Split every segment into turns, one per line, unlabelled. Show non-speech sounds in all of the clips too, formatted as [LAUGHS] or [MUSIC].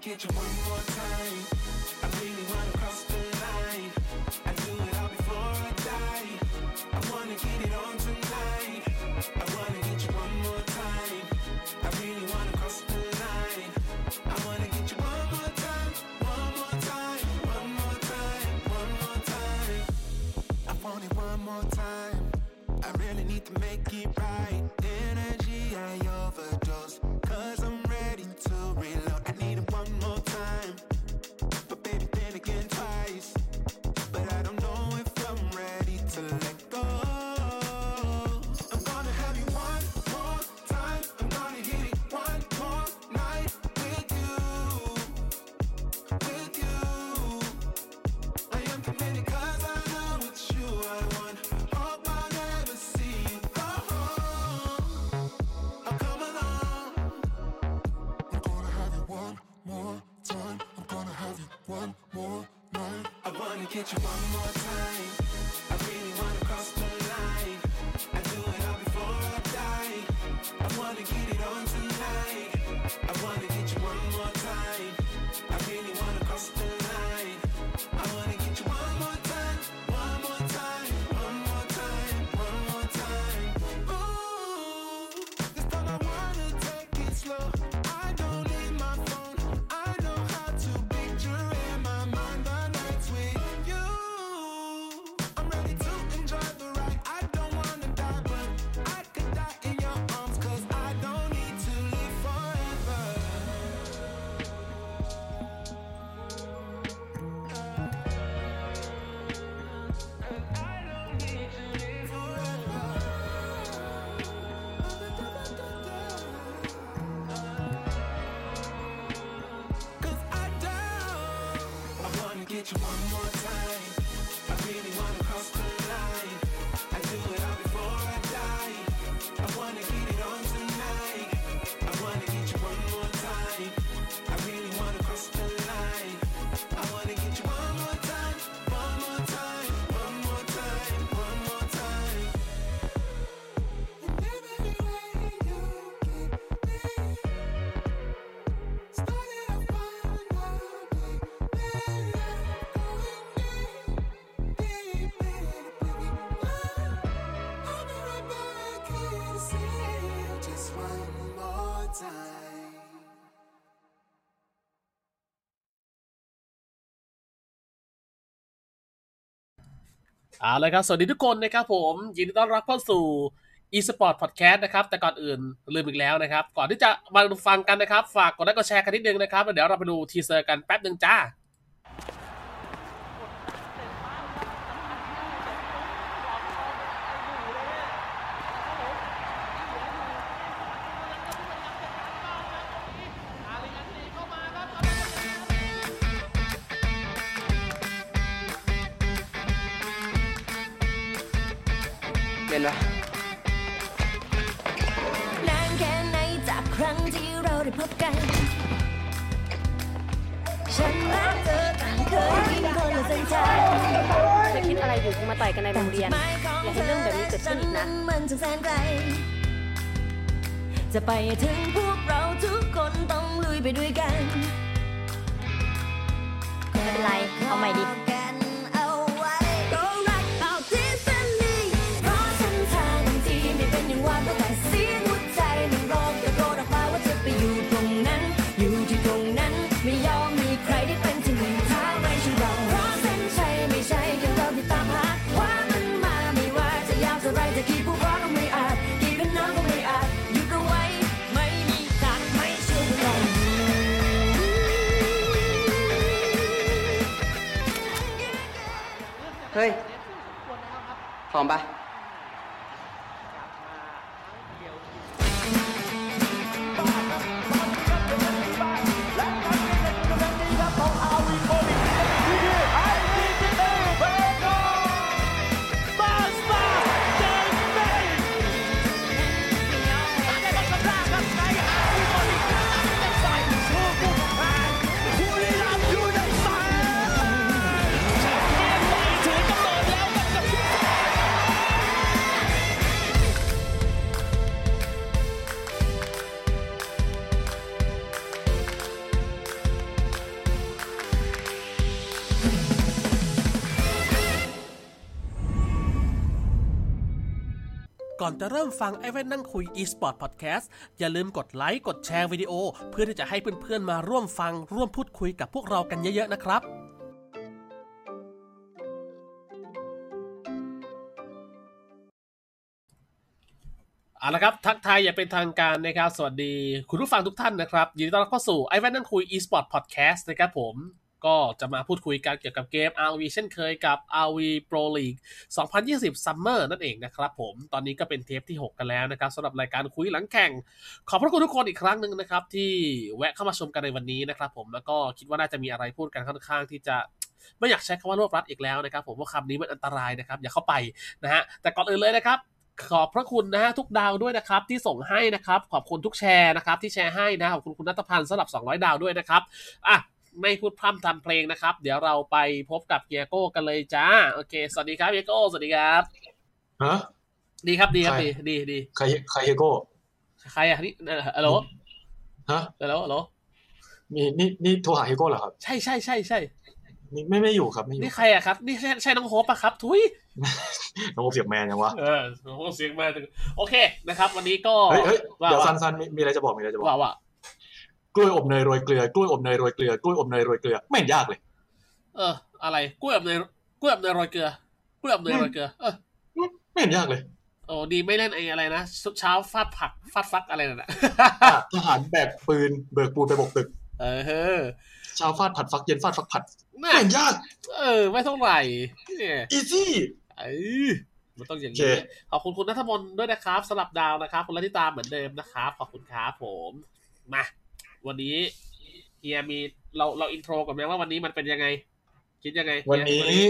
get you one more time. I really wanna cross the line. I do it all before I die. I wanna get it on tonight. I wanna get you one more time. I really wanna cross the line. I wanna get you one more time, one more time, one more time, one more time. I want it one more time. I really need to make it right. Energy, I overdose. Cause I'm ready to reload. I need it one more time. But baby, then again, twice. But I don't know if I'm ready to let go. I'm gonna have you one more time. I'm gonna hit it one more night with you. With you. I am committed 'cause I know it's you I want. Hope I never see you go home. I'll come along.
I'm gonna have you one more time. I'm gonna have you one more night.
I wanna get you one more time. I really wanna cross the line. I do it all before I die. I wanna get it on tonight. I wanna get you one more time. I really wanna cross the line. I wanna get you one more time, one more time, one more time, one more time. Ooh, this time I wanna take it slow. I don't need my phone. I know how to picture in my mind the nights with you. I'm ready to enjoy the ride. I don't wanna die, but I could die in your arms 'cause I don't need to live forever. Cause I don't I wanna get you one more time I really wanna cross the line I do it all before I die I wanna get it on tonight I wanna get you one more time I really wanna cross the line I wanna get you one more time One more time One more time One more time And every way you get me Started a fire, baby. Going deep, deep, baby. I'll be right back here to see you just one more time.
เอาละครับ สวัสดีทุกคนนะครับผม ยินดีต้อนรับเข้าสู่ eSport Podcast นะครับ แต่ก่อนอื่นลืมอีกแล้วนะครับ ก่อนที่จะมาฟังกันนะครับ ฝากกดไลค์กดแชร์กันนิดนึงนะครับแล้วเดี๋ยวเราไปดูทีเซอร์กันแป๊บหนึ่งจ้า
เป็นปะ
นานแค่ไหนจากครั้งที่เราได้พบกัน ฉันรักเธอต่างเคยกินคนละเส้นทาง
เธอคิดอะไรอยู่คงมาต่อยกันในโรงเรียน อย่าให้เรื่องแบบนี้เกิดขึ้นอีกนะ
มันจะแสนไกล จะไปให้ถึงพวกเราทุกคนต้องลุยไปด้วยกัน
ไม่เป็นไร เอาใหม่ดิ
กันเอาไว้ก็รักเอาที่เส้นนี้เพราะเส้นทางที่ไม่เป็นอย่างว่าตั้งแต่เสียงหัวใจหนึ่งรอบตะโกนออกมาว่าจะไปอยู่ตรงนั้น อยู่ที่ตรงนั้นไม่ยอมมีใครได้เป็นที่หนึ่งทางในชีวิตเราเพราะเส้นชัยไม่ใช่เรื่องเราที่ตามหาว่ามันมาไม่ว่าจะยาวเท่าไรจะกี่ภูเขาก็ไม่อาจกี่เป็นน้ำก็ไม่อาจหยุดเอาไว้ไม่มีทางไม่เชื่อเรา
เฮ้ยหอมปะ
ก่อนจะเริ่มฟังไอ้แว่นนั่งคุย eSport Podcast อย่าลืมกดไลค์ กดแชร์วิดีโอ เพื่อที่จะให้เพื่อนๆมาร่วมฟังร่วมพูดคุยกับพวกเรากันเยอะๆนะครับ เอาละครับ ทักทายอย่างเป็นทางการนะครับ สวัสดีคุณผู้ฟังทุกท่านนะครับ ยินดีต้อนรับเข้าสู่ไอแวนนั่งคุย eSport Podcast นะครับผม ก็จะมาพูดคุยกันเกี่ยวกับเกม RV เช่นเคยกับ RV Pro League 2020 Summer นั่นเองนะครับผม ตอนนี้ก็เป็นเทปที่ 6 กันแล้วนะครับสำหรับรายการคุยหลังแข่ง ขอบพระคุณทุกคนอีกครั้งหนึ่งนะครับ ที่แวะเข้ามาชมกันในวันนี้นะครับผมแล้วก็คิดว่าน่าจะมีอะไรพูดกันค่อนข้างที่จะ ไม่อยากใช้คำว่ารวบรัดอีกแล้วนะครับ ผมว่าคำนี้มันอันตรายนะครับ อย่าเข้าไปนะฮะแต่ก่อนอื่นเลยนะครับ ขอบพระคุณนะฮะทุกดาวด้วยนะครับที่ส่งให้นะครับ ขอบคุณทุกแชร์นะครับ ที่แชร์ให้นะขอบคุณคุณนัทพันธ์สำหรับ 200 ดาวด้วยนะครับอ่ะไม่พูดพร่ำทำเพลงนะครับ เดี๋ยวเราไปพบกับเกียโก้กันเลยจ้าโอเคสวัสดีครับเกียโก้สวัสดีครับ
ฮะ
ดีครับดีครับ
ใคร
ดีดีดี
ใครใครเฮโก้
ใครอ่ะนี่เอ่อฮัลโหล
ฮะ
ฮัลโหลฮัลโหล
มีนี่นี่โทรหาเฮโก้เหรอครับ
ใช่ใช่ใช่ใช่
นี่ไม่ไม่อยู่ครับไม่อยู่
นี่ใครอ่ะครับนี่ใช่ใช่น้องโฮปอ่ะครับทุย
น้องโอเสียงแมนยังวะ
เออโหเสียงมาถึงโอเคนะครับ วันนี้ก็
เฮ้ยเฮ้ย
ว่า
เดี๋ยวซั
ว่าน
ซันมีมีอะไรจะบอกมีอะไรจะบอก
ว่าว่า
กล้วยอบเนยโรยเกลือกล้วยอบเนยโรยเกลือกล้วยอบเนยโรยเกลือไม่เห็นยากเลย
เออ อะไรกล้วยอบเนยกล้วยอบเนยโรยเกลือกล้วยอบเนยโรยเกลือเออ
ไม่เห็นยากเลย
โอ้ดีไม่เล่นไอ้อะไรนะเช้าฟาดผักฟาดฟักอะไรนั่นแหละ [LAUGHS]
อ่ะทหารแบกปืนเบิกปูนไปบกตึก
เออ
เชาวฟาดผัดฟักเย็นฟาดฟักผัดไม่
น่า
เห็นยาก
เออ ไม่เท่าไหร่เนี่ย
อีซี่
เอ้ยมันต้องอย่าง
โอ
นี้
เค
ขอบคุณคุณนัทมนต์ด้วยนะครับสลับดาวนะครับคุณลัทธิตาเหมือนเดิมนะครับขอบคุณครับผมมาวันนี้เฮียมีเราเราอินโทรก่อนไหมว่าวันนี้มันเป็นยังไง คิดยังไงเฮีย
วันนี้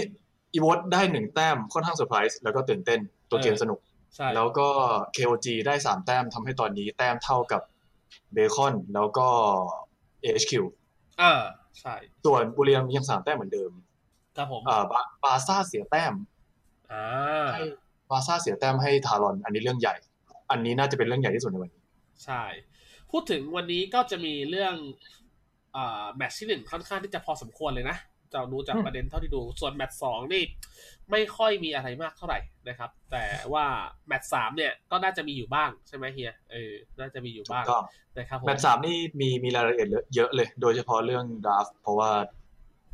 อีวอตได้หนึ่งแต้มค่อนข้างเซอร์ไพรส์แล้วก็ตื่นเต้นตัวเกม
เออ
สนุก
ใช่
แล้วก็ KOG ได้ 3 แต้มทำให้ตอนนี้แต้มเท่ากับเบคอน แล้วก็ AHQ
อ่าใช่
ส่วนบุรีรัมย์ยัง 3 แต้มเหมือนเดิม
ครับผม
อ่าบาบาร์ซ่าเสียแต้ม
อ่า
ให้บาร์ซ่าเสียแต้มให้ทารอน อันนี้เรื่องใหญ่ อันนี้น่าจะเป็นเรื่องใหญ่ที่สุดในวันนี้
ใช่ พูดถึงวันนี้ก็จะมีเรื่องอ่าแมตช์ที่หนึ่งค่อนข้างที่จะพอสมควรเลยนะจะดูจาก
อืม
ประเด็นเท่าที่ดู ส่วนแมตช์สองนี่ไม่ค่อยมีอะไรมากเท่าไหร่นะครับ แต่ว่าแมตช์สามเนี่ยก็น่าจะมีอยู่บ้างใช่ไหมเฮียเออน่าจะมีอยู่บ้าง
ก็
นะครับผม
แมตช์สามนี่มีมีรายละเอียดเยอะเลย โดยเฉพาะเรื่องดราฟต์เพราะว่า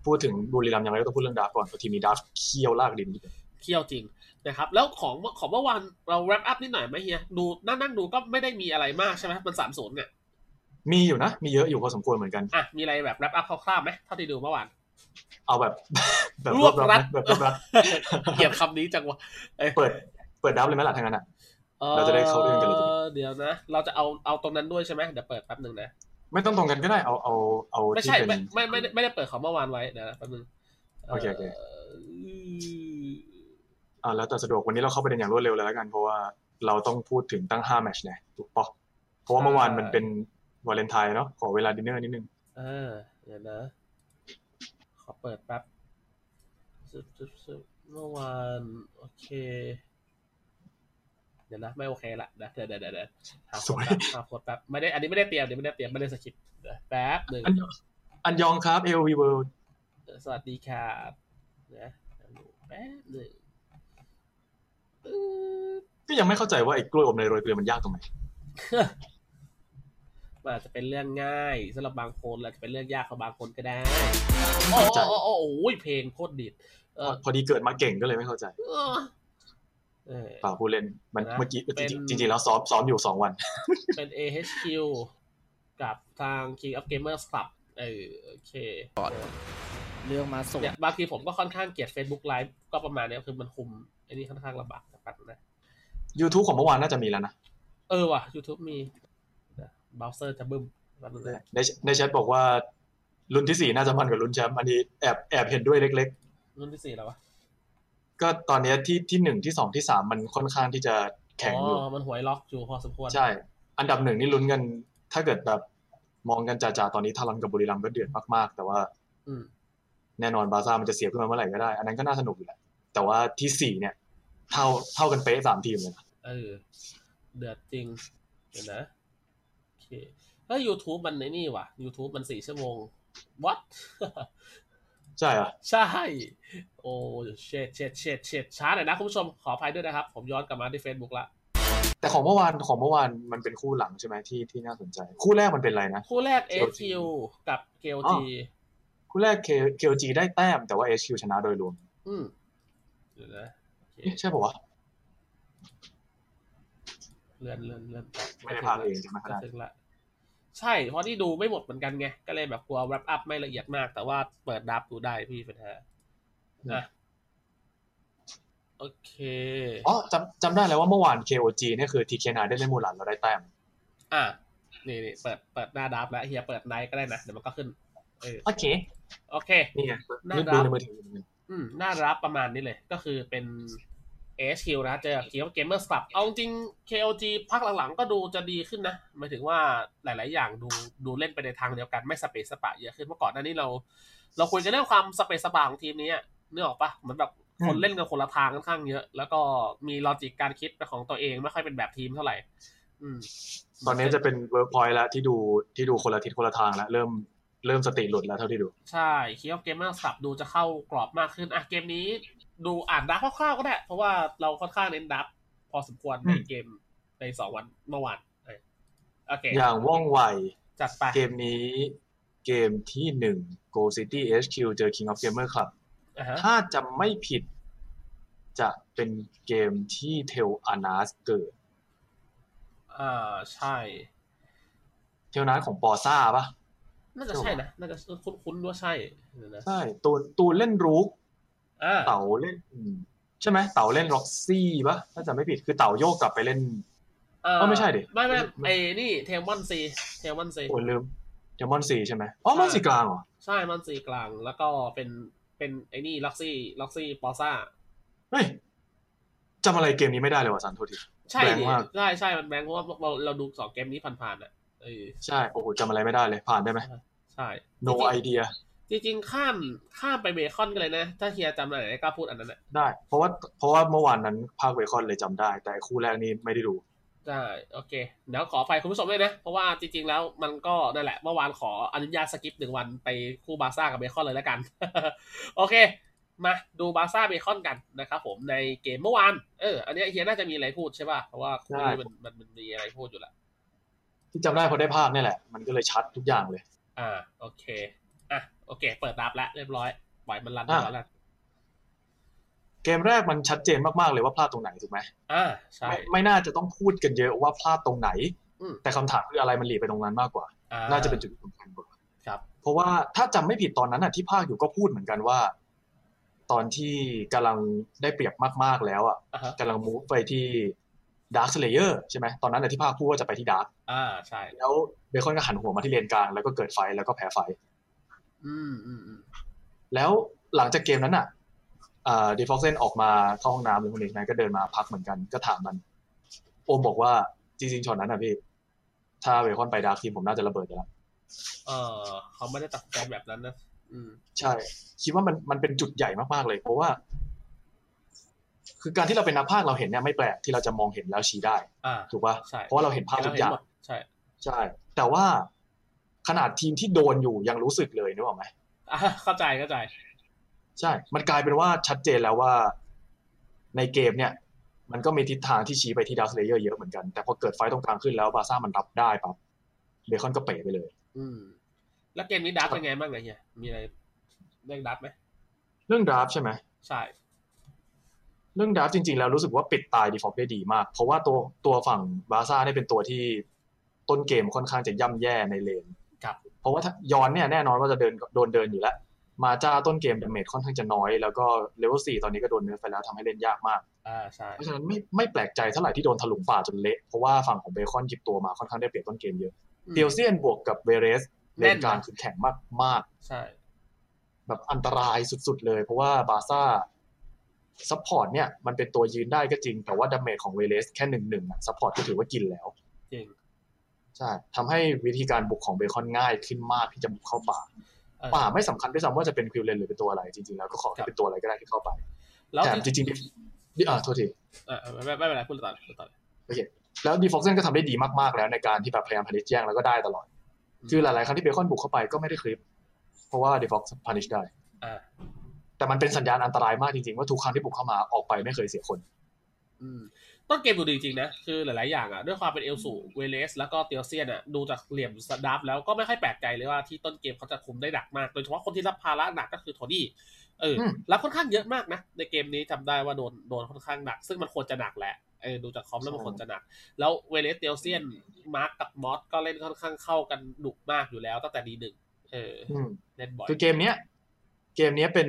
พูดถึงบุรีรัมย์ยังไงก็ต้องพูดเรื่องดราฟต์ก่อนเพราะทีมนี้ดราฟต์เคี่ยวลากดินนิดนึง
เที่ยวจริงนะครับ แล้วของของเมื่อวานเราแรปอัพนิดหน่อยไหมเฮียดูนั่งนั่งดูก็ไม่ได้มีอะไรมากใช่ไหมมันสามศูนย์เนี่ย
มีอยู่นะ มีเยอะอยู่พอสมควรเหมือนกัน
อ่ะมีอะไรแบบแรปอัพคร่าวๆไหมเท่าที่ดูเมื่อวาน
เอาแบบ [LAUGHS] แบบ
รวบรัด
นะแบบรวบรัด
[LAUGHS] เกลียดคำนี้จังวะอ้ย
เปิดเปิดดับเลยไหมล่ะทางนั้นอ่ะ เราจะได้เข้าเรื่องกันเลย
อ่อเดี๋ยวนะ เราจะเอาเอาตรงนั้นด้วยใช่ไหมเดี๋ยวเปิดแป๊บหนึ่งนะ
ไม่ต้องตรงกันก็ได้เอาเอาเอา
ไม่
ที่
ใช่
เป็น
ไม่ไม่ไม่ได้ไม่ได้เปิดของเมื่อวานไว้เดี๋ยวนะแป๊บหนึง
โอเคโอเค
อ
อ่าแล้วแต่สะดวกวันนี้เราเข้าประเด็นอย่างรวดเร็วเลยแล้วกัน เพราะว่าเราต้องพูดถึงตั้งห้าแมตชเนี่ยถูกปะเพราะว่าเมื่อวานมันเป็นวาเลนไทน์เนาะขอเวลาดินเนอร์นิดนึง
เออเดี๋ยวนะ ขอเปิดแป๊บซึบซึบซึบเมื่อวานโอเค เดี๋ยวนะ ไม่โอเคละนะเดี๋ยวเดี๋ยวเดี๋ยวเดี๋ยวหาโพ
สวย
สต์แป๊บหาโพสต์แป๊บไม่ได้อันนี้ไม่ได้เตรียมเดี๋ยวไม่ได้เตรียมไม่ได้สคริปต์เดี๋ยวแป๊บหนึ่ง
อันยองอันยองครับเอลวีเวิลด์
เออสวัสดีครับนะแป๊บหนึ่งตึ๊ด
ก็ยังไม่เข้าใจว่าไอ้กล้วยอบเนยโรยเกลือมันยากตรงไหน
มันอาจจะเป็นเรื่องง่ายสำหรับบางคนอาจจะเป็นเรื่องยากสำหรับบางคนก็ได้โอ้โอ้โอ้โอ้โอ้ยเพลงโคตรดิดเออ
พอดีเกิดมาเก่งก็เลยไม่เข้าใจ
เออเออ
เปล่าผู้เล่นมัน
นะ
เมื่อกี้
เป็น
จริงๆจริงๆแล้วซ้อมซ้อมอยู่สองวัน
เป็น AHQ กับทาง King of Gamers Club เออโอเค
เรื่องมาส่ง
เนี่ยบางทีผมก็ค่อนข้างเกลียด Facebook Live ก็ประมาณเนี้ยคือมันคุมไอันนี้ค่อนข้างลำบากนะแป๊บนึงนะ
YouTube ของเมื่อวานน่าจะมีแล้วนะ
เออว่ะ YouTube มีเบราว์เซอร์จะบึ้มแป๊บนึงนะ
ในในแชทบอกว่ารุ่นที่สี่น่าจะมันกว่ารุ่นแชมป์อันนี้แอบแอบเห็นด้วยเล็ก ๆ
รุ่นที่สี่แล้ววะ
ก็ตอนเนี้ยที่ที่หนึ่งที่สองที่สามมันค่อนข้างที่จะแข็งอยู่
มันหวยล็อกอยู่พอสมควร
ใช่ อันดับหนึ่งนี่ลุ้นกัน ถ้าเกิดแบบมองกันจ่าๆตอนนี้ทารันกับบุรีรัมย์ก็เดือดมากๆ แต่ว่า
อืม
แน่นอนบาร์ซ่ามันจะเสียขึ้นมาเมื่อไหร่ก็ได้ อันนั้นก็น่าสนุกอยู่แหละแต่ว่าที่สี่เนี่ย เท่าเท่ากันเป๊ะสามทีมเลยนะ
เออ เดือดจริง เดี๋ยวนะ โอเคเฮ้ย YouTube มันในนี่ว่ะ YouTube มันสี่ชั่วโมง what [LAUGHS]
ใช่เหรอ่ะ
ใช่ โอ้เช็ดเช็ดเช็ดเช็ดช้าหน่อยนะ คุณผู้ชมขออภัยด้วยนะครับ ผมย้อนกลับมาที่ Facebook ละ
แต่ของเมื่อวานของเมื่อวานมันเป็นคู่หลังใช่ไหมที่ที่น่าสนใจ คู่แรกมันเป็นอะไรนะ
คู่แรก HQ กับ
อ๋
KLG
อ คู่แรก K- KLG ได้แต้มแต่ว่า HQ ชนะโดยรวม
อืมเดี๋ยวนะโอเค
เอ๊ะใช่ป่าวะ
เลื่อนเลื่อนเลื่อน
ไม่ได้พาตัวเองใช่ไหมครับ
จะถึงละใช่ เพราะที่ดูไม่หมดเหมือนกันไง ก็เลยแบบกลัว wrap up ไม่ละเอียดมาก แต่ว่าเปิดดับดูได้พี่ปัญหาอ่ะโอเค
อ๋อจำจำได้แล้วว่าเมื่อวาน KOG เนี่ยคือ TKN ได้เล่นมูหลันเราได้แต้ม
อ่ะนี่นี่เปิดเปิดหน้าดับแล้วเฮียเปิดไนท์ก็ได้นะ เดี๋ยวมันก็ขึ้นเออ
โอเค
โอเค
นี่ไง
น่า
นี่
รั
ดู
ก
ในมือถืออยู่
อืมน่ารับประมาณนี้เลย ก็คือเป็น HQ นะเจอกับ Game Gamer s t u b เอาจริง KOG พักหลังๆ ก็ดูจะดีขึ้นนะหมายถึงว่าหลาย ๆ อย่างดูดูเล่นไปในทางเดียวกันไม่สเปซสปะเยอะขึ้นเมื่อก่อนหน้านี้เรา เราคุยกันเรื่องความสเปซสปะของทีมนี้อะนึกออกปะเหมือนแบบคน
อืม
เล่นกันคนละทางค่อนข้างเยอะ แล้วก็มีลอจิกการคิดเป็นของตัวเองไม่ค่อยเป็นแบบทีมเท่าไหร่ อืม
ตอนนี้จะเป็นเวิร์กพอยต์แล้วที่ดูที่ดูคนละทิศคนละทางแล้วเริ่มเริ่มสติหลุดแล้วเท่าที่ดู
ใช่คิดว่าเกมเมอร์สับดูจะเข้ากรอบมากขึ้น อ่ะ เกมนี้ดูอ่านดับคร่าวๆก็ได้ เพราะว่าเราค่อนข้างเน้นดับ พอสมควร
อื
ใน
ม
เกมในสองวันเมื่อวานเออโอเค
อย่างว่องไว
จัดไป
เกมนี้เกมที่หนึ่ง Go City HQ เจอ King of Gamer Club
อ่ะฮะ
ถ้าจำไม่ผิดจะเป็นเกมที่เทลอานาสเกิด
อ่าใช่
เทลนาสของปอซ่าปะ
น่าจะ
ใช่
ใช่
ปะ
นะ น่าจะคุ้นๆว่าใช่เดี๋ยวนะ
ใช่ตูนตูนเล่นรูก
อ่า
เต๋าเล่นอืมใช่ไหมเต๋าเล่นล็อกซี่ปะถ้าจำไม่ผิดคือเต๋าโยกกลับไปเล่น
เอ่อ
เอ้าไม่ใช่ดิ
ไม่ไม่ไอ้นี่เทมอนซีเทมอนซี
โอ้ลืมเดมอนซีใช่ไหมอ๋อมอนซีกลางเหรอ
ใช่มันซีกลางแล้วก็เป็นเป็นไอ้นี่ล็อกซี่ล็อกซี่ปอซ่า
เฮ้ยจำอะไรเกมนี้ไม่ได้เลยว่ะสันโทษที
ใช่
แบงค์
ดิ
มาก
ใช่ใช่มันแบงค์เพราะว่าเราเราดูสองเกมนี้ผ่านๆอ่ะเออ
ใช่โอ้โหจำอะไรไม่ได้เลยผ่านได้ไหม
ใช่
no idea
จริงๆจริงๆ ข้ามข้ามไปเบคอนกันเลยนะ ถ้าเฮียจำอะไรได้ก็พูดอันนั้นแหละ
ได้ เพราะว่าเพราะว่าเมื่อวานนั้นภาคเวคอนเลยจำได้ แต่คู่แรกนี่ไม่ได้ดู
ได้ โอเค เดี๋ยวขอไปคุณผู้ชมด้วยนะ เพราะว่าจริง ๆ แล้วมันก็นั่นแหละ เมื่อวานขออนุญาตสกิปหนึ่งวันไปคู่บาร์ซ่ากับเบคอนเลยแล้วกัน [LAUGHS] โอเค มาดูบาร์ซ่าเบคอนกันนะครับผมในเกมเมื่อวาน เออ อันเนี้ยเฮียน่าจะมีอะไรพูดใช่ป่ะ เพราะว่าคู่นี้มันมันมันมีอะไรพูดอยู่ละ
ที่จำได้เพราะได้ภาคนี่แหละ มันก็เลยชัดทุกอย่างเลย
อ่า โอเค อ่ะ โอเค เปิดรับแล้วเรียบร้อย ปล่อยมันรันไป
อ่ะ
แล้วกัน
เกมแรกมันชัดเจนมาก ๆ เลยว่าพลาดตรงไหนถูกไหม
อ่า ใช่
ไม่ไม่น่าจะต้องพูดกันเยอะว่าพลาดตรงไหน
อืม
แต่คำถามคืออะไรมันหลีไปตรงนั้นมากกว่า
อ่
น่าจะเป็นจุดสำคัญกว่า
ครับ
เพราะว่าถ้าจำไม่ผิดตอนนั้นน่ะที่ภาคอยู่ก็พูดเหมือนกันว่า ตอนที่กำลังได้เปรียบมากๆแล้วอ่ะ
อ่าฮะ
กำลังมูฟไปที่ดาร์คเลเยอร์ใช่ไหมตอนนั้นน่ะที่ภาคพูดว่าจะไปที่ดาร์ค
อ่า ใช่
แล้วเบคอนก็หันหัวมาที่เลนกลางแล้วก็เกิดไฟแล้วก็แพ้ไฟ
อืมอืมอืม
แล้วหลังจากเกมนั้นอ่ะดีฟอกเซนออกมาเข้าห้องน้ำหรือคนอื่นนั้นก็เดินมาพักเหมือนกันก็ถามมัน โอมบอกว่าจริงๆช็อตนั้นอ่ะพี่ ถ้าเบคอนไปดาร์คทีมผมน่าจะระเบิดไปแล้ว
เออเขาไม่ได้ตัดสินใจแบบนั้นนะ อืม
ใช่ คิดว่ามันมันเป็นจุดใหญ่มากๆเลย เพราะว่า คือการที่เราเป็นนักภาคเราเห็นเนี่ยไม่แปลกที่เราจะมองเห็นแล้วชี้ได้
อ่า
ถูกปะ่ะ
ใช่
เพราะว่าเราเห็นภาพทุกอย่าง
เห็นหมดใช่
ใช่ แต่ว่าขนาดทีมที่โดนอยู่ยังรู้สึกเลยนึกออกไหม
อ่า [LAUGHS] เข้าใจ เข้าใจ
ใช่ มันกลายเป็นว่าชัดเจนแล้วว่าในเกมเนี่ย มันก็มีทิศทางที่ชี้ไปที่ดาร์คเลเยอร์เยอะเหมือนกัน แต่พอเกิดไฟต์ตรงกลางขึ้นแล้วบาร์ซ่ามันรับได้ปั๊บเบคอนก็เป๋ไปเลย
อืม แล้วเกมนี้ดับเป็นไงบ้างเนี่ยเฮียมีอะไรเรื่องดับไหม
เรื่องดราฟใช่ไหม
ใช่
เรื่องดราฟต์จริงๆ แล้วรู้สึกว่าปิดตายดีฟอกได้ดีมาก เพราะว่าตัวตัวฝั่งบาร์ซ่าเนี่ยเป็นตัวที่ต้นเกมค่อนข้างจะย่ำแย่ในเลน
ครับ
เพราะว่าถ้าย้อนเนี่ยแน่นอนว่าจะเดินโดนเดินอยู่แล้ว มาจ้าต้นเกมดาเมจค่อนข้างจะน้อย แล้วก็เลเวลสี่ตอนนี้ก็โดนเนื้อไปแล้วทำให้เล่นยากมาก
อ่า ใช่
เพราะฉะนั้นไม่ไม่แปลกใจเท่าไหร่ที่โดนถลุงป่าจนเละเพราะว่าฝั่งของเบคอนหยิบตัวมาค่อนข้างได้เปรียบต้นเกมเยอะ
อืม
เตียวเซียนบวกกับเบเรสเลนกลางคือแข็งมากมากๆ
ใช่
แบบอันตรายสุดๆ เลย เพราะว่าบาร์ซ่าซัพพอร์ตเนี่ยมันเป็นตัวยืนได้ก็จริง แต่ว่าดาเมจของเวเลสแค่หนึ่งหนึ่งซัพพอร์ตก็ถือว่ากินแล้ว
จริง
ใช่ทำให้วิธีการบุกของเบคอนง่ายขึ้นมากที่จะบุกเข้าป่า
เออ
ป่าไม่สำคัญด้วยซ้ำว่าจะเป็นคิวเลนหรือเป็นตัวอะไร จริงๆ แล้วก็ขอ
ครั
ให้
บ
เป็นตัวอะไรก็ได้ที่เข้าไป
แล้ว
แต่จริงๆดิอ่าโทษที
อ่าไม่ไม่ไม่เป็นไรพูดต่อพูดต่อ
แล้วดีฟ็อกเซนก็ทำได้ดีมากๆแล้วในการที่แบบพยายามพานิชแย่งแล้วก็ได้ตลอด
อืม
คือหลายๆครั้งที่เบคอนบุกเข้าไปก็ไม่ได้คลิป เพราะว่าดีฟ็อกพานิชได้
อ่า
แต่มันเป็นสัญญาณอันตรายมากจริงๆว่าทุกครั้งที่บุกเข้ามาออกไปไม่เคยเสียคน
อืมต้นเกมดูดีจริงๆนะคือหลายๆอย่างอ่ะด้วยความเป็นเอลสูเวเลส แล้วก็เตียวเซียนอ่ะดูจากเหลี่ยมสดับแล้วก็ไม่ค่อยแปลกใจเลยว่าที่ต้นเกมเขาจะคุมได้หนักมากโดยเฉพาะคนที่รับภาระหนักก็คือโทนี่เอออ
ม
รับค่อนข้างเยอะมากนะ ในเกมนี้จำได้ว่าโดนโดนค่อนข้างหนัก ซึ่งมันควรจะหนักแหละเออดูจากคอมแล้วมันควรจะหนัก แล้วเวเลสเตียวเซียนมาร์กกับมอสก็เล่นค่อนข้างเข้ากันดุมากอยู่แล้วตั้งแต่ดีหนึ่งเออ
อืม
เล่นบ่อย
คือเกมเนี้ยเกมเนี้ยเป็น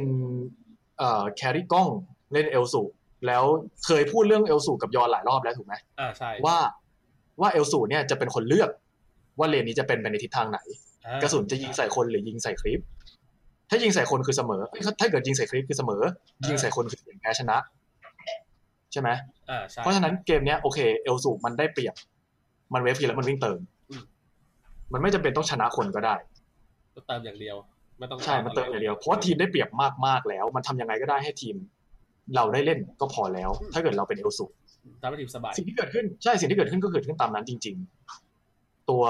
เอ่อแคริกล้องเล่นเอลสูแล้วเคยพูดเรื่องเอลสูกับยอนหลายรอบแล้วถูกไหม
อ่าใช่
ว่าว่าเอลสูเนี่ยจะเป็นคนเลือกว่าเลนนี้จะเป็นไปในทิศทางไหน
อ่าก
ระสุนจะยิงใส่คนหรือยิงใส่คลิป ถ้ายิงใส่คนคือเสมอเอ้ยถ้าเกิดยิงใส่คลิปคือเสมอ ยิงใส่คนคือเสียงแพ้ชนะ ใช่ไหม
อ่าใช่
เพราะฉะนั้นเกมเนี้ยโอเคเอลสูมันได้เปรียบ มันเวฟกินแล้วมันวิ่งเติม
อืม
มันไม่จำเป็นต้องชนะคนก็ได้
เติมอย่างเดียวไม่ต้อง
ใช่ มันเติมอย่างเดียว เพราะว่าทีมได้เปรียบมาก ๆ แล้ว มันทำยังไงก็ได้ให้ทีม เราได้เล่นก็พอแล้ว ถ้าเกิดเราเป็นเอลสู
ทำให้ทีมสบาย
สิ่งที่เกิดขึ้น ใช่ สิ่งที่เกิดขึ้นก็เกิดขึ้นตามนั้นจริง ๆ ตัว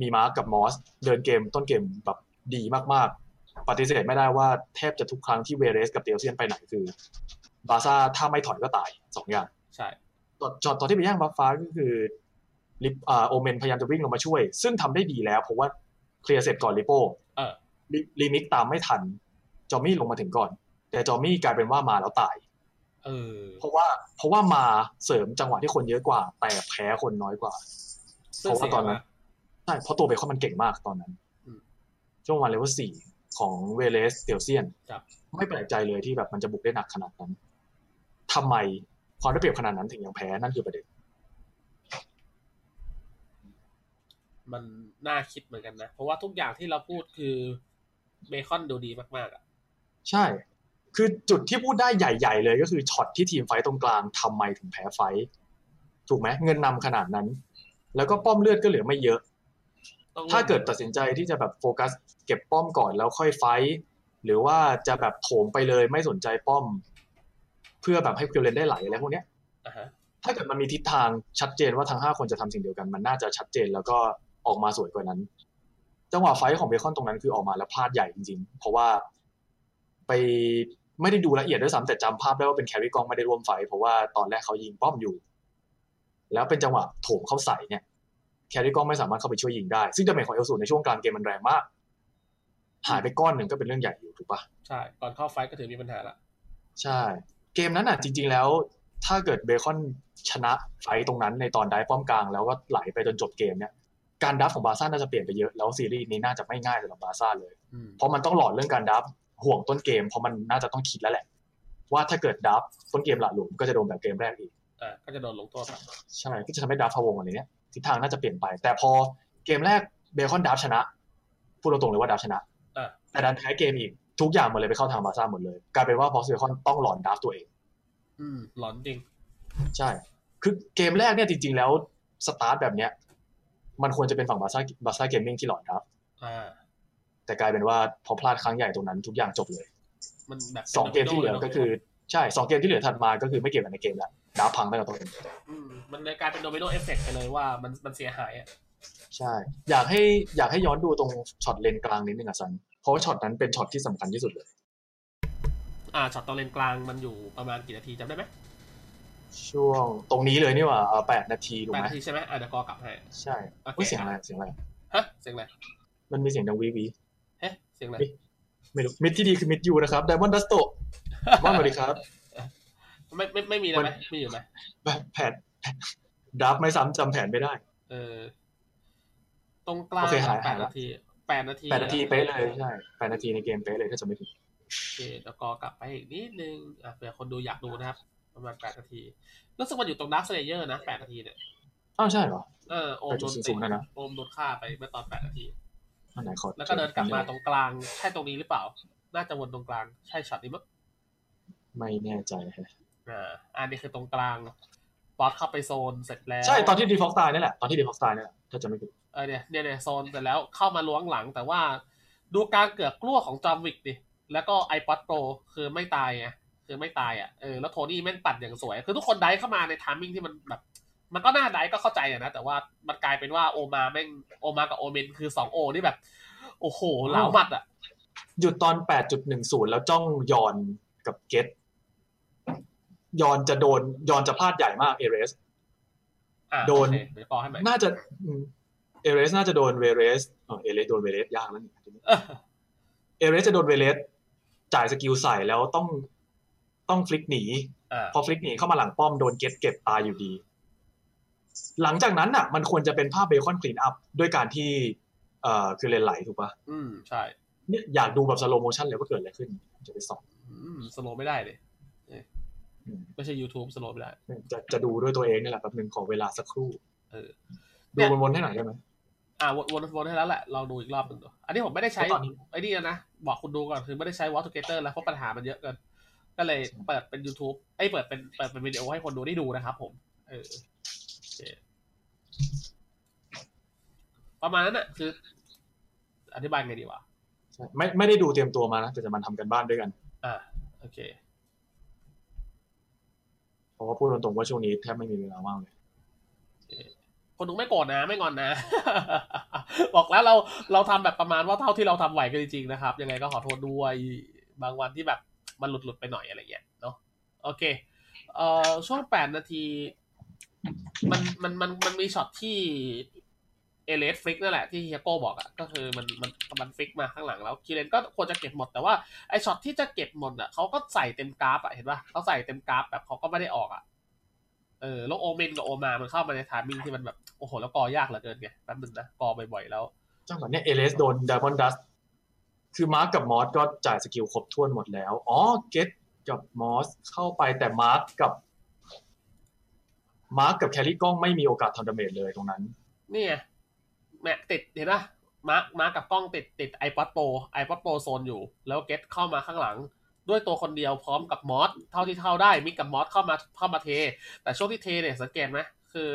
มีมาร์กกับมอส เดินเกมต้นเกมแบบดีมาก ๆ ปฏิเสธไม่ได้ว่าแทบจะทุกครั้งที่เวเรสกับเตลเซียนไปไหนคือบาร์ซ่าถ้าไม่ถอยก็ตายสองอย่าง
ใช่
ช็อตช็อตตอนที่ไปแย่งบัฟฟ้าก็คือลิปอ่าโอเมนพยายามจะวิ่งลงมาช่วย ซึ่งทำได้ดีแล้ว เพราะว่าเคลียร์เสร็จก่อนลิโป้
เออ
ลิลิมิกตามไม่ทัน จอมมี่ลงมาถึงก่อน แต่จอมมี่กลายเป็นว่ามาแล้วตาย
เออ
เพราะว่าเพราะว่ามาเสริมจังหวะที่คนเยอะกว่า แต่แพ้คนน้อยกว่า
ซึ่ง
เพราะ
เสีย
ว่าตอนนั้
มาน
ใช่เพราะตัวเบคอนมันเก่งมากตอนนั้น
อืม
ช่วงวันเลเวลสี่ของเวเลสเตียวเซียน
ครับ
ไม่แปลกใจเลยที่แบบมันจะบุกได้หนักขนาดนั้นทำไมความได้เปรียบขนาดนั้นถึงยังแพ้นั่นคือประเด็น
มันน่าคิดเหมือนกันนะ เพราะว่าทุกอย่างที่เราพูดคือเบคอนดูดีมากๆอ่ะ
ใช่ คือจุดที่พูดได้ใหญ่ ๆ เลยก็คือช็อตที่ทีมไฟต์ตรงกลางทำไมถึงแพ้ไฟต์ถูกไหมเงินนำขนาดนั้น แล้วก็ป้อมเลือดก็เหลือไม่เยอะ
ต้อง
ถ้าเกิดตัดสินใจที่จะแบบโฟกัส เก็บป้อมก่อนแล้วค่อยไฟต์หรือว่าจะแบบโถมไปเลยไม่สนใจป้อม เพื่อแบบให้คิวเลนได้ไหลอะไรพวกเนี้ย
อ่าฮะ
ถ้าเกิดมันมีทิศทางชัดเจนว่าทั้งห้าคนจะทำสิ่งเดียวกัน มันน่าจะชัดเจนแล้วก็ออกมาสวยกว่านั้น จังหวะไฟท์ของเบคอนตรงนั้นคือออกมาแล้วพลาดใหญ่จริงๆ เพราะว่าไปไม่ได้ดูละเอียดด้วยซ้ำแต่จำภาพได้ว่าเป็นแคริกองไม่ได้ร่วมไฟท์เพราะว่าตอนแรกเขายิงป้อมอยู่ แล้วเป็นจังหวะโถมเข้าใส่เนี่ย แคริกองไม่สามารถเข้าไปช่วยยิงได้ ซึ่งดาเมจของเอลสูในช่วงกลางเกมมันแรงมากหายไปก้อนหนึ่งก็เป็นเรื่องใหญ่อยู่ถูกปะ
ใช่ก่อนเข้าไฟท์ก็ถือมีปัญหาละ
ใช่ เกมนั้นอ่ะจริง ๆ แล้ว ถ้าเกิดเบคอนชนะไฟต์ตรงนั้นในตอนได้ป้อมกลางแล้วก็ไหลไปจนจบเกมเนี่ยการดับของบาร์ซ่าน่าจะเปลี่ยนไปเยอะแล้วซีรีส์นี้น่าจะไม่ง่ายสำหรับบาร์ซ่าเลย
อืม
เพราะมันต้องหลอดเรื่องการดับห่วงต้นเกมเพราะมันน่าจะต้องคิดแล้วแหละ ว่าถ้าเกิดดับต้นเกมหละหลวมก็จะโดนแบบเกมแรกอีก
อ่าก็จะโดนลงโทษอ่ะ
ใช่ก็จะทำให้ดับพะวงอะไรเนี้ยทิศทางน่าจะเปลี่ยนไป แต่พอเกมแรกเบคอนดับชนะ พูดตรงๆเลยว่าดับชนะ
อ่า
แต่ดันแพ้เกมอีกทุกอย่างหมดเลยไปเข้าทางบาร์ซ่าหมดเลยกลายเป็นว่าพอเบคอนต้องหลอนดับตัวเอง
อืมหลอนจริง
ใช่ คือเกมแรกเนี่ยจริงๆ แล้วสตาร์ทแบบเนี้ย มันควรจะเป็นฝั่งบาซ่าบาซ่าเกมมิ่งที่หลอดครับ
อ่า
แต่กลายเป็นว่าพอพลาดครั้งใหญ่ตรงนั้นทุกอย่างจบเลย
มันแบบป็น
สองเกมที่เหลือก็คือ ใช่สองเกมที่เหลือถัดมาก็คือไม่เกี่ยวกันในเกมแล้วดาบพังตั้งแต่ต้น
มมันเลยกลายเป็นโดมิโนเอฟเฟกต์ไปเลยว่ามันมันเสียหายอ่ะ
ใช่ อยากให้อยากให้ย้อนดูตรงช็อตเลนกลางนิดนึงอะซัน เพราะว่าช็อตนั้นเป็นช็อตที่สำคัญที่สุดเลย
อ่าช็อตตอนเลนกลางมันอยู่ประมาณกี่นาทีจำได้ไหม
ช่วงตรงนี้เลยนี่หว่าแปดนาทีถูก
แปด
ไหม
นาทีใช่ไหมอ่าเดี๋ยวกอกลับให้
ใช่
โอเค
เฮ้ยเสียงอะไรเสียงอะไร
ฮะเสียงอะไร
มันมีเสียงดังวีวี
เฮ้เสียงอะไร
ไม่รู้มิดที่ดีคือมิดยูนะครับไดมอนดัสโตมอนสวัสดีครับ
ไม่ไม่ไม่มีแล้วไหมมีอยู่ไหม
แบบแผน [LAUGHS] ดับไม่ซ้ำจำแผนไม่ได้
เออ ตรงกลาง
โอเคหาย
แป
หาย
ด
ละ
นาทีแปดนาที
แปดนาทีเป๊ะเลยใช่แปดนาทีในเกมเป๊ะเลยถ้าจะไม่ผิด
โอเคแล้วก็กลับไปอีกนิดนึงอ่ะเผื่อคนดูอยากดูนะครับ ประมาณแปดนาทีรู้สึกว่าอยู่ตรงดาร์คเลเยอร์นะแปดนาทีเนี่ย
อ้าวใช่เหรอ
เออโอมโดน
8.00
ตี
นะนะ
โอมโดนฆ่าไปเมื่อตอนแปดนาที
อันไหนขอ
แล้วก็เดินกลับมาตรงกลาง ใช่ตรงนี้หรือเปล่า น่าจะวนตรงกลางใช่ช็อตนี้มั้ง
ไม่แน่ใจฮะ
อ่าอันนี้คือตรงกลางบอสเข้าไปโซนเสร็จแล้ว
ใช่ตอนที่ดีฟ็อกตายนี่แหละตอนที่ดีฟ็อกตายนี่แหละถ้าจะไม่ผิด
เออเนี่ยเนี่ยเนี่ยโซนเสร็จแล้วเข้ามาล้วงหลัง แต่ว่าดูการเกือกกลัวของจอมวิกดิแล้วก็ไอ o d ดโปรคือไม่ตายไงคือไม่ตายอ่ะเออแล้วโทนี่แม่งตัดอย่างสวย คือทุกคนได้เข้ามาในทามมิ่งที่มันแบบ มันก็น่าได้ก็เข้าใจอะนะแต่ว่ามันกลายเป็นว่าโอมาแม่งโอมากับโอเมนคือสองโอนี่แบบ โอ้โหเหลาหมัดอ่ะ
หยุดตอน 8.10 แล้วจ้องยอนกับเกต ยอนจะโดนยอนจะพลาดใหญ่มากเอเรส
อ่ะ
โดน
อเคเดี๋ยวปอให้ใหม่
น่าจะอืมเอเรสน่าจะโดนเวเรสเออเอเรสโดนเวเรสยากแล้วนี่
เออ
เอเรสจะโดนเวเรสจ่ายสกิลใส่แล้วต้องต้องฟลิกหนี
อ่ะ
พอฟลิกหนีเข้ามาหลังป้อมโดนเก็ตเก็บตายอยู่ดี หลังจากนั้นน่ะ มันควรจะเป็นภาพเบคอนคลีนอัพด้วยการที่เอ่อคือเลนไหลถูกปะ
อืมใช่
เนี่ยอยากดูแบบสโลโมชันเลยว่าเกิดอะไรขึ้นจะไปส่อง
อืมสโลว์ไม่ได้เลยเนี่ย
อืม
ไม่ใช่ YouTube สโลว์ไม่ได้
จะจะดูด้วยตัวเองนี่แหละแป๊บหนึ่งขอเวลาสักครู่
เออ
ดูวนๆให้หน่อยได้ไหม
อ่ะวนวนวนให้แล้วแหละลองดูอีกรอบหนึ่งดูอันนี้ผมไม่ได้ใช้
แล้วตอนนี้
ไอ้นี่นะ บอกคุณดูก่อนคือไม่ได้ใช้ w a t c h t o g e t h e r แล้วเพราะปัญหามันเยอะเกิน ก็เลยเปิดเป็น YouTube ไอ้ยเปิดเป็นเปิดเป็นวิดีโอให้คนดูได้ดูนะครับผม เออโอเคประมาณนั้นน่ะ คือ อธิบายไงดีวะ
ใช่ไม่ไม่ได้ดูเตรียมตัวมานะแต่จะมันทำกันบ้านด้วยกัน
อ่ะโอเค
เพราะว่าพูดตรงๆว่าช่วงนี้แทบไม่มีเวลาว่างเลย
คนดูไม่โกรธนะไม่งอนนะ [LAUGHS] บอกแล้วเราเราทำแบบประมาณว่าเท่าที่เราทำไหวกันจริงๆนะครับ ยังไงก็ขอโทษด้วยบางวันที่แบบมันหลุดหลุดๆไปหน่อยอะไรเงี้ยเนาะโอเคเอ่อช่วงแปดนาที มันมันมันมันมีช็อตที่เอเลสฟลิกนั่นแหละที่เฮียโก้บอกอะก็คือมันมันมันฟลิกมาข้างหลังแล้วคีเรนก็ควรจะเก็บหมดแต่ว่าไอช็อตที่จะเก็บหมดอะเขาก็ใส่เต็มกราฟอะเห็นปะเขาใส่เต็มกราฟแบบเขาก็ไม่ได้ออกอะ เออแล้วโอเมนกับโอมา มันเข้ามาในทามมิ่งที่มันแบบ โอ้โห แล้วกอยากเหลือเกินไงแป๊บนึงนะ กอบ่อยๆ แล้ว
จังหวะเนี้ยเอเลสโดนด m มอนดัส คือมาร์กกับมอสก็จ่ายสกิลครบถ้วนหมดแล้ว อ๋อ เกตกับมอสเข้าไปแต่มาร์กกับ มาร์กกับแคลรี่กล้องไม่มีโอกาสทำดาเมจเลยตรงนั้น
นี่ไงแม็กติดเห็นปะมาร์คมาร์คกับกล้องติดติดไอ o d ดโปรไอ o d ดโปรโซนอยู่ แล้วเกตเข้ามาข้างหลัง ด้วยตัวคนเดียวพร้อมกับมอสเท่าที่เท่าได้มิกกับมอสเข้ามาเข้ามาเท แต่ช่วงที่เทเนี่ยสังเกตไหมคือ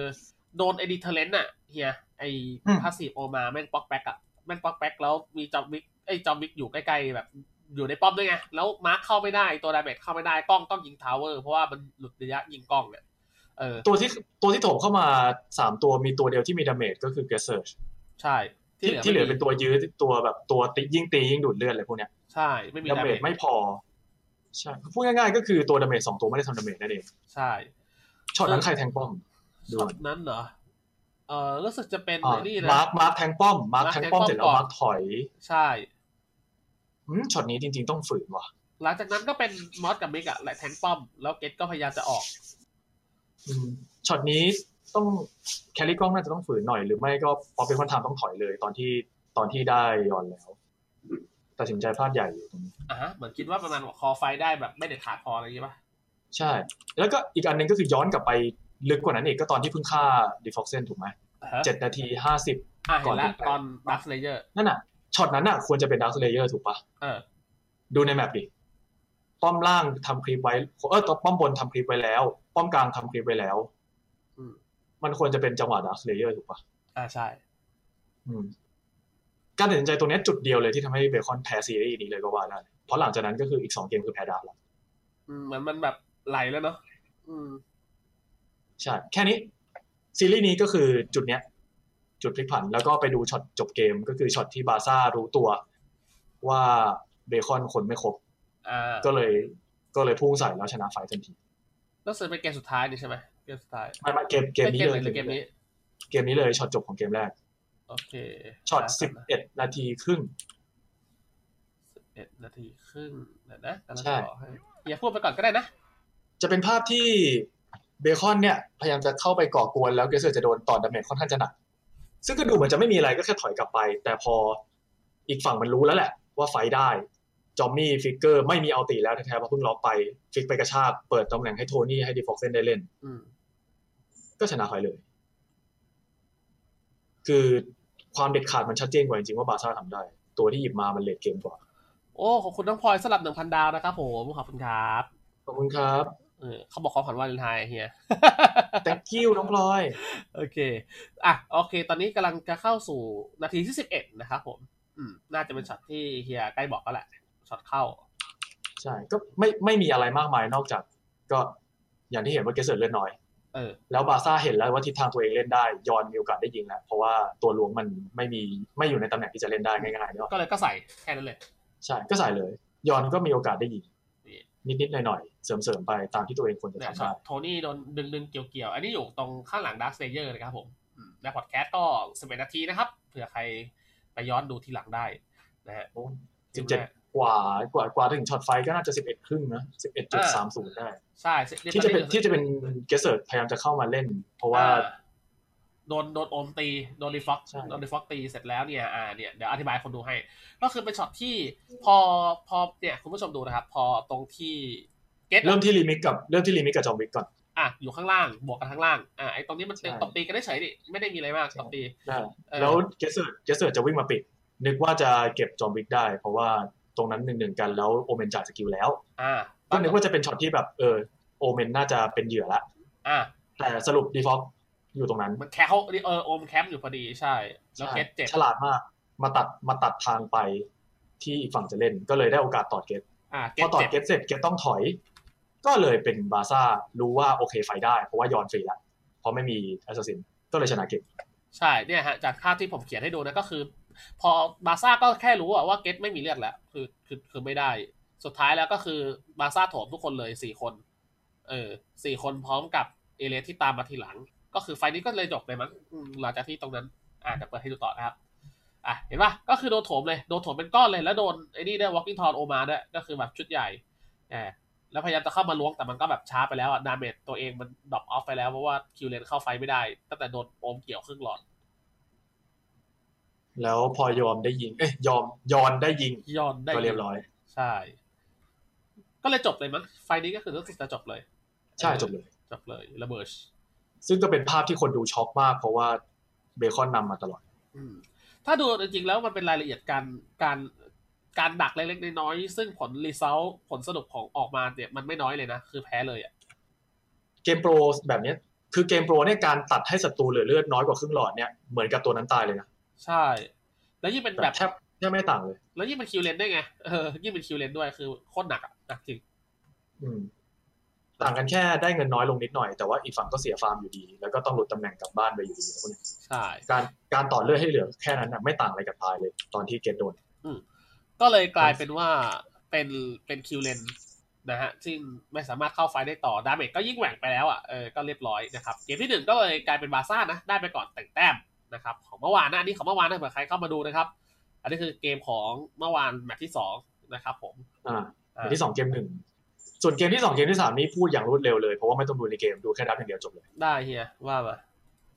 โดนไอดีเทเลนต์อะเฮียไอ
อืม
พาสซีฟโอมาแม่งป๊อกแป๊กอะแม่งป๊อกแป๊กแล้วมีจอมวิกไอยจอมวิกอยู่ใกล้ๆแบบอยู่ในป้อมด้วยไงแล้วมาร์คเข้าไม่ได้ตัวดาเมจเข้าไม่ได้กล้องต้องยิงทาวเวอร์เพราะว่ามันหลุดระยะยิงกล้องเนี่ยเออ
ตัวที่ตัวที่โถมเข้ามาสามตัวมีตัวเดียวที่มีดาเมจก็คือเกสเซอร์
ใช่
ที่ที่เหลือเป็นตัวยื้อตัวแบบตัวติยิ่งตียิ่งดูดเลือดอะไรพวกเนี้ย
ใช่ไม่มี
ดา
ดา
เม
เม
จ
จ
ไม่พอ ใช่พูดง่ายๆก็คือตัวดาเมจสองตัวไม่ได้ทำดาเมจนั่นเอง
ใช่
ช็อตนั้นใครแทงป้อมดู
ช็อตนั้นเหรอ เออรู้สึกจะเป็น
อ่า
ไอ้นี่นะ
มาร์กมาร์กแทงป้อมมาร์กแทงป้อมเสร็จแล้ว
มา
มา
ร์ค
ร์ก
แทง
ถ
ป้อมก่อน
อย
ใช่
อืมช็อตนี้จริงๆต้องฝืนว่ะ
หลังจากนั้นก็เป็นมอสกับมิกอะแหละแทงป้อม แล้วเกตก็พยายามจะออก
อืมช็อตนี้ต้องแคลริกล้องน่าจะต้องฝืนหน่อย หรือไม่ก็พอเป็นคนทำต้องถอยเลย ตอนที่ตอนที่ได้ยอนแล้วตัดสินใจพลาดใหญ่อยู่ตรงนี้
อ่ะฮะ เหมือนคิดว่าประมาณว่าคอไฟได้แบบไม่เด็ดขาดพออะไรอย่างงี้ป่ะ
ใช่ แล้วก็อีกอันหนึงก็คือย้อนกลับไปลึกกว่านั้นอีกก็ตอนที่เพิ่งฆ่าดีฟ็อกเซนถูกไหม
อ่ะฮะ
เจ็ดนาทีห้าสิบ
อ่ะเห็นละ
ก่
ตอ
อน น
ดักเลเยอร์
นั่นน่ะช็อตนั้นน่ะควรจะเป็นดาร์คเลเยอร์ถูกปะ
เออ
ดูในแมปดิป้อมล่างทำคลิปไว้เออป้อมบนทำคลิปไว้แล้ว ป้อมกลางทำคลิปไว้แล้ว
อืม
มันควรจะเป็นจังหวะดาร์คเลเยอร์ถูกปะ
อ่ะใช่
อืมการตัดสินใจตรงเนี้ยจุดเดียวเลยที่ทำให้เบคอนแพ้ซีรีส์นี้เลยก็ว่าได้ เพราะหลังจากนั้นก็คืออีกสองเกมคือแพ้ดาร์กแล้ว
อืมเหมือนมันแบบไหลแล้วเนาะ อืม
ใช่ แค่นี้ ซีรีส์นี้ก็คือจุดเนี้ย จุดพลิกผัน แล้วก็ไปดูช็อตจบเกมก็คือช็อตที่บาร์ซ่ารู้ตัว ว่าเบคอนคนไม่ครบ
อ่า
ก็เลยก็เลยพุ่งใส่แล้วชนะไฟท์ทันที
แล้วเสร็จเป็นเกมสุดท้ายนี่ใช่ไหมเกมสุดท้าย
ไม่ไม่เกมเกมนี้
เกม
เล
ไห
ย
นหรือเกมนี้
เกมนี้เลยช็อตจบของเกมแรก
โอเค
ช็อต
ะ
สิบเอ็ดนาทีครึ่ง
เอ็ดนาทีครึ่งเดี๋ยวนะกำลัง
ใช่
ต่อให้อย่าพูดไปก่อนก็ได้นะ
จะเป็นภาพที่เบคอนเนี่ย พยายามจะเข้าไปก่อกวนแล้วเกรเซอร์จะโดนต่อดาเมจค่อนข้างจะหนัก ซึ่งก็ดูเหมือนจะไม่มีอะไรก็แค่ถอยกลับไป แต่พออีกฝั่งมันรู้แล้วแหละ ว่าไฟได้ จอมมี่ฟิกเกอร์ไม่มีเอาตีแล้วแท้ๆเพราะเพิ่งล็อกไป ฟิกไปกระชากเปิดตำแหน่งให้โทนี่ให้ดีฟ็อกเซนได้เล่น
อืม
ก็ชนะไฟเลย คือความเด็ดขาดมันชัดเจนกว่าจริงๆว่าบาร์ซ่าทำได้ ตัวที่หยิบมามันเลดเกมกว่า
โอ้ ขอบคุณน้องพลอยสำหรับหนึ่งพันดาวนะครับผม ขอบคุณครับ
ขอบคุณครับ
เออเขาบอกขอผ่อนวาเลนไทน์เฮี
[LAUGHS]
ย
thank you น้องพลอย
โอเค อ่ะ โอเค ตอนนี้กำลังจะเข้าสู่นาทีที่สิบเอ็ดนะครับผม อืม น่าจะเป็นช็อตที่เฮียใกล้บอกแล้วแหละ ช็อตเข้า
ใช่ ก็ไม่ไม่มีอะไรมากมายนอกจาก ก็อย่างที่เห็นว่าเกสเซอร์เลือดน้อย
เออ
แล้วบาร์ซ่าเห็นแล้วว่าทิศทางตัวเองเล่นได้ ยอนมีโอกาสได้ยิงแล้ว เพราะว่าตัวล้วงมันไม่มีไม่อยู่ในตำแหน่งที่จะเล่นได้ง่ายๆเนาะ
ก็เลยก็ใส่แค่นั้นเลย
ใช่ ก็ใส่เลย ยอนก็มีโอกาสได้ยิง นิดๆหน่อยๆเสริมๆไปตามที่ตัวเองควรจะ
เนี่ย
ทำ
ช็อ
ได้
ตโทนี่โดนดึงดึงเกี่ยวเกี่ยวๆ อันนี้อยู่ตรงข้างหลังดาร์ s เซเยอร์นะครับผมอืมและพอดแคสต์ก็สิบเอ็ดนาทีนะครับ เผื่อใครไปย้อนดูทีหลังได้นะฮะ
โอ้สิบเจ็ดกว่ากว่ากว่าถึงช็อตไฟก็น่าจะสิบเอ็ดครึ่งนะสิบเอ็ดจุดสามศูนย์ได้
ใช่
ที่จะเป็นที่จะเป็นเกสเซิร์พยายามจะเข้ามาเล่น เพราะว่า
อ่โดนโดนโอมตี โดนรีฟ็อก
ใช่
โดนรีฟ็อกตีเสร็จแล้วเนี่ยอ่าเนี่ยเดี๋ยวอธิบายคนดูให้ ก็คือเป็นช็อตที่พอพอเนี่ยคุณผู้ชมดูนะครับ พอตรงที่เกต
เริ่มที่รีมิกกับเริ่มที่รีมิกกับจอมวิกก่อน
อ่ะอยู่ข้างล่างบวกกันข้างล่างอ่ะไอ้ตรงนี้มันเป็น
ใช่
ตบตีกันได้เฉยดิไม่ได้มีอะไรมากตบตี
ได้
เออ
แล้วเกสเซิร์เกสเซิร์จะวิ่งมาปิด นึกว่าจะเก็บจอมวิกได้ เพราะว่าตรงนั้นหนึ่งหนึ่งกันแล้วโอเมนจ่ายสกิลแล้ว
อ่ะ
ก็นึกว่าจะเป็นช็อตที่แบบเออโอเมนน่าจะเป็นเหยื่อละ
อ่ะ
แต่สรุปดีฟอกอยู่ตรงนั้น
มันแคลเออโอมแคมป์อยู่พอดีใช่ แล้วเกตเจ็บ
ใช่ฉลาดมากมาตัดมาตัดทางไปที่อีกฝั่งจะเล่น ก็เลยได้โอกาสต่อเกส
อ่ะเก
พอ
ต
ต่อ
เจ็บ
เก็ตเสร็จเก็ตต้องถอย ก็เลยเป็นบาซ่ารู้ว่าโอเคไฟได้ เพราะว่ายอนฟรีแล้วเพราะไม่มีแอสซัสซินก็เลยชนะเก็ต
ใช่เนี่ยฮะจากภาพที่ผมเขียนให้ดูนะก็คือ พอบาซ่าก็แค่รู้อะว่าเกตไม่มีเลือดแล้วคือคือคือไม่ได้ สุดท้ายแล้วก็คือบาซ่าโถมทุกคนเลยสี่คนเออสี่คนพร้อมกับเอเลสที่ตามมาทีหลัง ก็คือไฟล์นี้ก็เลยจบเลยมั้งอืมหลังจากที่ตรงนั้น อ่าจะเดี๋ยวเปิดให้ดูต่อนะครับ อ่ะเห็นป่ะก็คือโดนโถมเลยโดนโถมเป็นก้อนเลยแล้วโดนไอ้นี่ด้วย walking tall โอมาด้วยก็คือแบบชุดใหญ่อ่าแล้วพยายามจะเข้ามาล้วงแต่มันก็แบบช้าไปแล้วอ่ะดาเมจตัวเองมันดรอปออฟไปแล้วเพราะว่าคิวเลนเข้าไฟไม่ได้ ตั้งแต่โดนโอมเกี่ยวครึ่งหลอด
แล้วพอยอมได้ยิง เอ้ยยอมยอนได้ยิง
ย้อนได้
ก็เรียบร้อย
ใช่ ก็เลยจบเลยมั้งไฟล์นี้ก็คือรู้สึกจะจบเลย
ใช่จบเลย
จบเลยระเบิด
ซึ่งก็เป็นภาพที่คนดูช็อกมาก เพราะว่าเบคอนนำมาตลอด
อืมถ้าดูจริงๆแล้วมันเป็นรายละเอียดการการการดักเล็กๆน้อยๆซึ่งผลรีเซลผลสรุปของออกมาเนี่ยมันไม่น้อยเลยนะ คือแพ้เลยอ่ะ
เกมโปรแบบเนี้ยคือเกมโปรเนี่ยการตัดให้ศัตรูเหลือเลือดน้อยกว่าครึ่งหลอดเนี่ยเหมือนกับตัวนั้นตายเลยนะ
ใช่ แล้วยิ่งเป็น
แบ
แบบ บ
แทบแทบไม่ต่างเลย
แล้วยิ่งเป็นคิวเลนด้วยไงเออยิ่งเป็นคิวเลนด้วยคือโคตรหนักอ่ะหนักจริง
อืม ต่างกันแค่ได้เงินน้อยลงนิดหน่อยแต่ว่าอีกฝั่งก็เสียฟาร์มอยู่ดี แล้วก็ต้องหลุดตำแหน่งกลับบ้านไปอยู่ดีนะพวกเนี้ย
ใช่
การการต่อเลือดให้เหลือแค่นั้นนะไม่ต่างอะไรกับตายเลย ตอนที่เกตโดน
ก็เลยกลายเป็นว่าเป็นเป็นคิวเลนนะฮะซึ่งไม่สามารถเข้าไฟได้ต่อดาเมจก็ยิ่งแหว่งไปแล้วอ่ะเออก็เรียบร้อยนะครับเกมที่หนึ่งก็เลยกลายเป็นบาซ่านะได้ไปก่อนแต่งแต้มนะครับของเมื่อวานนะอันนี้ของเมื่อวานนะเผื่อใครเข้ามาดูนะครับ อันนี้คือเกมของเมื่อวานแมตช์ที่สองนะครับผม
อ่า
อ่า
อันที่สองเกมหนึ่งส่วนเกมที่สองเกมที่สามนี่พูดอย่างรวดเร็วเลย เพราะว่าไม่ต้องดูในเกมดูแค่ดับอย่างเดียวจบเลย
ได้เฮียว่ามา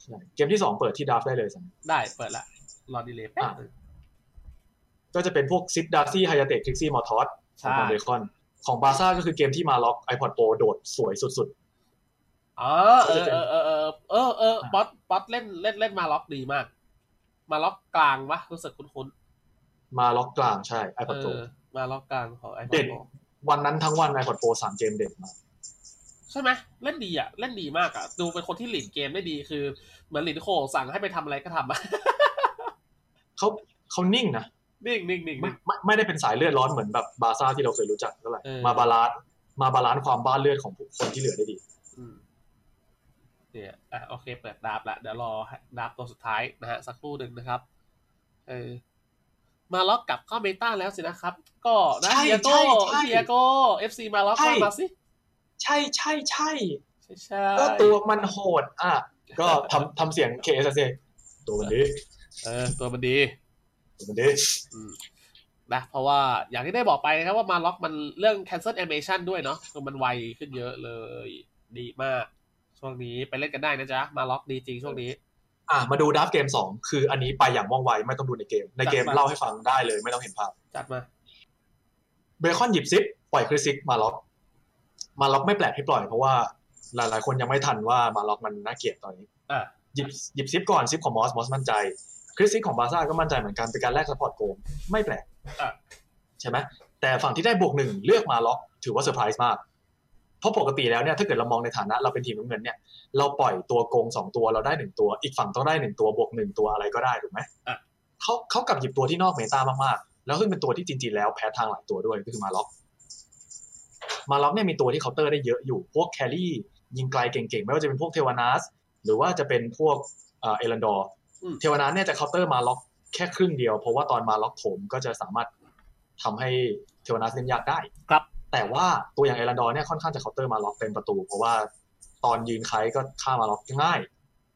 ใช่เกมที่สองเปิดที่ดับได้เลยสัน
ได้เปิดละรอดีเลยแป๊บนึง
ก็จะเป็นพวกซิดดาซี่ไฮยาเตะคลิกซี่มอทอส
ใช่
ของเบคอน ของบาซ่าก็คือเกมที่มาล็อกไอพอดโปรโดดสวยสุด
อ๋อเออเออเออเออเออเออป๊อตป๊อตเล่นเล่นเล่นมาล็อกดีมาก มาล็อกกลางวะรู้สึกคุ้น
ๆ มาล็อกกลางใช่ไอ
ๆ
พอ
เอ
ดโปร
อมาล็อกกลางของไอ
เด่น วันนั้นทั้งวันไอพอดโปรสามเกมเด่นมาก
ใช่ไหมเล่นดีอ่ะ เล่นดีมากอ่ะ ดูเป็นคนที่หลีดเกมได้ดีคือ เหมือนหลีดโคสั่งให้ไปทำอะไรก็ทำอ่ะ [LAUGHS]
เขาเขานิ่งนะ
นิ่งนิ่งนิ่ง
ไม่
นิ่ง
ไม่ไม่ได้เป็นสายเลือดร้อนเหมือนแบบบาซ่าที่เราเคยรู้จักเท่าไหร่
เออ
มาบาลานซ์มาบาลานซ์ความบ้าเลือดของผู้คนที่เหลือได้ดี
อืมเนี่ยอ่ะโอเค เปิดดาบละเดี๋ยวรอดาบตัวสุดท้ายนะฮะ สักครู่หนึ่งนะครับเออมาล็อกกลับเข้าเมตาแล้วสินะครับ ก็นะ
ใช่
เดียโก้
ใช่ใช่
เดียโก้เอฟซีมาล็อก
ใช่
เข้ามาสิ
ใช่ใช่ใช่
ใช่ใช่
ก็ตัวมันโหด อ่ะ ก็ทำทำเสียง KSS ตัวมันดี
เออ ตัวมันดี
ตัวมันดี
อืมนะเพราะว่าอย่างที่ได้บอกไปนะครับว่ามาล็อกมันเรื่อง cancel animation ด้วยเนาะคือมันไวขึ้นเยอะเลย ดีมาก ช่วงนี้ไปเล่นกันได้นะจ๊ะ มาล็อกดีจริงช่วงนี้
อ่ะ มาดูดับเกม 2 คืออันนี้ไปอย่างว่องไวไม่ต้องดูในเกม ในเกม
จัดมา
เล่าให้ฟังได้เลยไม่ต้องเห็นภาพ
จัดมา
เบคอนหยิบซิป ปล่อยคริสซิกมาล็อก มาล็อกไม่แปลกที่ปล่อยเพราะว่าหลายๆ คนยังไม่ทันว่ามาล็อกมันน่าเกลียดตอนนี้
อ่ะ
หยิบหยิบซิปก่อนซิปของมอสมอสมั่นใจ คริสซิกของบาซ่าก็มั่นใจเหมือนกันเป็นการแลกสปอร์ตโกงไม่แปลก
อ่ะ
ใช่ไหมแต่ฝั่งที่ได้บวกหนึ่งเลือกมาล็อกถือว่าเซอร์ไพรส์มาก เพราะปกติแล้วเนี่ยถ้าเกิดเรามองในฐานะเราเป็นทีมน้ำเงินเนี่ยเราปล่อยตัวโกงสองตัวเราได้หนึ่งตัว อีกฝั่งต้องได้หนึ่งตัวบวกหนึ่งตัวอะไรก็ได้ถูกไหม
อ่ะ
เขาเขากลับหยิบตัวที่นอกเมตามากๆ แล้วซึ่งเป็นตัวที่จริงๆแล้วแพ้ทางหลายตัวด้วยก็คือมาล็อก มาล็อกเนี่ยมีตัวที่เคาน์เตอร์ได้เยอะอยู่พวกแครี่ยิงไกลเก่งๆไม่ว่าจะเป็นพวกเทวานาส หรือว่าจะเป็นพวกเอ่อเอรันดอร์
อืม
เทวานาสเนี่ยจะเคาน์เตอร์มาล็อกแค่ครึ่งเดียว เพราะว่าตอนมาล็อกโถมก็จะสามารถทำให้เทวานาสเล่นยากได้
ครับ
แต่ว่าตัวอย่างเอรันดอร์เนี่ยค่อนข้างจะเคาน์เตอร์มาล็อกเต็มประตู เพราะว่าตอนยืนไคก็ฆ่ามาล็อกง่าย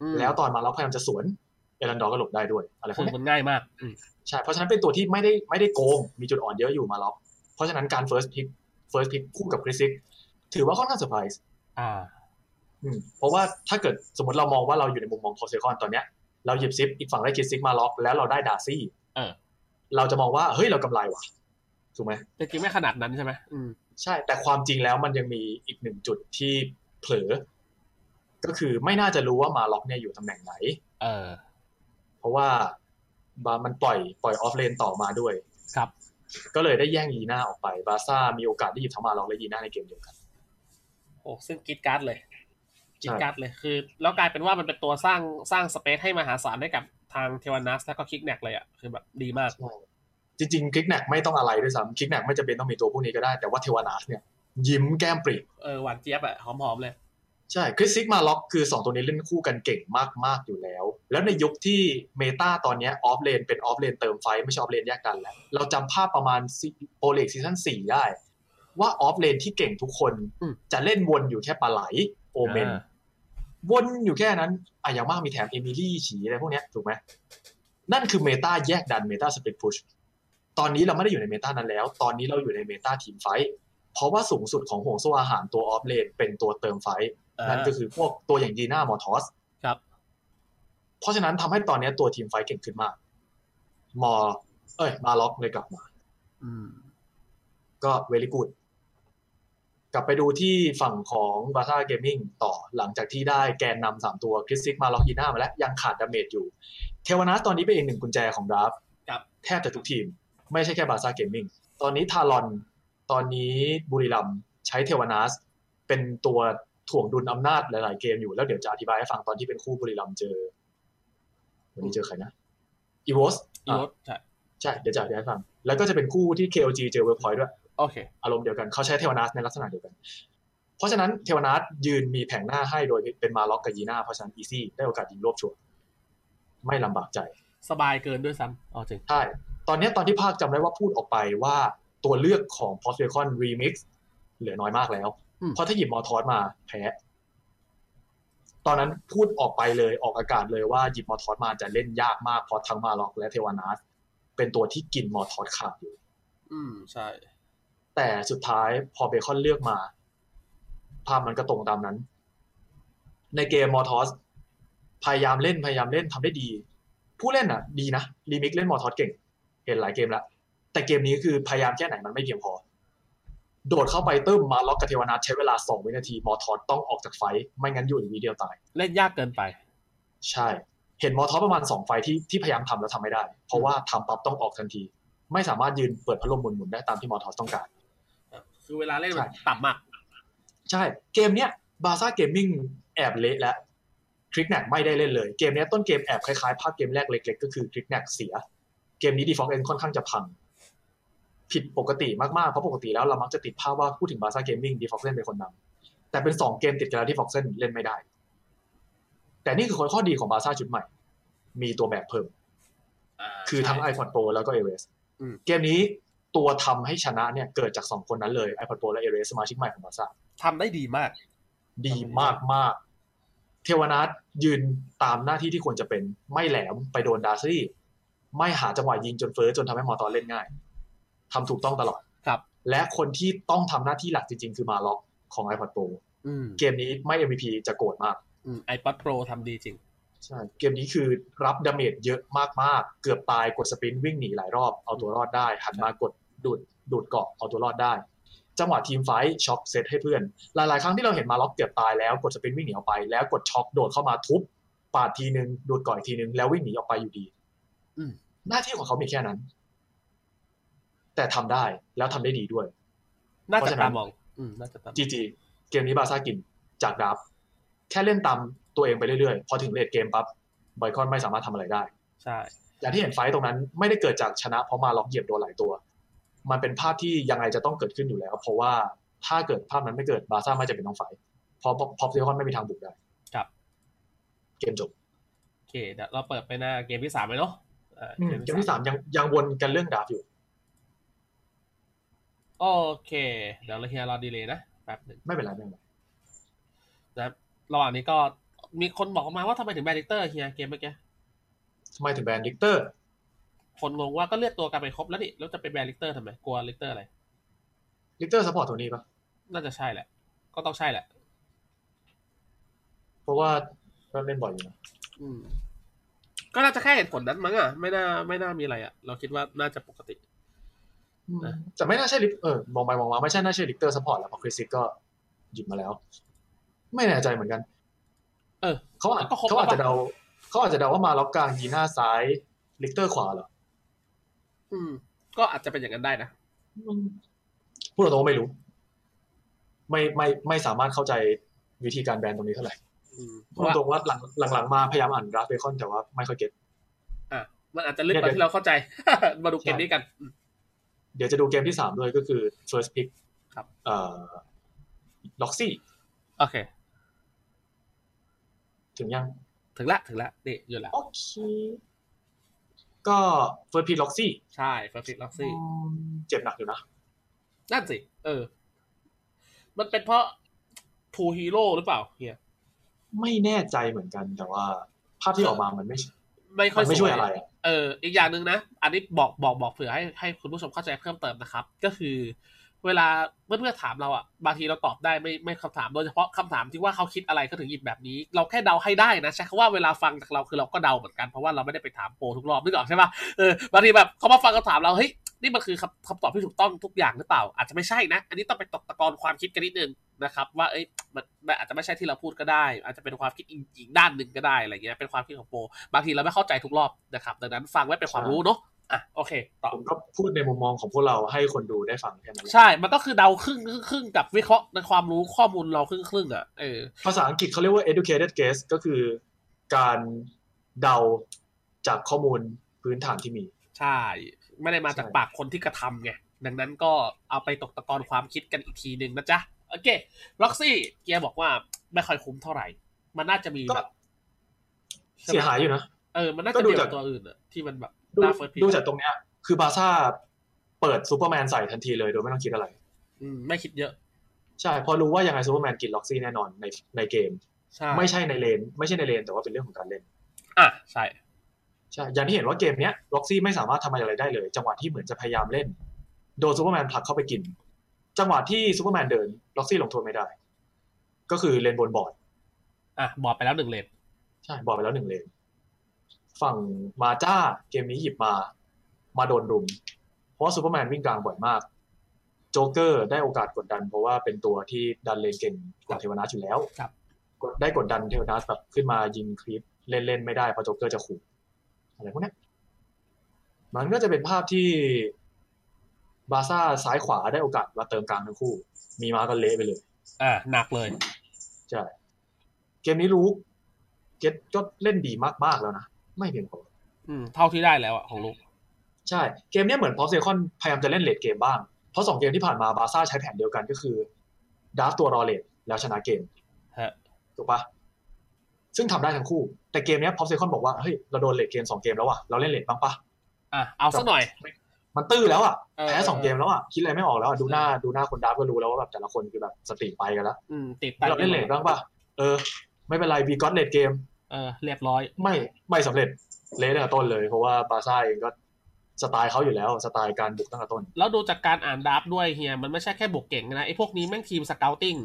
อืม
แล้วตอนมาล็อกพยายามจะสวนเอรันดอร์ก็หลบได้ด้วยอะไรพว
ฝึก
กเนี้ย
มันง่ายมากอืม
ใช่ เพราะฉะนั้นเป็นตัวที่ไม่ได้ไม่ได้โกง มีจุดอ่อนเยอะอยู่มาล็อก เพราะฉะนั้นการ first pick first pick คู่กับคริสิกถือว่าค่อนข้างเซอร์ไพรส์
อ่า
อืมเพราะว่าถ้าเกิดสมมติเรามองว่าเราอยู่ในมุมมองของเซคอนตอนเนี้ย เราหยิบซิปอีกฝั่งได้คริสิกมาล็อก แล้วเราได้ดาร์ซี่
เออ
เราจะมองว่า เฮ้ย เรากำไรว่ะ ถูกไหม
แต่จริงไม่ขนาดนั้นใช่ไหมอืม
ใช่ แต่ความจริงแล้วมันยังมีอีกหนึ่งจุดที่เผลอ ก็คือไม่น่าจะรู้ว่ามาล็อกเนี่ยอยู่ตำแหน่งไหน
เออ
เพราะว่าบามันปล่อยปล่อยออฟเลนต่อมาด้วย
ครับ
ก็เลยได้แย่งยีน่าออกไป บาร์ซ่ามีโอกาสได้หยิบทั้งมาลองและยีน่าในเกมเดียวกัน
โอ้ซึ่งกรีดการ์ดเลยก
ใช่
รีดการ์ดเลยคือ แล้วกลายเป็นว่ามันเป็นตัวสร้างสร้างสเปซให้มหาศาลให้กับทางเทวานัสแล้วก็คิกแนกเลยอ่ะคือแบบดีมาก
จริงๆคลิกแนกไม่ต้องอะไรด้วยซ้ำคลิกแนกไม่จำเป็นต้องมีตัวพวกนี้ก็ได้ แต่ว่าเทวานาสเนี่ย ยิ้มแก้มปรี
เออหวานเจี๊ยบอ่ะหอมๆเลย
ใช่คริสซิกมาล็อกคือ 2 ตัวนี้เล่นคู่กันเก่งมากๆอยู่แล้ว แล้วในยุคที่เมตาตอนเนี้ออฟเลนเป็นออฟเลนเติมไฟท์ไม่ใช่ออฟเลนแยกกันแล้ว เราจำภาพประมาณโปรเลกซีซั่น4ได้ ว่าออฟเลนที่เก่งทุกคน
อืม
จะเล่นวนอยู่แค่ปลาไหลโอเมน
อ่า
วนอยู่แค่นั้นอ่ะอย่างมากมีแถมเอมิลี่ฉีอะไรพวกเนี้ยถูกไหมนั่นคือเมตาแยกดันเมตาสปริตพุช ตอนนี้เราไม่ได้อยู่ในเมตานั้นแล้ว ตอนนี้เราอยู่ในเมตาทีมไฟท์เพราะว่าสูงสุดของห่วงโซ่อาหารตัวออฟเลนเป็นตัวเติมไฟท์นั่นก็คือพวกตัวอย่างยีน่ามอร์ทอส
ครับ
เพราะฉะนั้นทำให้ตอนนี้ตัวทีมไฟท์เก่งขึ้นมาก มอ เอ้ย มาล็อกเลยกลับมา
อืม
ก็เวลิกูดกลับไปดูที่ฝั่งของบาซ่าเกมมิ่งต่อหลังจากที่ได้แกนนำสามตัวคริสซิกมาล็อกยีน่ามาแล้ว ยังขาดดาเมจอยู่ เทวานาสตอนนี้เป็นอีกหนึ่งกุญแจของดราฟต์
ครับ
แทบจะทุกทีม ไม่ใช่แค่บาซ่าเกมมิ่งตอนนี้ทารอน ตอนนี้บุรีรัมย์ใช้เทวานาสเป็นตัวถ่วงดุลอำนาจหลาย ๆ เกมอยู่แล้วเดี๋ยวจะอธิบายให้ฟังตอนที่เป็นคู่บุรีรัมย์เจอวันนี้เจอใครนะอีวอส
อีรถใช่
ใช่เดี๋ยวจะอธิบายให้ฟัง แล้วก็จะเป็นคู่ที่ KOG เจอเวอร์พอยด้วย
โอเค
อารมณ์เดียวกันเขาใช้เทวนาสในลักษณะเดียวกัน เพราะฉะนั้นเทวนาสยืนมีแผงหน้าให้โดยเป็นมาล็อกกับยีน่าเพราะฉะนั้นอีซี่ได้โอกาสยิงรวบชัวร์ไม่ลำบากใจ
สบายเกินด้วยซ้ำอ๋อจริง
ใช่ตอนเนี้ยตอนที่ภาคจำได้ว่าพูดออกไปว่าตัวเลือกของ Post b a c o n Remix เหลือน้อยมากแล้ว
อืม
เพราะถ้าหยิบมอทอสมาแพ้ ตอนนั้นพูดออกไปเลยออกอากาศเลยว่าหยิบมอทอสมาจะเล่นยากมากเพราะทั้งมาล็อกและเทวนาสเป็นตัวที่กินมอทอสขาดอยู่
อืมใช่
แต่สุดท้ายพอเบคอนเลือกมา ภาพมันก็ตรงตามนั้น ในเกมมอร์ทอสพยายามเล่นพยายามเล่นทำได้ดี ผู้เล่นอ่ะ ดีนะรีมิกเล่นมอร์ทอสเก่ง เห็นหลายเกมแล้ว แต่เกมนี้คือพยายามแค่ไหนมันไม่เพียงพอ โดดเข้าไปเติมมาล็อกกับเทวนาถใช้เวลา 2 วินาที มอร์ทอสต้องออกจากไฟท์ไม่งั้นอยู่อีกวีเดียวตาย
เล่นยากเกินไป
ใช่ เห็นมอร์ทอสประมาณ 2 ไฟท์ที่ที่พยายามทำแล้วทำไม่ได้ เพราะว่าทำปั๊บต้องออกทันที ไม่สามารถยืนเปิดพัดลมหมุนๆได้ตามที่มอร์ทอสต้องการ
คือเวลาเล่นมันต่ำมาก
ใช่ เกมเนี้ยบาซ่าเกมมิ่งแอบเละแล้วคลิกแนกไม่ได้เล่นเลย เกมเนี้ยต้นเกมแอบคล้ายๆ ภาพเกมแรกเล็กๆ ก็คือคลิกแนกเสีย เกมนี้ดีฟอกเอนค่อนข้างจะพัง ผิดปกติมากๆ เพราะปกติแล้วเรามักจะติดภาพว่าพูดถึงบาซ่าเกมมิ่งดีฟอกเซนเป็นคนนำแต่เป็นสองเกมติดกันแล้วที่ฟอกเซนเล่นไม่ได้ แต่นี่คือข้อดีของบาซ่าชุดใหม่ มีตัวแบบเพิ่ม คือทั้ง iPod Pro แล้วก็ AWS
อืม
เกมนี้ตัวทำให้ชนะเนี่ยเกิดจากสองคนนั้นเลย iPod Pro และ AWS สมาชิกใหม่ของบาซ่า
ทำได้ดีมาก
ดีมากมากๆเทวนาทยืนตามหน้าที่ที่ควรจะเป็นไม่แหลมไปโดนดาร์ซี่ ไม่หาจังหวะยิงจนเฟ้อจนทำให้มอร์ตอนเล่นง่ายทำถูกต้องตลอด
ครับ
และคนที่ต้องทำหน้าที่หลักจริงๆ คือมาล็อกของ iPod Pro
อืม
เกมนี้ไม่ MVP จะโกรธมาก
อืมไอปัดโปรทำดีจริง
ใช่เกมนี้คือรับดาเมจเยอะมากๆ เกือบตายกดสปรินต์วิ่งหนีหลายรอบเอาตัวรอดได้ หันมากดดูดดูดเกาะเอาตัวรอดได้ จังหวะทีมไฟท์ช็อกเซตให้เพื่อน หลาย ๆ ครั้งที่เราเห็นมาล็อกเกือบตายแล้วกดสปรินต์วิ่งหนีออกไป แล้วกดช็อกโดดเข้ามาทุบปาดทีนึงดูดเกาะอีกทีนึงแล้ววิ่งหนีออกไปอยู่ดี
อืม
หน้าที่ของเขามีแค่นั้น แต่ทำได้แล้วทำได้ดีด้วย
น่า
เพราะ
จะ
ฉะนั้
ตาน มอง อืมน่าจะตามอง
จีจีเกมนี้บาซ่ากินจากดับแค่เล่นตามตัวเองไปเรื่อยๆพอถึงเลทเกมปั๊บบอยคอนไม่สามารถทำอะไรได้
ใช่
อย่างที่เห็นไฟต์ตรงนั้นไม่ได้เกิดจากชนะเพราะมาล็อกเหยียบโดนหลายตัว มันเป็นภาพที่ยังไงจะต้องเกิดขึ้นอยู่แล้ว เพราะว่าถ้าเกิดภาพนั้นไม่เกิดบาร์ซ่าไม่จะเป็นต้องไฟต์เพราะพอเซคอนไม่มีทางบุกได้
ครับ
เกมจบ
โอเคเดี๋ยวเราเปิดไปหน้าเกมที่สามเลยเนาะอ่า
เกมที่สามยังยังวนกันเรื่องดราฟต์อยู่
โอเค เดี๋ยวเราเฮียรอดีเลยนะแป๊บหนึ่ง
ไม่เป็นไรไม่เป็นไร
นะครับระหว่างนี้ก็มีคนบอกมาว่าทำไมถึงแบนดิกเตอร์เฮียเกมเมื่อกี้
ทำไมถึงแบนดิกเตอร์
คนงงว่าก็เลือกตัวกันไปครบแล้วนี่แล้วจะไปแบนลิกเตอร์ทำไมกลัวลิกเตอร์อะไร
ลิกเตอร์ซัพพอร์ตตัวนี้ปะ
น่าจะใช่แหละ ก็ต้องใช่แหละ
เพราะว่าก็เล่นบ่อยอยู่นะ
อืม ก็น่าจะแค่เหตุผลนั้นมั้งอ่ะไม่น่าไม่น่ามีอะไรอ่ะ เราคิดว่าน่าจะปกติ
อืม
นะ
แต่ไม่น่าใช่ลิกเออมองไปมองมาไม่ใช่น่าใช่ลิกเตอร์ซัพพอร์ตแล้วเพราะคริสซิสก็หยิบมาแล้ว ไม่แน่ใจเหมือนกัน
เออ
เขาอาจ
ก็ครบ
เขาอาจ
แล้วปะ
จะเดาเขาอาจจะเดาว่ามาล็อกกลางยีน่าซ้ายลิกเตอร์ขวาเหรอ
อืม ก็อาจจะเป็นอย่างนั้นได้นะ
อืมพูดตรงๆไม่รู้ ไม่ไม่ไม่สามารถเข้าใจวิธีการแบนตรงนี้เท่าไหร่
อืมเพ
พูด
ราะว่า
ตรงๆว่าหลังหลังๆมาพยายามอ่านกราฟเบคอนแต่ว่าไม่ค่อยเก็ต
อ่ะมันอาจจะลึกกว่าที่เราเข้าใจ [LAUGHS] มาดูเกมนี้กัน
เดี๋ยวจะดูเกมที่สามด้วยก็คือ first pick
ครับ
เอ่อล็อกซี่
โอเค
ถึงยัง
ถึงละถึงละนี่อยู่ละ
โอเค ก็ first pick ล็อกซี่
ใช่เฟอร์ฟิตล็อกซี่
เจ็บหนักอยู่นะ
นั่นสิ เออ มันเป็นเพราะทูฮีโร่หรือเปล่าเฮีย
ไม่แน่ใจเหมือนกัน แต่ว่าภาพที่ออกมามันไม่
ไม่ค่อ
มั
ย
นไม่
ส
ช่
ว
วย
ย
อะไรอะ
เอออีกอย่างหนึ่งนะ อันนี้บอกบอกบอกเผื่อให้ให้คุณผู้ชมเข้าใจเพิ่มเติมนะครับ ก็คือ เวลาเพื่อนเพื่อถามเราอ่ะบางทีเราตอบได้ไม่ไม่คำถามโดยเฉพาะคำถามที่ว่าเขาคิดอะไรก็ถึงหยิบแบบนี้ เราแค่เดาให้ได้นะใช้คำว่าเวลาฟังจากเราคือเราก็เดาเหมือนกันเพราะว่าเราไม่ได้ไปถามโปรทุกรอบนึกออกใช่ปะเออบางทีแบบเขามาฟังคำถามเราเฮ้ยนี่มันคือคำคำตอบที่ถูกต้องทุกอย่างหรือเปล่า อาจจะไม่ใช่นะ อันนี้ต้องไปตกตะกอนความคิดกันนิดนึงนะครับ ว่าเอ้ยมันมันอาจจะไม่ใช่ที่เราพูดก็ได้ อาจจะเป็นความคิดอีกอีกด้านหนึ่งก็ได้อะไรเงี้ยเป็นความคิดของโปร บางทีเราไม่เข้าใจทุกรอบนะครับ ดังนั้นฟังไว้เป็นความรู้เนาะอ่ะโอเคต่อ
ผมก็พูดในมุมมองของพวกเราให้คนดูได้ฟังแค่นั้นแหละ
ใช่ มันก็คือเดาครึ่งครึ่งครึ่งกับวิเคราะห์ในความรู้ข้อมูลเราครึ่งครึ่งอ่ะเออ
ภาษาอังกฤษเขาเรียกว่า educated guess ก็คือการเดาจากข้อมูลพื้นฐานที่มี
ใช่ ไม่ได้มาจากปากคนที่กระทำไงดังนั้นก็เอาไปตกตะกอนความคิดกันอีกทีหนึ่งนะจ๊ะ โอเคล็อกซี่เกียร์บอกว่าไม่ค่อยคุ้มเท่าไหร่ มันน่าจะมี
ก็
แบบ
เสียหายอยู่นะ
เออมันน่า
ก็
จะ
ดู
เดียว
จาก
กับตัวอื่นอะที่มันแบบ
ดู
หน้าเฟิร์สพี
ดูจากตรงเนี้ย คือบาร์ซ่าเปิดซูเปอร์แมนใส่ทันทีเลยโดยไม่ต้องคิดอะไร
ไม่คิดเยอะ
ใช่เพอรู้ว่ายังไงซูเปอร์แมนกินล็อกซี่แน่นอนในในเกม
ใช่
ไม่ใช่ในเลน ไม่ใช่ในเลน แต่ว่าเป็นเรื่องของการเล่น
อ่ะใช่
ใช่อย่างที่เห็นว่าเกมเนี้ยล็อกซี่ไม่สามารถทำอะไรได้เลย จังหวะที่เหมือนจะพยายามเล่น โดนซูเปอร์แมนผลักเข้าไปกิน จังหวะที่ซูเปอร์แมนเดินล็อกซี่ลงโทษไม่ได้ ก็คือเลนบนบอร์ด
อ่ะบอกไปแล้วหนึ่งเลน
ใช่บอร์ดไปแล้วหนึ่งเลนฝั่งมาจ้าเกมนี้หยิบมา มาโดนรุม เพราะว่าซูเปอร์แมนวิ่งกลางบ่อยมากโจ๊กเกอร์ได้โอกาสกดดัน เพราะว่าเป็นตัวที่ดันเลนเก่งกว่าเทวนาชอยู่แล้ว
ครับ
กดได้กดดันเทวดาสแบบขึ้นมายิงคลิปเล่นๆไม่ได้เพราะโจ๊กเกอร์จะขู่อะไรพวกเนี้ยมันก็จะเป็นภาพที่บาร์ซ่าซ้ายขวาได้โอกาสมาเติมกลางทั้งคู่ มีมาก็เละไปเลย
อ่ะหนักเลย
ใช่เกมนี้รู้เกตก็เล่นดีมากๆแล้วนะ ไม่เพียงพอ
อืมเท่าที่ได้แล้วอะของลูก
ใช่ เกมเนี้ยเหมือนพอเซคอนพยายามจะเล่นเลดเกมบ้าง เพราะสองเกมที่ผ่านมาบาร์ซ่าใช้แผนเดียวกันก็คือดาร์ฟตัวรอเลดแล้วชนะเกม
ฮะ
ถูกปะซึ่งทำได้ทั้งคู่ แต่เกมเนี้ยพอเซคอนบอกว่า เฮ้ย เราโดนเลทเกมสองเกมแล้วว่ะ เราเล่นเลทบ้างปะ
อ่ะเอาสักหน่อย
มันตื้อแล้วอ่ะ
เออ
แพ้สองเกมแล้วอ่ะ คิดอะไรไม่ออกแล้วอ่ะ ดูหน้า ดูหน้าคนดับก็รู้แล้วว่าแบบแต่ละคนคือแบบสติไปกันแล้ว
อืมติดไป
เราเล่นเลทบ้างปะเออ ไม่เป็นไรวีก็เลทเกม
เออเรียบร้อย
ไม่ ไม่สำเร็จ เละตั้งแต่ต้นเลย เพราะว่าบาร์ซ่าเองก็สไตล์เขาอยู่แล้ว สไตล์การบุกตั้งแต่ต้น
แล้วดูจากการอ่านดับด้วยเฮียมันไม่ใช่แค่บวกเก่งนะไอ้พวกนี้แม่งทีมสเกลติ้ง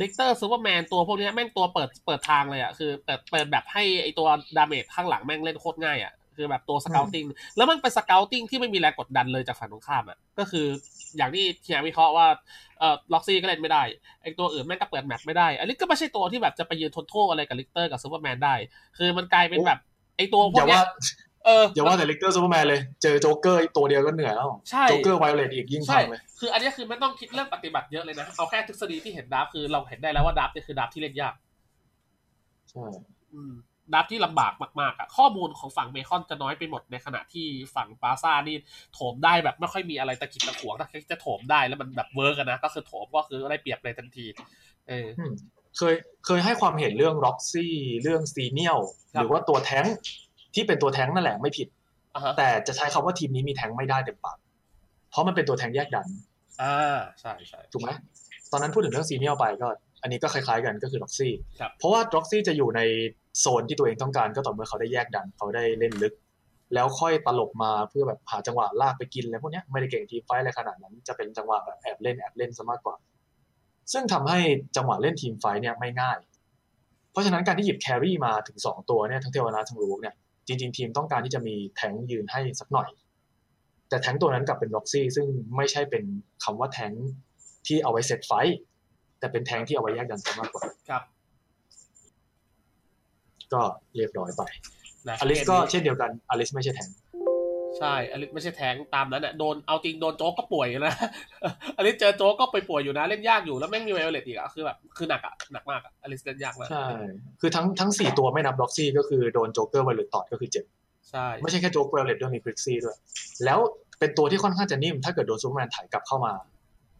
ลิกเตอร์ซูเปอร์แมนตัวพวกเนี้ยแม่งตัวเปิดเปิดทางเลยอ่ะคือเปิดเปิดแบบให้ไอ้ตัวดาเมจข้างหลังแม่งเล่นโคตรง่ายอ่ะคือแบบตัวสเกลติ้งแล้วมันเป็นสเกลติ้งที่ไม่มีแรงกดดันเลยจากฝั่งตรงข้ามอ่ะก็คืออย่างที่เฮียวิเคราะห์ว่าเออล็อกซี่ก็เล่นไม่ได้ไอ้ตัวอื่นแม่งก็เปิดแมปไม่ได้อันนี้ก็ไม่ใช่ตัวที่แบบจะไปยืนทนโทษอะไรกับลิกเตอร์กับซูเปอร์แมนได้ คือมันกลายเป็นแบบไอ้ตัวพ
อ
วก
ย่า
เนี้
ว่า
ยเออ
อย่าว่าแต่เลกเตอร์ซูเปอร์แมนเลย เจอโจ๊กเกอร์ตัวเดียวก็เหนื่อยแล้ว
ใช่
โจ๊กเกอร์ไวโอเลตอีกยิ่งพั
ใช่
งเลย
คืออันเนี้ยคือไม่ต้องคิดเรื่องปฏิบัติเยอะเลยนะ เอาแค่ทฤษฎีที่เห็นดับคือเราเห็นได้แล้วว่าดับเนี่ยคือดับที่เล่นยาก
ใช่
อืมดับที่ลำบากมากๆอะข้อมูลของฝั่งเบคอนจะน้อยไปหมดในขณะที่ฝั่งปาซ่านี่โถมได้แบบไม่ค่อยมีอะไรตะกิดตะขวงถ้าจะโถมได้แล้วมันแบบเวิร์กอะนะ ก็คือโถมก็คือได้เปรียบเลยทันที เออ
อืมเคยเคยให้ความเห็นเรื่องร็อกซี่เรื่องซีเนียล
ครับ
หรือว่าตัวแท้งที่เป็นตัวแท้งนั่นแหละไม่ผิด
อ่ะฮะ
แต่จะใช้คำว่าทีมนี้มีแท้งไม่ได้เต็มปากเพราะมันเป็นตัวแท้งแยกดัน
อ่าใช่ใช่
ถูกไหมตอนนั้นพูดถึงเรื่องซีเนียลไปก็ อันนี้ก็คล้ายๆกันก็คือล็อกซี่
ครับ
เพราะว่าล็อกซี่จะอยู่ในโซนที่ตัวเองต้องการก็ต่อเมื่อเขาได้แยกดันเขาได้เล่นลึก แล้วค่อยตลบมาเพื่อแบบหาจังหวะลากไปกินอะไรพวกเนี้ยไม่ได้เก่งทีมไฟท์อะไรขนาดนั้น จะเป็นจังหวะแบบแอบเล่นแอบเล่นซะมากกว่า ซึ่งทำให้จังหวะเล่นทีมไฟท์เนี่ยไม่ง่าย เพราะฉะนั้นการที่หยิบแครี่มาถึงสองตัวเนี่ยทั้งเทวนาทั้งลูกเนี่ยจริงๆทีมต้องการที่จะมีแทงค์ยืนให้สักหน่อย แต่แทงค์ตัวนั้นกลับเป็นล็อกซี่ซึ่งไม่ใช่เป็นคำว่าแทงค์ที่เอาไว้เซตไฟท์แต่เป็นแทงค์ที่เอาไว้แยกดันซะมากกว่า
ครับ
ก็เรียบร้อยไป
นะ
อลิสก็เช่นเดียวกัน อลิสไม่ใช่แทงค์
ใช่อลิสไม่ใช่แทงตามนั้นแหละโดนเอาจริงโดนโจ๊กก็ป่วยนะ อลิสเจอโจ๊กก็ไปป่วยอยู่นะเล่นยากอยู่แล้วแม่งมีไวโอเลตอีกอะคือแบบคือหนักอะหนักมากอะอลิสเล่นยากมาก
ใช่ คือทั้งทั้งสี่ตัวไม่นับล็อกซี่ก็คือโดนโจ๊กเกอร์ไวเลตตอดก็คือเจ็บ
ใช่
ไม่ใช่แค่โจ๊กเวลเลตด้วยมีคริกซี่ด้วย แล้วเป็นตัวที่ค่อนข้างจะนิ่ม ถ้าเกิดโดนซูเปอร์แมนถ่ายกลับเข้ามา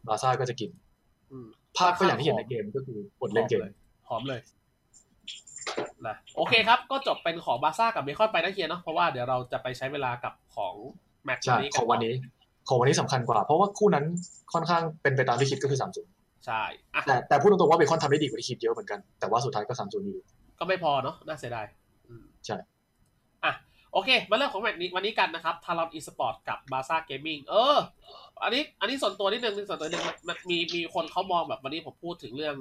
บาซ่าก็จะกิน
อืม
ภาพก็อย่างที่เห็นในเกมก็คืออดเล่นเกม
หอมเลยนะโอเคครับ ก็จบเป็นของบาซ่ากับเบคอนไปนะเฮียเนาะเพราะว่าเดี๋ยวเราจะไปใช้เวลากับของแมตช์
ใช่
นี้
ของวันนี้ ของวันนี้สำคัญกว่า เพราะว่าคู่นั้นค่อนข้างเป็นไปตามที่คิดก็คือสามศูนย์
ใช่อ่ะ
แต่แต่พูดตรงๆว่าเบคอนทำได้ดีกว่าที่คิดเยอะเหมือนกัน แต่ว่าสุดท้ายก็สามศูนย์อยู่
ก็ไม่พอเนาะน่าเสียดายอืม
ใช่
อ่ะโอเค มาเริ่มของแมตช์นี้วันนี้กันนะครับทารอนอีสปอร์ตกับบาซ่าเกมมิ่งเออ อันนี้ อันนี้ส่วนตัวนิดนึงส่วนตัวนิดนึงมันมันมีมีคนเขามองแบบวันนี้ผมพูดถึงเรื่อง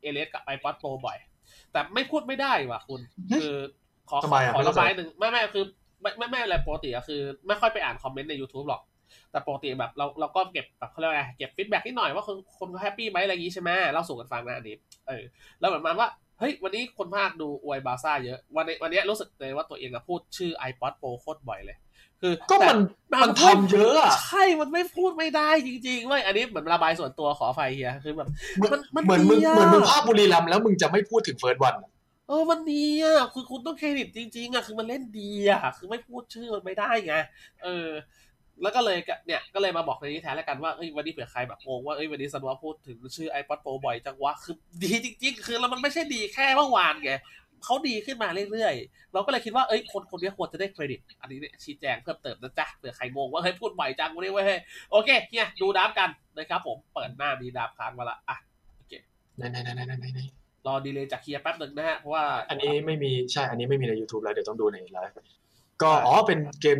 เอเลสกับไอป๊อตโปรบ่อย แต่ไม่พูดไม่ได้ว่ะคุณ คือขอข
ทำ
อ
ไมอ่ะ
ขอ
ไม่เข้า
ระ
ใจ
บายหนึ่งไม่ไม่คือไม่ไม่ไม่อะไรปกติอะคือ ไม่ค่อยไปอ่านคอมเมนต์ใน YouTube หรอก แต่ปกติแบบเราเราก็เก็บแบบเขาเรียกว่าไงเก็บฟีดแบ็กนิดหน่อยว่าคนคนเขาแฮปปี้ไหมอะไรอย่างงี้ใช่ไหมเล่าสู่กันฟังนะอันนี้เออแล้วเหมือนมันว่า เฮ้ย วันนี้คนภาคดูอวยบาซ่าเยอะวันนี้วันนี้รู้สึกเลยว่าตัวเองอะพูดชื่อ iPod Pro โคตรบ่อยเลย คือ
ก็มัน
แต่
มันทำเยอะอะ
ใช่ มันไม่พูดไม่ได้จริงๆเว้ยอันนี้เหมือนระบายส่วนตัวขอไฟเฮียคือแบบ
เหมือน
มัน
เหมือนมึง
ดีอะ
เหมือนมึงภาพบุรีรัมย์แล้วมึงจะไม่พูดถึงเฟิร์สวัน
เออมันดีอ่ะคือคุณต้องเครดิตจริงๆอ่ะคือมันเล่นดีอ่ะคือไม่พูดชื่อมันไม่ได้ไงเออ แล้วก็เลยก็เนี่ยก็เลยมาบอกในนี้แทนแล้วกันว่าเอ้ยวันนี้เผื่อใครแบบงงว่าเอ้ยวันนี้สันวาพูดถึงชื่อ iPod Pro บ่อยจังวะคือดีจริง ๆ คือแล้วมันไม่ใช่ดีแค่เมื่อวานไงเขาดีขึ้นมาเรื่อยๆ เราก็เลยคิดว่าเอ้ยคนคนนี้ควรจะได้เครดิต อันนี้เนี่ยชี้แจงเพิ่มเติมนะจ๊ะเผื่อใครงงว่าเฮ้ยพูดบ่อยจังวันนี้เว้ยเฮ้ยโอเคเนี่ยดูดับกันนะครับผมเปิดหน้ามีดับค้างมาละอ่ะ
ไหนไหนไหนไหนไหนไหน
รอดีเลยจากเฮียแป๊บหนึ่งนะฮะเพราะว่า
อันนี้ไม่มีใช่ อันนี้ไม่มีใน YouTube แล้วเดี๋ยวต้องดูในไลฟ์ก็
ใช่
อ๋อเป็นเกม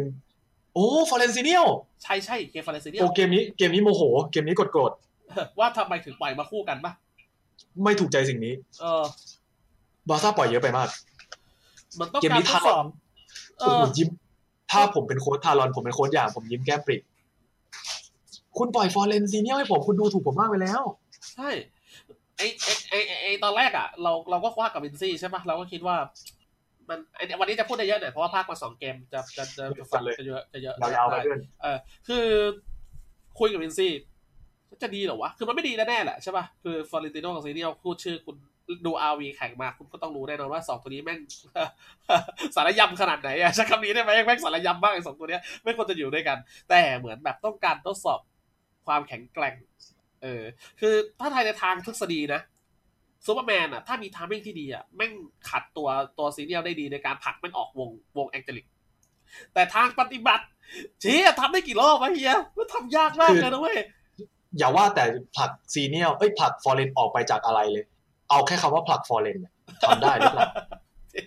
โอ้ฟอเรนซิเนียล
ใช่ใช่เกมฟาเลซิเนีย
โอ้เกมนี้เกมนี้โมโห เกมนี้กดโกรธ
[LAUGHS] ว่าทำไมถึงปล่อยมาคู่กันปะ
ไม่ถูกใจสิ่งนี้
เออ
บาซ่าปล่อยเยอะไปมาก
มันต้อง
เกม
การ
นี้
ท
ทา
ด
ร
ส
อ
อบ
น
เอ
ผม
อ
ยิ้ม ถ้าผมเป็นโค้ชทารอนผมเป็นโค้ชอย่างผมยิ้มแก้มปริคุณปล่อยฟอเรนซิเนียลให้ผมคุณดูถูกผมมากไปแล้ว
ใช่ ไอไอไอไอ้ไอตอนแรกอ่ะ เราเราก็ว่ากับวินซี่ใช่ปะเราก็คิดว่า มันไอเนี่ยวันนี้จะพูดได้เยอะหน่อยเพราะว่าภาคมาสองเกมจะจะจะจะฟังจะเยอะจะเยอะ
ยาวๆไปเพื่อน
เออคือคุยกับวินซี่จะดีเหรอวะ คือมันไม่ดีแน่ๆแหละใช่ป่ะ คือฟอร์เรนติโนกับซีเนียลพูดชื่อคุณดูอาวีแข่งมา คุณก็ต้องรู้แน่นอนว่าสองตัวนี้แม่ง [LAUGHS] สารยำขนาดไหนอะใช้คำนี้ได้ไหมแม่งสารยำบ้างไอ้สองตัวเนี้ยไม่ควรจะอยู่ด้วยกัน แต่เหมือนแบบต้องการทดสอบความแข็งแกร่ง เออ คือถ้าทายในทางทฤษฎีนะซูเปอร์แมนอะถ้ามีทามมิ่งที่ดีอะแม่งขัดตัวตัวซีเนียลได้ดีในการผลักมันออกวงวงแองเจลิก แต่ทางปฏิบัติ เชี่ยทำได้กี่รอบวะเฮียมันทำยากมากเลยนะเว้ย
อย่าว่าแต่ผลักซีเนียลเอ้ยผลักฟอเรนออกไปจากอะไรเลย เอาแค่คำว่าผลักฟอเรนเนี่ยทำได้หรือ
[LAUGHS]
เปล่า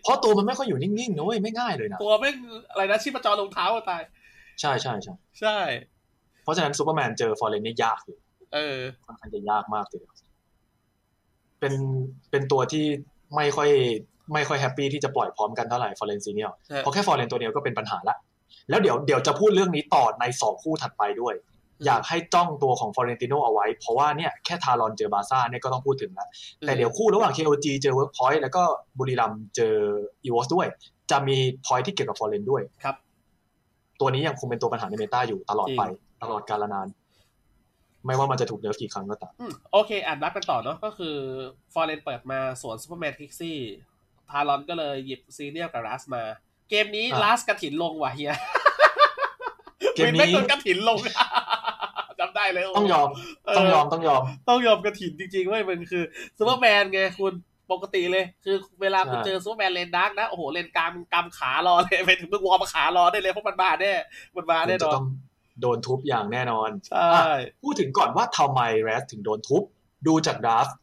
เพราะตัวมันไม่ค่อยอยู่นิ่งๆนะเว้ยไม่ง่ายเลยนะ
ตัวแม่งอะไรนะชีพจรรองเท้าอะตาย
ใช่ใช่ใช่
ใช่
เพราะฉะนั้นซูเปอร์แมนเจอฟอร์เรนนี่ยากอยู่
เออ
ค่อนข้างจะยากมากทีเดียวเป็นเป็นตัวที่ไม่ค่อยไม่ค่อยแฮปปี้ที่จะปล่อยพร้อมกันเท่าไหร่ฟอร์เรนซีเนียล
ฮะ
เพราะแค่ฟอร์เรนตัวเดียวก็เป็นปัญหาละ แล้วเดี๋ยวเดี๋ยวจะพูดเรื่องนี้ต่อในสองคู่ถัดไปด้วย อยากให้จ้องตัวของฟอร์เรนติโนเอาไว้ เพราะว่าเนี่ยแค่ทารอนเจอบาซ่าเนี่ยก็ต้องพูดถึงแล้ว แต่เดี๋ยวคู่ระหว่าง KOG เจอ Workpoint แล้วก็บุรีรัมย์เจออีวอสด้วย จะมีพอยที่เกี่ยวกับฟอร์เรนด้วย
ครับ
ตัวนี้ยังคงเป็นตัวปัญหาในเมตาอยู่ตลอดไป
จริง
ตลอดกาลนาน ไม่ว่ามันจะถูกเนิร์ฟกี่ครั้งก็ตาม
อืมโอเค อ่านรับกันต่อเนาะก็คือฟอร์เรนเปิดมาสวนซูเปอร์แมนคิกซี่ทารอนก็เลยหยิบซีเนียลกับรัสมา เกมนี้
อ่ะ
รัสกระถินลงว่ะเฮีย
เกม
วิ
นี้
แม่งโดนกระถินลง [LAUGHS] จำได้เลย
ต้องยอม
เ
ต้องยอม ต้องยอม
ต้องยอมกระถินจริงๆเว้ยมันคือซูเปอร์แมนไงคุณปกติเลย คือเวลาคุณ
ใช่
เจอซูเปอร์แมนเลนดาร์กนะ โอ้โห [LAUGHS] เลนกลางมึงกำขารอเลยไปถึงมึงวอร์มขารอได้เลยเพราะมันมาแน่มันมา
คุณ
แน่น
จะ
อน
ต้อง โดนทุบอย่างแน่นอน
ใช่
อ่ะพูดถึงก่อนว่าทำไมแรดถึงโดนทุบ ดูจากดราฟต์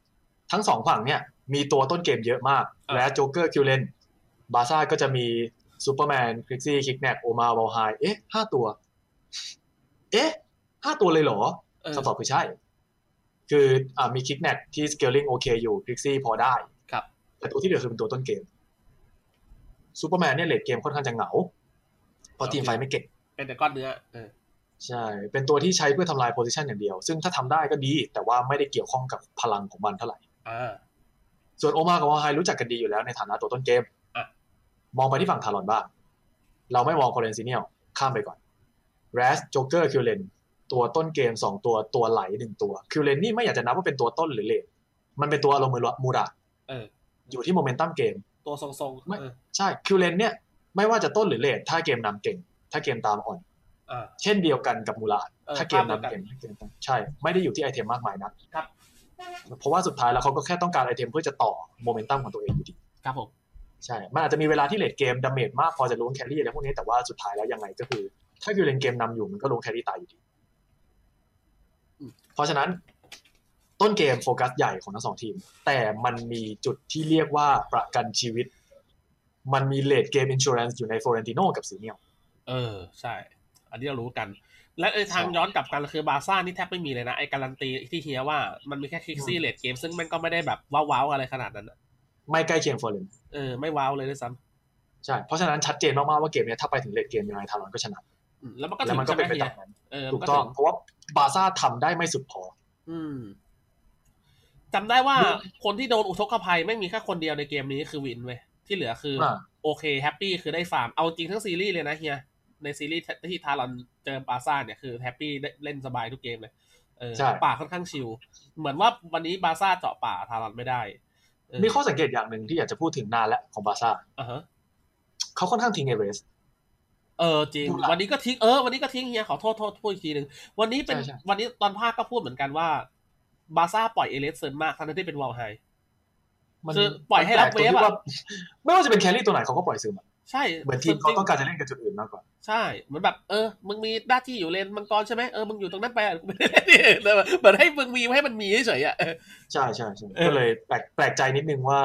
ทั้งสองฝั่งเนี่ย มีตัวต้นเกมเยอะมาก แรดโจ๊กเกอร์คิวเลนบาซ่าก็จะมีซูเปอร์แมนคริกซี่คิกแนกโอมาบอลไฮเอ๊ะห้าตัว เอ๊ะห้าตัวเลยเหรอ
เออ
คำตอบคือใช่ คืออ่ามีคิกแนกที่สเกลลิ n งโอเคอยู่พิกซี่พอได้
ครับ
แต่ตัวที่เหลือคือเป็นตัวต้นเกมซูเปอร์แมนเนี่ยเลดเกมค่อนข้างจะเหงา เพราะทีมไฟไม่เก่ง
เป็นแต่ก้อนเนื้อเออ
ใช่ เป็นตัวที่ใช้เพื่อทำลายโพซิชันอย่างเดียว ซึ่งถ้าทำได้ก็ดี แต่ว่าไม่ได้เกี่ยวข้องกับพลังของมันเท่าไหร่
อ่า
ส่วนโอมากับวอไฮรู้จักกันดีอยู่แล้วในฐานะตัวต้นเกม
อ่ะ
มองไปที่ฝั่งทารอนบ้าง เราไม่มองโคเรนซิเนียลข้ามไปก่อนแรสโจเกอร์คิวเลนตัวต้นเกมสองตัวตัวไหลหนึ่งตัวคิวเลนนี่ไม่อยากจะนับว่าเป็นตัวต้นหรือเลทมันเป็นตัวอารมณ์มือมูระ
เออ
อยู่ที่โมเมนตัมเกม
ตัวทรง
ไม่
ๆเออ
ใช่คิวเลนเนี่ยไม่ว่าจะต้นหรือเลทถ้าเกมนำเก่ง ถ้าเกมตามอ่อน
อ่า
เช่นเดียวกันกับมูราด
เออ
ถ้าเกม
ภาพเดียวกัน
นำเกมถ้าเกมตามใช่ ไม่ได้อยู่ที่ไอเทมมากมายนะครับ เพราะว่าสุดท้ายแล้วเขาก็แค่ต้องการไอเทมเพื่อจะต่อโมเมนตัมของตัวเองอยู่ดี
ครับผม
ใช่ มันอาจจะมีเวลาที่เลดเกมดาเมจมากพอจะล้วงแครี่อะไรพวกนี้แต่ว่าสุดท้ายแล้วยังไงก็คือ ถ้าคิวเลนเกมนำอยู่มันก็ล้วงแครี่ตายอยู่ดี เพราะฉะนั้น ต้นเกมโฟกัสใหญ่ของทั้งสองทีม แต่มันมีจุดที่เรียกว่าประกันชีวิต มันมีเลดเกมอินชู r รนซ์อยู่ในฟอเรนติโนกับซีเนียล
เออใช่ อันนี้เรารู้กัน และไอ้ทาง
ใช่
ย้อนกลับกันคือบาร์ซ่านี่แทบไม่มีเลยนะไอ้การันตีที่เฮียว่ามันมีแค่คลิกซี่เลดเกม ซึ่งมันก็ไม่ได้แบบว้าวๆอะไรขนาดนั้นอะ
ไม่ใกล้เคียงฟอเรน
เออไม่ว้าวเลยด้วยซ้
ใช่ เพราะฉะนั้นชัดเจนมากๆว่าเกมเนี้ยถ้าไปถึงเลดเกมยังไงทารอนก็ชนะ
ำอืมแล้วมันก็
แล้
ถึ
ว
ง
มันก็
ใช่ไหม
เป็นไป
เฮีย
ตามนั้น
เออ
ถู
มัน
กต้อง
ถึ
เพราะว่าบาร์ซ่าทำได้ไม่สุดพอ
อืมจำได้ว่าคนที่โดนอุทกภัยไม่มีแค่คนเดียวในเกมนี้คือวินเว้ยที่เหลือคืออา โอเคแฮปปี้คือได้ฟาร์มเอาจริงทั้งซีรีส์เลยนะเฮียในซีรีส์ที่ทารอนเจอบาร์ซ่าเนี่ยคือแฮปปี้เล่นสบายทุกเกมเลย เออ
ใช่
ป่าค่อนข้างชิลเหมือนว่าวันนี้บาร์ซ่าเจาะป่าทารอนไม่ได้เ
มีข้อสังเกตอย่างหนึ่งที่อยากจะพูดถึงนานแล้วของบาร์ซ่า
อ่าฮะ
เขาค่อนข้างทิ้งเอเรส
เออจริง
ดูหลัง
วันนี้ก็ทิ้งเออวันนี้ก็ทิ้งเฮียขอโทษโทษพูดอีกทีหนึ่งวันนี้เป็น
ใช่ใช่
วันนี้ตอนภาคก็พูดเหมือนกันว่า บาร์ซ่าปล่อยเอเลสเซินมากทั้งที่เป็นวอลไฮ
มัน
คือปล่อยให้รับเวฟอะ
แปลกตรงที่าไม่ว่าจะเป็นแครี่ตัวไหนเขาก็ปล่อยซึมอะ
ใช่
เหมือนทีมเขาต้องการจะเล่นกับจุดอื่นมากกว่า
ใช่เหมือนแบบ เออ มึงมีหน้าที่อยู่เลนมังกรใช่ไหมเออมึงอยู่ตรงนั้นไปอ่ะ [LAUGHS] กูไม่ได้เล่นเหมือนให้มึงมีให้มันมีเฉยๆอ่ะเออ
ใช่ใช่ใช่
เออ
ก็เลยแปลกแปลกใจนิดนึงว่า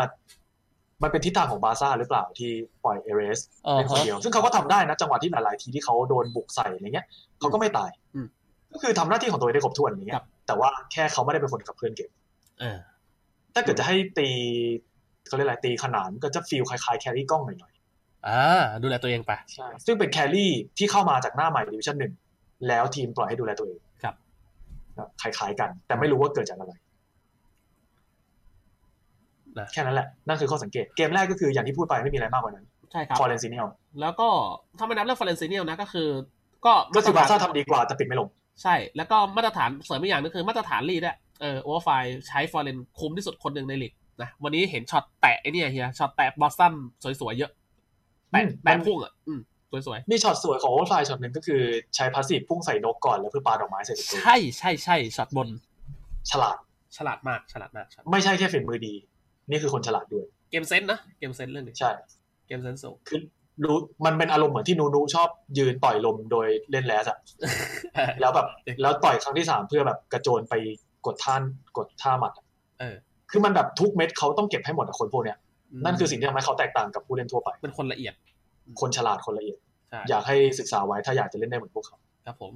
มันเป็นทิศทางของบาร์ซ่าหรือเปล่าที่ปล่อยเอเรสเป็นคนเดียว ซึ่งเขาก็ทำได้นะจังหวะที่หลาย ๆ ทีที่เขาโดนบุกใส่อะไรเงี้ยเขาก็ไม่ตาย
อืม
ก็คือทำหน้าที่ของตัวเองได้ครบถ้วนอย่าง
ค
เงี้
รั
ย
บ
แต่ว่าแค่เขาไม่ได้เป็นคนขับเคลื่อนเกม
เออ
ถ้าเกิดจะให้ตีเขาเรียกอะไรตีขนานก็จะฟีลคล้าย ๆ แครี่กล้องหน่อยๆ
อ่าดูแลตัวเองไป
ใช่ซึ่งเป็นแครี่ที่เข้ามาจากหน้าใหม่ดิวิชั่นหนึ่งแล้วทีมปล่อยให้ดูแลตัวเอง
ครับ
ครับคล้ายๆกัน แต่ไม่รู้ว่าเกิดจากอะไร
นะ
แค่นั้นแหละ นั่นคือข้อสังเกต เกมแรกก็คืออย่างที่พูดไปไม่มีอะไรมากกว่านั้น
ใช่ครับ
ฟอร์เรนซิเนียล
แล้วก็ถ้าไม่นับเรื่องฟอเรนซิเนียลนะก็คือ ก็
ก็
มาต
คื
ร
อบา
ฐา
ร์ซ่าน ทำดีกว่าแต่ปิดไม่ลง
ใช่ แล้วก็มาตรฐานเสริมอีกอย่างนึงคือมาตรฐานลีดอะเออโอเวอร์ไฟใช้ฟอเรนคุ้มที่สุดคนหนึ่งในลีกนะวันนี้เห็นช็อตแตะไอเนี่ยเฮียช็อตแตะบอสซัมสวยๆเยอะแตะ
อืม
แตะ
มัน
พุ่งอ่ะอืมสวย
มีช็อตสวยของโอเวอร์ไฟล์ช็อตหนึ่งก็คือใช้พาสซีฟพุ่งใส่นกก่อนแล้วเพื่อปาดอกไม้ใส่ศั
ๆ
ตรู
ใช่ใช่ใช่ช็อตบน
ฉลาด
ฉลาดมากฉลาดมากฉลาด
ไม่ใช่แค่ฝีมือดี นี่คือคนฉลาดด้วย
เกมเซนส์นะเกมเซนส์เรื่องนี้
ใช่
เกมเซนส์สูง
คือรู้มันเป็นอารมณ์เหมือนที่นูนูชอบยืนต่อยลมโดยเล่นแลสอะ แล้วแบบ
เออ
แล้วต่อยครั้งที่สามเพื่อแบบกระโจนไปกดท่านกดท่าหมัดอะ
เออ
คือมันแบบทุกเม็ดเขาต้องเก็บให้หมดอะคนพวกเนี้ยนั่นคือสิ่งที่ทำให้เขาแตกต่างกับผู้เล่นทั่วไป
เป็นคนละเอียด
คนฉลาดคนละเอียด
ใช่
อยากให้ศึกษาไว้ถ้าอยากจะเล่นได้เหมือนพวกเขา
ครับผม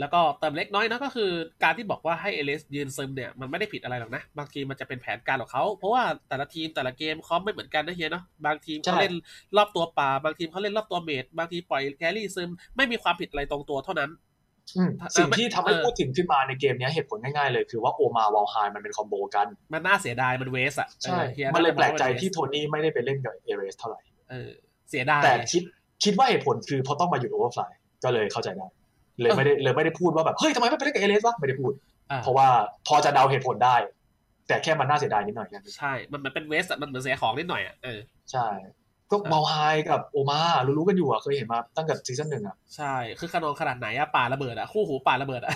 แล้วก็เติมเล็กน้อยนะก็คือการที่บอกว่าให้เอเลสยืนซึมเนี่ยมันไม่ได้ผิดอะไรหรอกนะ บางทีมันจะเป็นแผนการของเขา เพราะว่าแต่ละทีมแต่ละเกมคอมไม่เหมือนกันนะเฮียเนาะบางทีม
ใช่
เขาเล่นรอบตัวป่า บางทีมเขาเล่นรอบตัวเมดบางทีปล่อยแครี่ซึมไม่มีความผิดอะไรตรงตัวเท่านั้น
อืม
เออ
สิ่งที่ทำให้
เออ
พูดถึงขึ้นมาในเกมเนี้ยเหตุผลง่ายๆเลยคือว่าโอมาวอลไฮมันเป็นคอมโบกัน
มันน่าเสียดายมันเวสอะออฮี
มันเลย
า
แปลกใจ
ว่ามัน waste
ที่โทนี่ไม่ได้ไปเล่นกับเอเรสเท่าไหร่
เออเสียดาย
แต่คิดคิดว่าเหตุผลคือเพราะต้องมาหยุดโอเวอร์ฟลายก็เลยเข้าใจได้เลย
เออ
ไม่ได้เลยไม่ได้พูดว่าแบบเฮ้ยทำไมไม่ไปเล่นกับเอเรสวะไม่ได้พูด
อ่า
เพราะว่าพอจะเดาเหตุผลได้ แต่แค่มันน่าเสียดายนิดหน่อยกัน
ใช่มันมันเป็นเวสอะมันเหมือนเสียของนิดหน่อยอะเออ
ใช่ ก็
ใช่
เมาไฮกับโอมารู้ๆกันอยู่อ่ะ เคยเห็นมาตั้งแต่ซีซั่นหนึ่งอ่ะ
ใช่คือขนองขนาดไหนอะป่าระเบิดอะคู่หูป่าระเบิดอะ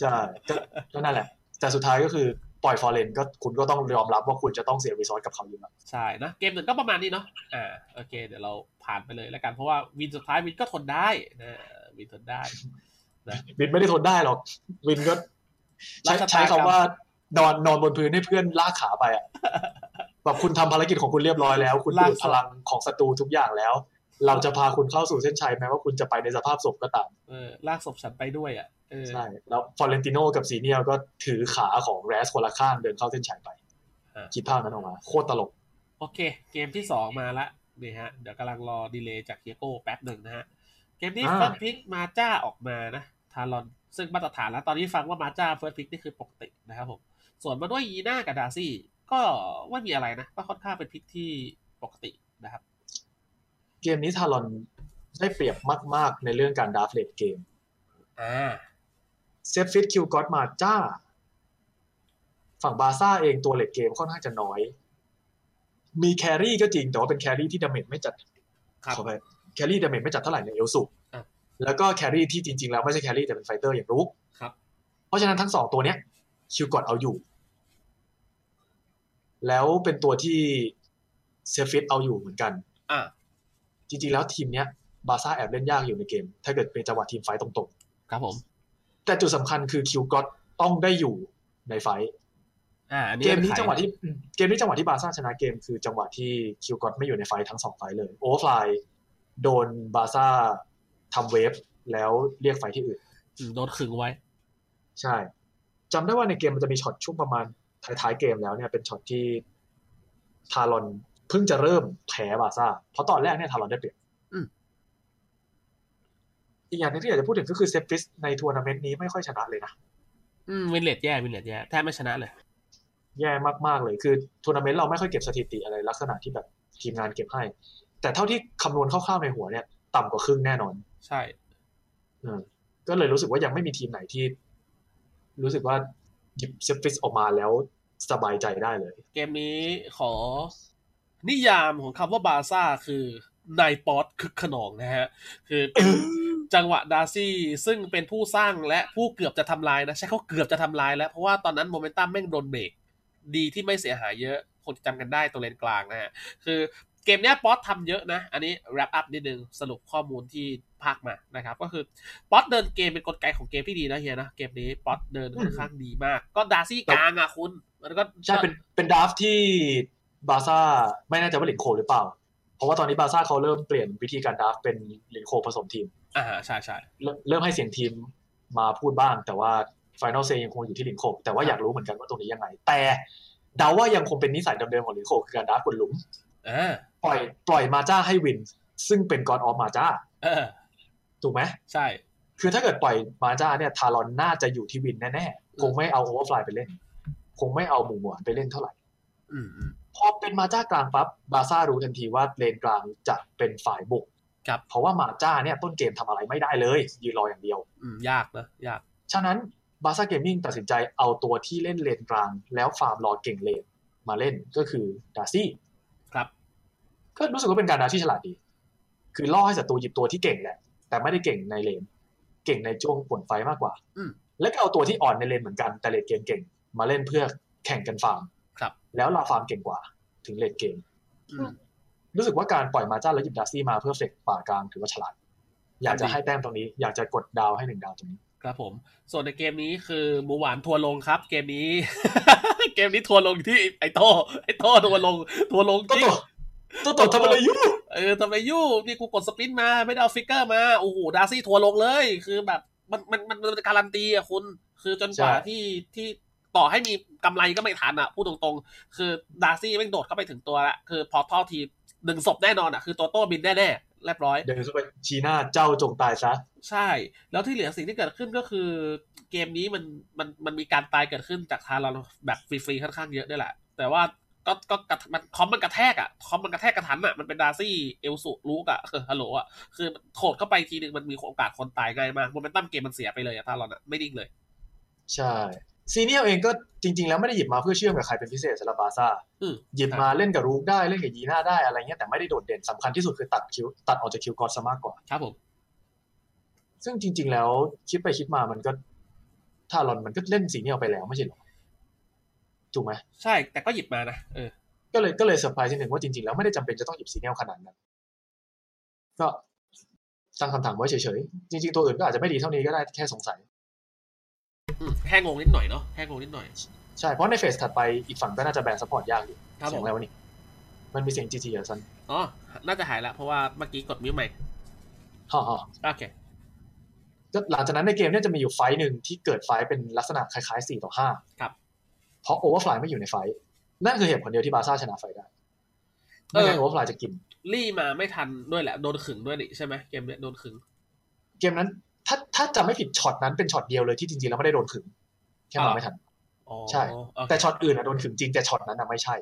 ใช่ก็ก็นั่นแหละ แต่สุดท้ายก็คือปล่อยฟอร์เรนก็คุณก็ต้องยอมรับว่าคุณจะต้องเสียรีซอสกับเขาอยู่แล้ว
ใช่นะเกมหนึ่งก็ประมาณนี้เนาะอ่าโอเค เดี๋ยวเราผ่านไปเลยแล้วกันเพราะว่าวินสุดท้ายวินก็ทนได้นะวินทนได้
วินไม่ได้ทนได้หรอก วินก็ใช้
รักชะตากรรม
ใช้คำว่านอนนอนบนพื้นให้เพื่อนลากขาไปอ่ะแบบคุณทำภารกิจของคุณเรียบร้อยแล้ว คุณ
ลาก
ดูด
ศพ
พลังของศัตรูทุกอย่างแล้ว เราจะพาคุณเข้าสู่เส้นชัยแม้ว่าคุณจะไปในสภาพศพก็ตาม
เออลากศพฉันไปด้วยอ่ะเออ
ใช่ แล้วฟอเรนติโนกับซีเนียก็ถือขาของแรสคนละข้างเดินเข้าเส้นชัยไปคิดภาพนั้นออกมา โคตรตลก
โอเค เกมที่สองมาละนี่ฮะ เดี๋ยวกำลังรอดีเลย์จากเฮียโก้แป๊บหนึ่งนะฮะ เกมนี้
อ่า
เฟิร์สพิกมาจ้าออกมานะ ทารอน ซึ่งมาตรฐานแล้ว ตอนนี้ฟังว่ามาจ้าเฟิร์สพิกนี่คือปกตินะครับผม ส่วนมาด้วยยีน่ากับดาร์ซี่ ก็ว่ามีอะไรนะ ก็ค่อนข้างเป็นพิกที่ปกตินะครับ
เกมนี้ทารอนได้เปรียบมาก ๆ ในเรื่องการดราฟเลดเกม
อ่า
เซฟฟิตคิวก็อดมาจ้า ฝั่งบาซ่าเองตัวเลดเกมค่อนข้างจะน้อย มีแครี่ก็จริง แต่ว่าเป็นแครี่ที่ดาเมจไม่จัด
ครับ
ขอไปแครี่ดาเมจไม่จัดเท่าไหร่ในเอลสุ
อ่ะ
แล้วก็แครี่ที่จริง ๆ แล้วไม่ใช่แครี่แต่เป็นไฟเตอร์อย่างรุก
ครับ
เพราะฉะนั้นทั้งสองตัวเนี้ยคิวกอดเอาอยู่ แล้วเป็นตัวที่เซฟิตเอาอยู่เหมือนกัน
อ่า
จริงๆแล้วทีมเนี้ยบาซ่าแอบเล่นยากอยู่ในเกม ถ้าเกิดเป็นจังหวะทีมไฟต์ตรง
ครับผม
ๆ แต่จุดสำคัญคือคิวกอดต้องได้อยู่ในไฟต์
อ่า อันนี้
เกมนี้จังหวะที่เกมนี้จังหวะที่บาซ่าชนะเกมคือจังหวะที่คิวกอดไม่อยู่ในไฟต์ทั้งสองไฟต์เลยโอเวอร์ฟลายโดนบาซ่าทำเวฟแล้วเรียกไฟต์ที่อื่น
อืมโดนขึงไว้
ใช่จำได้ว่าในเกมมันจะมีช็อตช่วงประมาณท้ายๆเกมแล้วเนี่ยเป็นช็อตที่ทารอนเพิ่งจะเริ่มแพ้บาร์ซ่าเพราะตอนแรกเนี่ยทารอนได้เปรียบ
อืม
อีกอย่างหนึงที่อยากจะพูดถึงก็คือเซฟฟิสในทัวร์นาเมนต์นี้ไม่ค่อยชนะเลยนะ
อืมวินเลดแย่วินเลดแย่แทบไม่ชนะเลย
แย่มากๆเลยคือทัวร์นาเมนต์เราไม่ค่อยเก็บสถิติอะไรลักษณะที่แบบทีมงานเก็บให้ แต่เท่าที่คำนวณคร่าวๆในหัวเนี่ย ต่ำกว่าครึ่งแน่นอน
ใช่
อืมก็เลยรู้สึกว่ายังไม่มีทีมไหนที่ รู้สึกว่าหยิบเซฟฟิสออกมาแล้วสบายใจได้เลย
เกมนี้ขอนิยามของคำว่าบาซ่าคือนายป๊อตคึกขนองนะฮะ คือ [COUGHS] เป็นจังหวะดาร์ซี่ซึ่งเป็นผู้สร้างและผู้เกือบจะทำลายนะ ใช่เขาเกือบจะทำลายแล้ว เพราะว่าตอนนั้นโมเมนตัมแม่งโดนเบรกดีที่ไม่เสียหายเยอะ คนจำกันได้ตัวเลนกลางนะฮะ คือเกมเนี้ยป๊อตทำเยอะนะ อันนี้ wrap up นิดนึง สรุปข้อมูลที่ภาคมานะครับ ก็คือป๊อตเดินเกมเป็นกลไกของเกมที่ดีนะเฮียนะเกมนี้ป๊อตเดินค่อนข้างดีมาก ก็ดาร์ซี่กลางอ่ะคุณมันก็
ใช่เป็นเป็นดราฟต์ที่บาร์ซ่าไม่แน่ใจว่าลินโคหรือเปล่า เพราะว่าตอนนี้บาร์ซ่าเขาเริ่มเปลี่ยนวิธีการดราฟต์เป็นลินโคผสมทีม
อ่าใช่ใช่
เริ่มเริ่มให้เสียงทีมมาพูดบ้าง แต่ว่าฟิแนลเซยังคงอยู่ที่ลินโคแต่ว่าอยากรู้เหมือนกันว่าตรงนี้ยังไง แต่เดาว่ายังคงเป็นนิสัยเดิมๆของลินโคคือการดราฟต์บนหลุม
อ่า
ปล่อยปล่อยมาจ้าให้วิน ซึ่งเป็นกอดออฟมาจ้า
เออ
ถูกไหม
ใช่
คือถ้าเกิดปล่อยมาจ้าเนี่ยทารอนน่าจะอยู่ที่วินแน่
อืม
ๆ คงไม่เอาโอเวอร์ฟลายไปเล่น คงไม่เอาหมู่หมวนไปเล่นเท่าไหร่
อืมอืม
พอเป็นมาจ้ากลางปั๊บบาซ่ารู้ทันทีว่าเลนกลางจะเป็นฝ่ายบุก
ครับ
เพราะว่ามาจ้าเนี่ยต้นเกมทำอะไรไม่ได้เลยยืนรออย่างเดียว
อืมยากนะยาก
ฉะนั้นบาซ่าเกมมิ่งตัดสินใจเอาตัวที่เล่นเลนกลางแล้วฟาร์มรอเก่งเลนมาเล่นก็คือดาร์ซี่
ครับ
ก็รู้สึกว่าเป็นการดาที่ฉลาดดี คือล่อให้ศัตรูหยิบตัวที่เก่งแหละ แต่ไม่ได้เก่งในเลน เก่งในช่วงผลไฟมากกว่า
อืม
แล้วก็เอาตัวที่อ่อนในเลนเหมือนกัน แต่เลนเกมเก่ง มาเล่นเพื่อแข่งกันฟาร์ม
ครับ
แล้วเราฟาร์มเก่งกว่า ถึงเลนเกม
อืม
รู้สึกว่าการปล่อยมาจ้าแล้วหยิบดาซี่มาเพื่อเฟกป่ากลางถือว่าฉลาด อยากจะให้แต้มตรงนี้ อยากจะกดดาวให้หนึ่งดาวตรงนี้
ครับผม ส่วนในเกมนี้คือหมูหวานทัวร์ลงครับ เกมนี้ [LAUGHS] เกมนี้ทัวร์ลงที่ไอโต้ไอโต้ทัวร์ลง ทัวร์ลงจ
ตัว
ริง
ตัวตัวตัวทำอะไรอยู่
เออทำไมยู่นี่กูกดสปรินต์มาไม่ได้เอาฟิกเกอร์มาโอ้โหดาร์ซี่ทัวร์ลงเลย คือแบบมันมันมันมันการันตีอะคุณ คือจนกว่าที่ที่ต่อให้มีกำไรก็ไม่ทันอะพูดตรงๆ คือดาร์ซี่แม่งโดดเข้าไปถึงตัวละคือพอท่อทีหนึ่งศพแน่นอนอะคือตัวโต้บินแน่ๆเรียบร้อย
เดินเข้าไปชี้หน้าเจ้าจงตายซะ
ใช่ แล้วที่เหลือสิ่งที่เกิดขึ้นก็คือเกมนี้มันมันมันมีการตายเกิดขึ้นจากทารอนแบบฟรีๆค่อนข้างเยอะด้วยแหละ แต่ว่าก็ก็กระมันคอมมันกระแทกอ่ะคอมมันกระแทกกระทันอ่ะมันเป็นดาร์ซี่เอลสุลูกอ่ะเออฮัลโหลอ่ะคือมันโขดเข้าไปทีนึงมันมีโอกาสคนตายง่ายมากโมเมนตัมเกมมันเสียไปเลยอะทารอนอ่ะไม่นิ่งเลย
ใช่ซีเนียลเองก็จริง ๆ แล้วไม่ได้หยิบมาเพื่อเชื่อมกับใครเป็นพิเศษสำหรับบาซ่า
อืม
หยิบมาเล่นกับรูกได้เล่นกับยีน่าได้อะไรเงี้ยแต่ไม่ได้โดดเด่นสำคัญที่สุดคือตัดคิวตัดออกจากคิวกอดซะมากกว่า
ครับผม
ซึ่งจริง ๆ แล้วคิดไปคิดมามันก็ทารอนมันก็เล่นซีเนียลไปแล้วไม่ใช่เหรอถูกไหม
ใช่แต่ก็หยิบมานะเออ
ก็เลยก็เลยเซอร์ไพรส์ทีหนึ่งว่าจริง ๆ แล้วไม่ได้จำเป็นจะต้องหยิบซีเนียลขนาดนั้นก็ ตั้งคำถามไว้เฉยๆ จริงๆ ตัวอื่นก็อาจจะไม่ดีเท่านี้ก็ได้แค่สงสัย
อืมแค่งงนิดหน่อยเนาะแค่งงนิดหน่อย
ใช่ เพราะในเฟสถัดไปอีกฝั่งก็น่าจะแบนซัพพอร์ตยากอยู่
ครับผม
เสียงอะไรวะนี่ มันมีเสียง GT เหรอซัน
อ๋อ น่าจะหายละเพราะว่าเมื่อกี้กดมิวใหม่
ฮ่า
โอเค
ๆก็หลังจากนั้นในเกมเนี่ยจะมีอยู่ไฟท์หนึ่งที่เกิดไฟท์เป็นลักษณะคล้ายๆ 4 ต่อ5
ครับ
เพราะโอเวอร์ฟลายไม่อยู่ในไฟท์นั่นคือเหตุผลเดียวที่บาร์ซ่าชนะไฟท์ได้ไม่งั้น
เออ
โอเวอร์ฟลายจะกิน
รี่มาไม่ทันด้วยแหละ โดนขึงด้วยนี่ใช่ไหมเกมเนี้ยโดนขึง
เกมนั้นถ้าถ้าจำไม่ผิดช็อตนั้นเป็นช็อตเดียวเลยที่จริงๆแล้วไม่ได้โดนขึงแค่มา
อ่า
ไม่ทัน
อ๋อ
ใช่
โเค
แต่ช็อตอื่นอะโดนขึงจริงแต่ช็อตนั้นอะไม่ใช่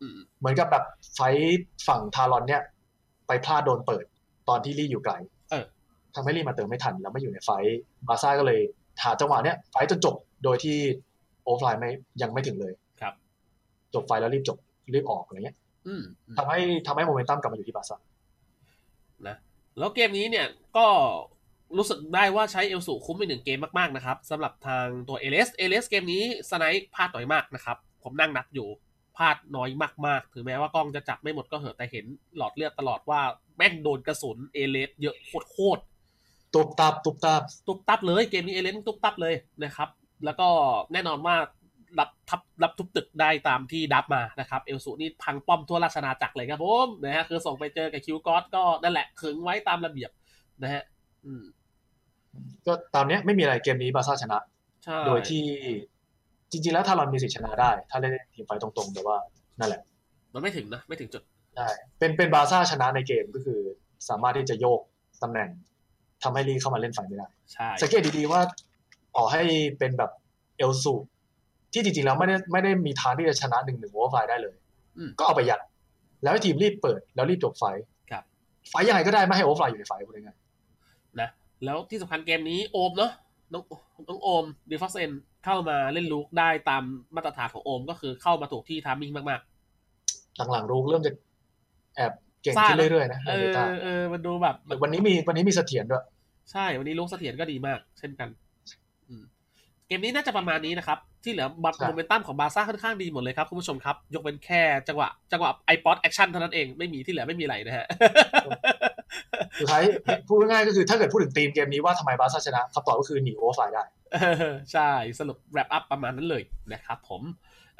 อืม
เหมือนกับแบบไฟท์ฝั่งทารอนเนี่ย ไปพลาดโดนเปิดตอนที่ลี่อยู่ไกล
เออ
ทำให้ลี่มาเติมไม่ทัน แล้วไม่อยู่ในไฟท์บาร์ซ่าก็เลยหาจังหวะเนี้ยไฟท์จนจบโดยที่โอฟไลน์ไม่ยังไม่ถึงเลย
ครับ
จบไฟท์แล้วรีบจบรีบออกอะไรเงี้ย
อืม
ทำให้ทำให้โมเมนตัมกลับมาอยู่ที่บาร์ซ่า
นะแล้วเกมนี้เนี่ยก็รู้สึกได้ว่าใช้เอลสูคุ้มไปหนึ่งเกมมาก ๆ นะครับสำหรับทางตัว LS LS เกมนี้สไนป์พลาดน้อยมากนะครับ ผมนั่งนับอยู่พลาดน้อยมาก ๆ ถึงแม้ว่ากล้องจะจับไม่หมดก็เหอะแต่เห็นหลอดเลือดตลอดว่าแม่งโดนกระสุน LS เยอะโคตร ๆ
ตุบตาบตุบตาบ
ตุ๊บตับเลยเกมนี้เอเลนตุ๊บตับเลยนะครับ แล้วก็แน่นอนว่ารับทับรับทุบตึกได้ตามที่ดับมานะครับเอลสูนี่พังป้อมทั่วราชนาจักรเลยครับผมนะฮะคือส่งไปเจอกับคิวกอสก็นั่นแหละขึงไว้ตามระเบียบนะฮะอืม
ก็ตามเนี้ยไม่มีอะไรเกมนี้บาร์ซ่าชนะ
ใช่
โดยที่จริงๆแล้วทารอนมีสิทธิชนะได้ ถ้าเล่นทีมไฟท์ตรงๆแต่ว่านั่นแหละ
มันไม่ถึงนะ ไม่ถึงจุด
ใช่เป็นเป็นบาร์ซ่าชนะในเกมก็คือ สามารถที่จะโยกตำแหน่งทำให้ลีเข้ามาเล่นไฟไม่ได้
ใช่
สังเกตดีๆว่าต่อให้เป็นแบบเอลสูที่จริงๆแล้วไม่ได้ไม่ได้มีทางที่จะชนะหนึ่งหนึ่งโอเวอร์ไฟได้เลย
อืม
ก็เอาไปยัดแล้วให้ทีมรีบเปิดแล้วรีบจบไฟ
ครับ
ไฟยังไงก็ได้ไม่ให้โอเวอร์ไฟอยู่ในไฟพูดง่าย
นะแล้วที่สำคัญเกมนี้โอมเนาะน้องน้องโอมดีฟอสเอนเข้ามาเล่นลูกได้ตามมาตรฐานของโอม ก็คือเข้ามาถูกที่ทามมิ่งมาก
ๆหลังๆรู้เริ่มจะแอบเก่ง
ซ่า
ขึ้นเรื่อยๆนะ
ๆ
ใน
เอ
เด
อ
ต้า
เออมันดูแบบ
วันนี้มีวันนี้มีเสถียรด้วย
ใช่ วันนี้ลูกเสถียรก็ดีมาก เช่นกันอืมเกมนี้น่าจะประมาณนี้นะครับ ที่เหลือบัต
ใช่
โมเมนตัมของบาร์ซ่าค่อนข้างดีหมดเลยครับ คุณผู้ชมครับ ยกเป็นแค่จังหวะ จังหวะไอปอดแอคชั่นเท่านั้นเองไม่มีที่เหลือไม่มีอะไรนะฮะ
สุดท้าย [LAUGHS] พูดง่ายๆก็คือถ้าเกิดพูดถึงทีมเกมนี้ว่าทำไมบาร์ซ่าชนะคำตอบก็คือหนีโอเวอร์ไฟได้
เออใช่สรุปแรปอัพประมาณนั้นเลยนะครับผม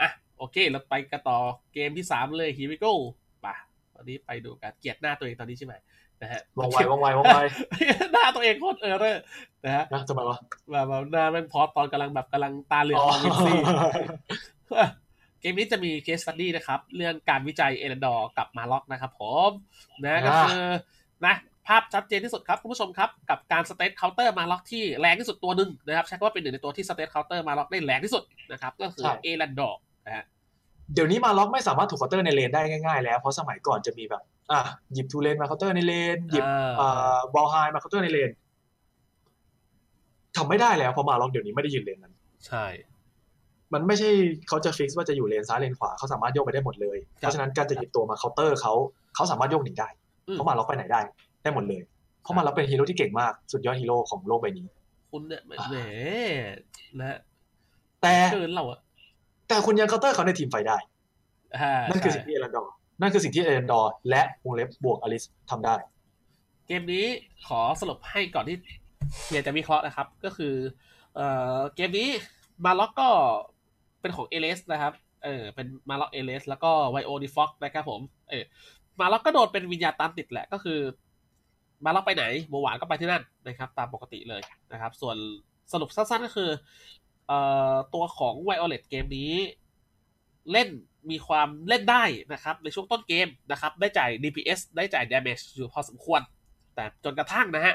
อ่ะโอเคเราไปกันต่อเกมที่ 3 เลยฮีวิโก้ป่ะตอนนี้ไปดูกันเกลียดหน้าตัวเองตอนนี้ใช่ไหมนะฮะ
ว่องไวว่องไวว่องไว
หน้าตัวเองโคตรเออเรอร์นะฮะ
นะทำไมวะ
แบบแบบหน้าแม่งพอสตอนกำลังแบบกำลังตาเหลือก
อ๋อ
มองลิปซี เกมนี้จะมีเคสตัดดี้นะครับ เรื่องการวิจัยเอเลนดอร์กับมาล็อกนะครับผมนะก็คือนะภาพชัดเจนที่สุดครับ คุณผู้ชมครับ กับการสเตทเคาน์เตอร์มาล็อกที่แรงที่สุดตัวหนึ่งนะครับ ใช้คำว่าเป็นหนึ่งในตัวที่สเตทเคาน์เตอร์มาล็อกได้แรงที่สุดนะครับ ก็คือเอเลนดอร์นะฮะ
เดี๋ยวนี้มาล็อกไม่สามารถถูกเคาน์เตอร์ในเลนได้ง่ายๆแล้ว เพราะสมัยก่อนจะมีแบบ อ่ะหยิบทูเลนมาเคาน์เตอร์ในเลน หยิบ
อ่า
บอลไฮมาเคาน์เตอร์ในเลนทำไม่ได้แล้วเพราะมาล็อกเดี๋ยวนี้ไม่ได้ยืนเลนนั้น
ใช่
มันไม่ใช่เขาจะฟิกว่าจะอยู่เลนซ้ายเลนขวาเขาสามารถโยกไปได้หมดเลย เพราะฉะนั้นการจะหยิบตัวมาเคาน์เตอร์เขาเขาสามารถโยกหนีได้
อืม
เขามาล็อกไปไหนได้ ได้หมดเลยเพราะมาล็อกเป็นฮีโร่ที่เก่งมากสุดยอดฮีโร่ของโลกใบนี้
คุณเนี่ยแหมนะฮะ
แต่
เกินเราอะ
แต่คุณยังเคาน์เตอร์เขาในทีมไฟได้
อ่า
นั่นคือ
ใช่
สิ่งที่เอรันดอร์นั่นคือสิ่งที่เอรันดอร์และวงเล็บบวกอลิสทำได้
เกมนี้ขอสรุปให้ก่อนที่เฮียจะวิเคราะห์นะครับ ก็คือเอ่อเกมนี้มาล็อกก็เป็นของเอเลสนะครับเออเป็นมาล็อกเอเลสแล้วก็ไวโอดีฟ็อกนะครับผมเออมาล็อกก็โดนเป็นวิญญาณตามติดแหละก็คือ มาล็อกไปไหนโมหวานก็ไปที่นั่นนะครับ ตามปกติเลยนะครับ ส่วนสรุปสั้นๆก็คือเอ่อตัวของไวโอเลตเกมนี้ เล่นมีความเล่นได้นะครับ ในช่วงต้นเกมนะครับ ได้จ่าย DPS ได้จ่าย damage อยู่พอสมควร แต่จนกระทั่งนะฮะ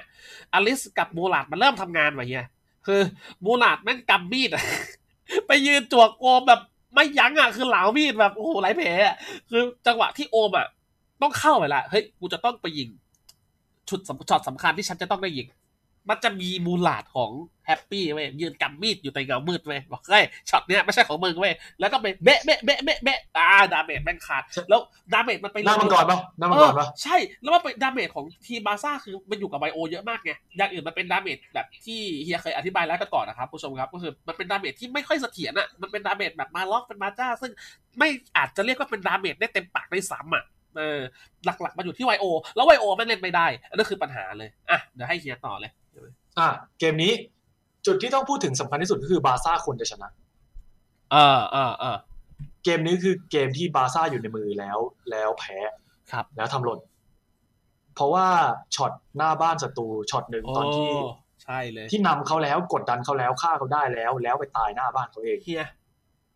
อลิสกับมูลาดมันเริ่มทำงานว่ะเฮียคือมูลาดแม่งกำมีดอะ [LAUGHS] ไปยืนจวกโอมแบบไม่ยั้งอ่ะ คือเหลามีดแบบโอ้โหไหลายแผลอะคือจังหวะที่โอมอ่ะ ต้องเข้าไปละเฮ้ย กูจะต้องไปยิงชุดสำช็อตสำคัญที่ฉันจะต้องได้ยิง มันจะมีมูลาดของแฮปปี้เว้ยยืนกำมีดอยู่ในเงามืดเว้ยบอกเฮ้ยช็อตเนี้ยไม่ใช่ของมึงเว้ยแล้วก็ไปเบะเบะเบะเบะเบะอ่าดาเมจแม่งขาดแล้วดาเมจมันไป
หน้ามังกรปะหน้ามังกรปะ
เออใช่ แล้วมันเป็นดาเมจของทีมบาร์ซ่าคือมันอยู่กับไบโอเยอะมากไง อย่างอื่นมันเป็นดาเมจแบบที่เฮียเคยอธิบายแล้วกันก่อนนะครับผู้ชมครับ ก็คือมันเป็นดาเมจที่ไม่ค่อยเสถียรอ่ะ มันเป็นดาเมจแบบมาล็อกเป็นมาจ้า ซึ่งไม่อาจจะเรียกว่าเป็นดาเมจได้เต็มปากได้ซ้ำอ่ะ เออหลักๆมันอยู่ที่ไวโอแล้วไวโอไม่เล่นไม่ได้อันนั่นคือปัญหาเลยอ่ะเดี๋ยวให้เฮียต่อเลย
อ่ะเกมนี้จุดที่ต้องพูดถึงสำคัญที่สุดก็คือบาร์ซ่าควรจะชนะ
อ่าอ่าอ่า
เกมนี้คือเกมที่บาร์ซ่าอยู่ในมือแล้วแล้วแพ้
ครับ
แล้วทำหล่น เพราะว่าช็อตหน้าบ้านศัตรูช็อตหนึ่ง
โอ้
ตอนที่
ใช่เลย
ที่นำเขาแล้วกดดันเขาแล้วฆ่าเขาได้แล้ว แล้วไปตายหน้าบ้านเขาเอง
เฮีย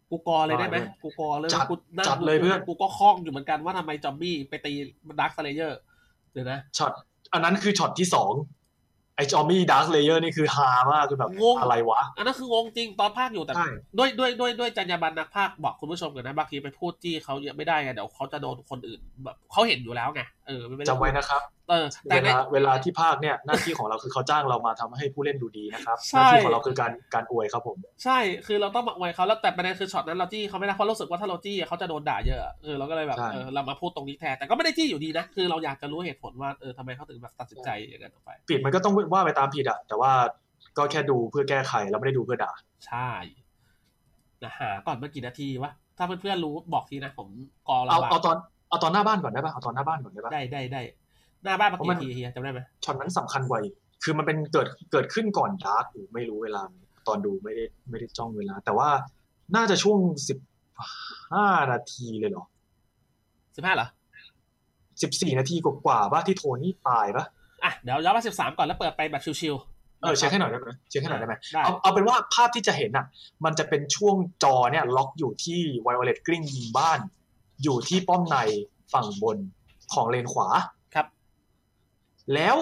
กูกอเลยได้ไหม
ได้เลย
กูกอเลย
จัด
กูนั่ง
จัดเลยเพื่อน
กูก็คล้องอยู่เหมือนกันว่าทำไมจอมบี้ไปตีดาร์คสเลเยอร์เดี๋ยวนะ
ช็อตอันนั้นคือช็อตที่สองไอจอมมี่ดาร์คเลเยอร์นี่คือฮามากคือแบบอะไรวะ
อันนั้นคืองงจริงตอนภาคอยู่แต่
ใช่
ด้วยด้วยด้วยด้วยจรรยาบรรณนักภาคบอกคุณผู้ชมกันนะบางทีไปพูดจี้เขาเยอะไม่ได้ไงเดี๋ยวเขาจะโดนคนอื่นแบบเขาเห็นอยู่แล้วไงเออม่เป็นร
จำไว้นะครับ
เออ
เว
แต่ใน
ลาเวลาที่ภาคเนี่ยหน้าที่ของเราคือเขาจ้างเรามาทำให้ผู้เล่นดูดีนะครับห
ใช่
น้าที่ของเราคือการการอวยครับผม
ใช่คือเราต้องบอกไว้เขาแล้วแต่ประเด็นคือช็อตนั้นเราจี้เขาไม่ได้เพราะรู้สึกว่าถ้าเราจี้เขาจะโดนด่าเยอะเออเราก็เลยแบบ
ใช่
เออเรามาพูดตรงนี้แทนแต่ก็ไม่ได้จี้อยู่ดีนะคือเราอยากจะรู้เหตุผลว่าเออทำไมเขาถึงแบบตัดสินใจอย่างนั้นออกไป
ผิดมันก็ต้องว่าไปตามผิดอะแต่ว่าก็แค่ดูเพื่อแก้ไขแล้วไม่ได้ดูเพื่อด่า
ใช่นะหาก่อนเมื่อกี่นาทีวะถ้าเพื่อนๆรู้บอกทีนะผมกอระ
เอา
บา
เอาตอนเอาตอนหน้าบ้านก่อนได้ปะเอาตอนหน้าบ้านก่อนได้ปะ
ได้ได้ได้หน้าบ้านเมื่อ
เพราะมั
กี่
น
ทีเฮียจำได้ไหม
ช็อตนั้นสำคัญกว่าอีกคือมันเป็นเกิดเกิดขึ้นก่อนดาร์กอยู่ไม่รู้เวลา ตอนดูไม่ได้ไม่ได้จ้องเวลา แต่ว่าน่าจะช่วงสิบห้านาทีเลยเหรอ
สิบห้าเหรอ
สิบสี่นาทีกว่าๆป่ะที่โทนี่ตายป่ะ
อ่ะเดี๋ยวย้อนมาสิบสามก่อนแล้วเปิดไปแบบชิวๆ
เออเช็คให้หน่อยได้ไหมเช็คให้หน่อยได้ไหม
ได้
เอาเอาเป็นว่าภาพที่จะเห็นน่ะ มันจะเป็นช่วงจอเนี่ย ล็อกอยู่ที่ไวโอเลตกริ้งยิงบ้าน อยู่ที่ป้อมในฝั่งบนของเลนขวา
ครับ
แล้ว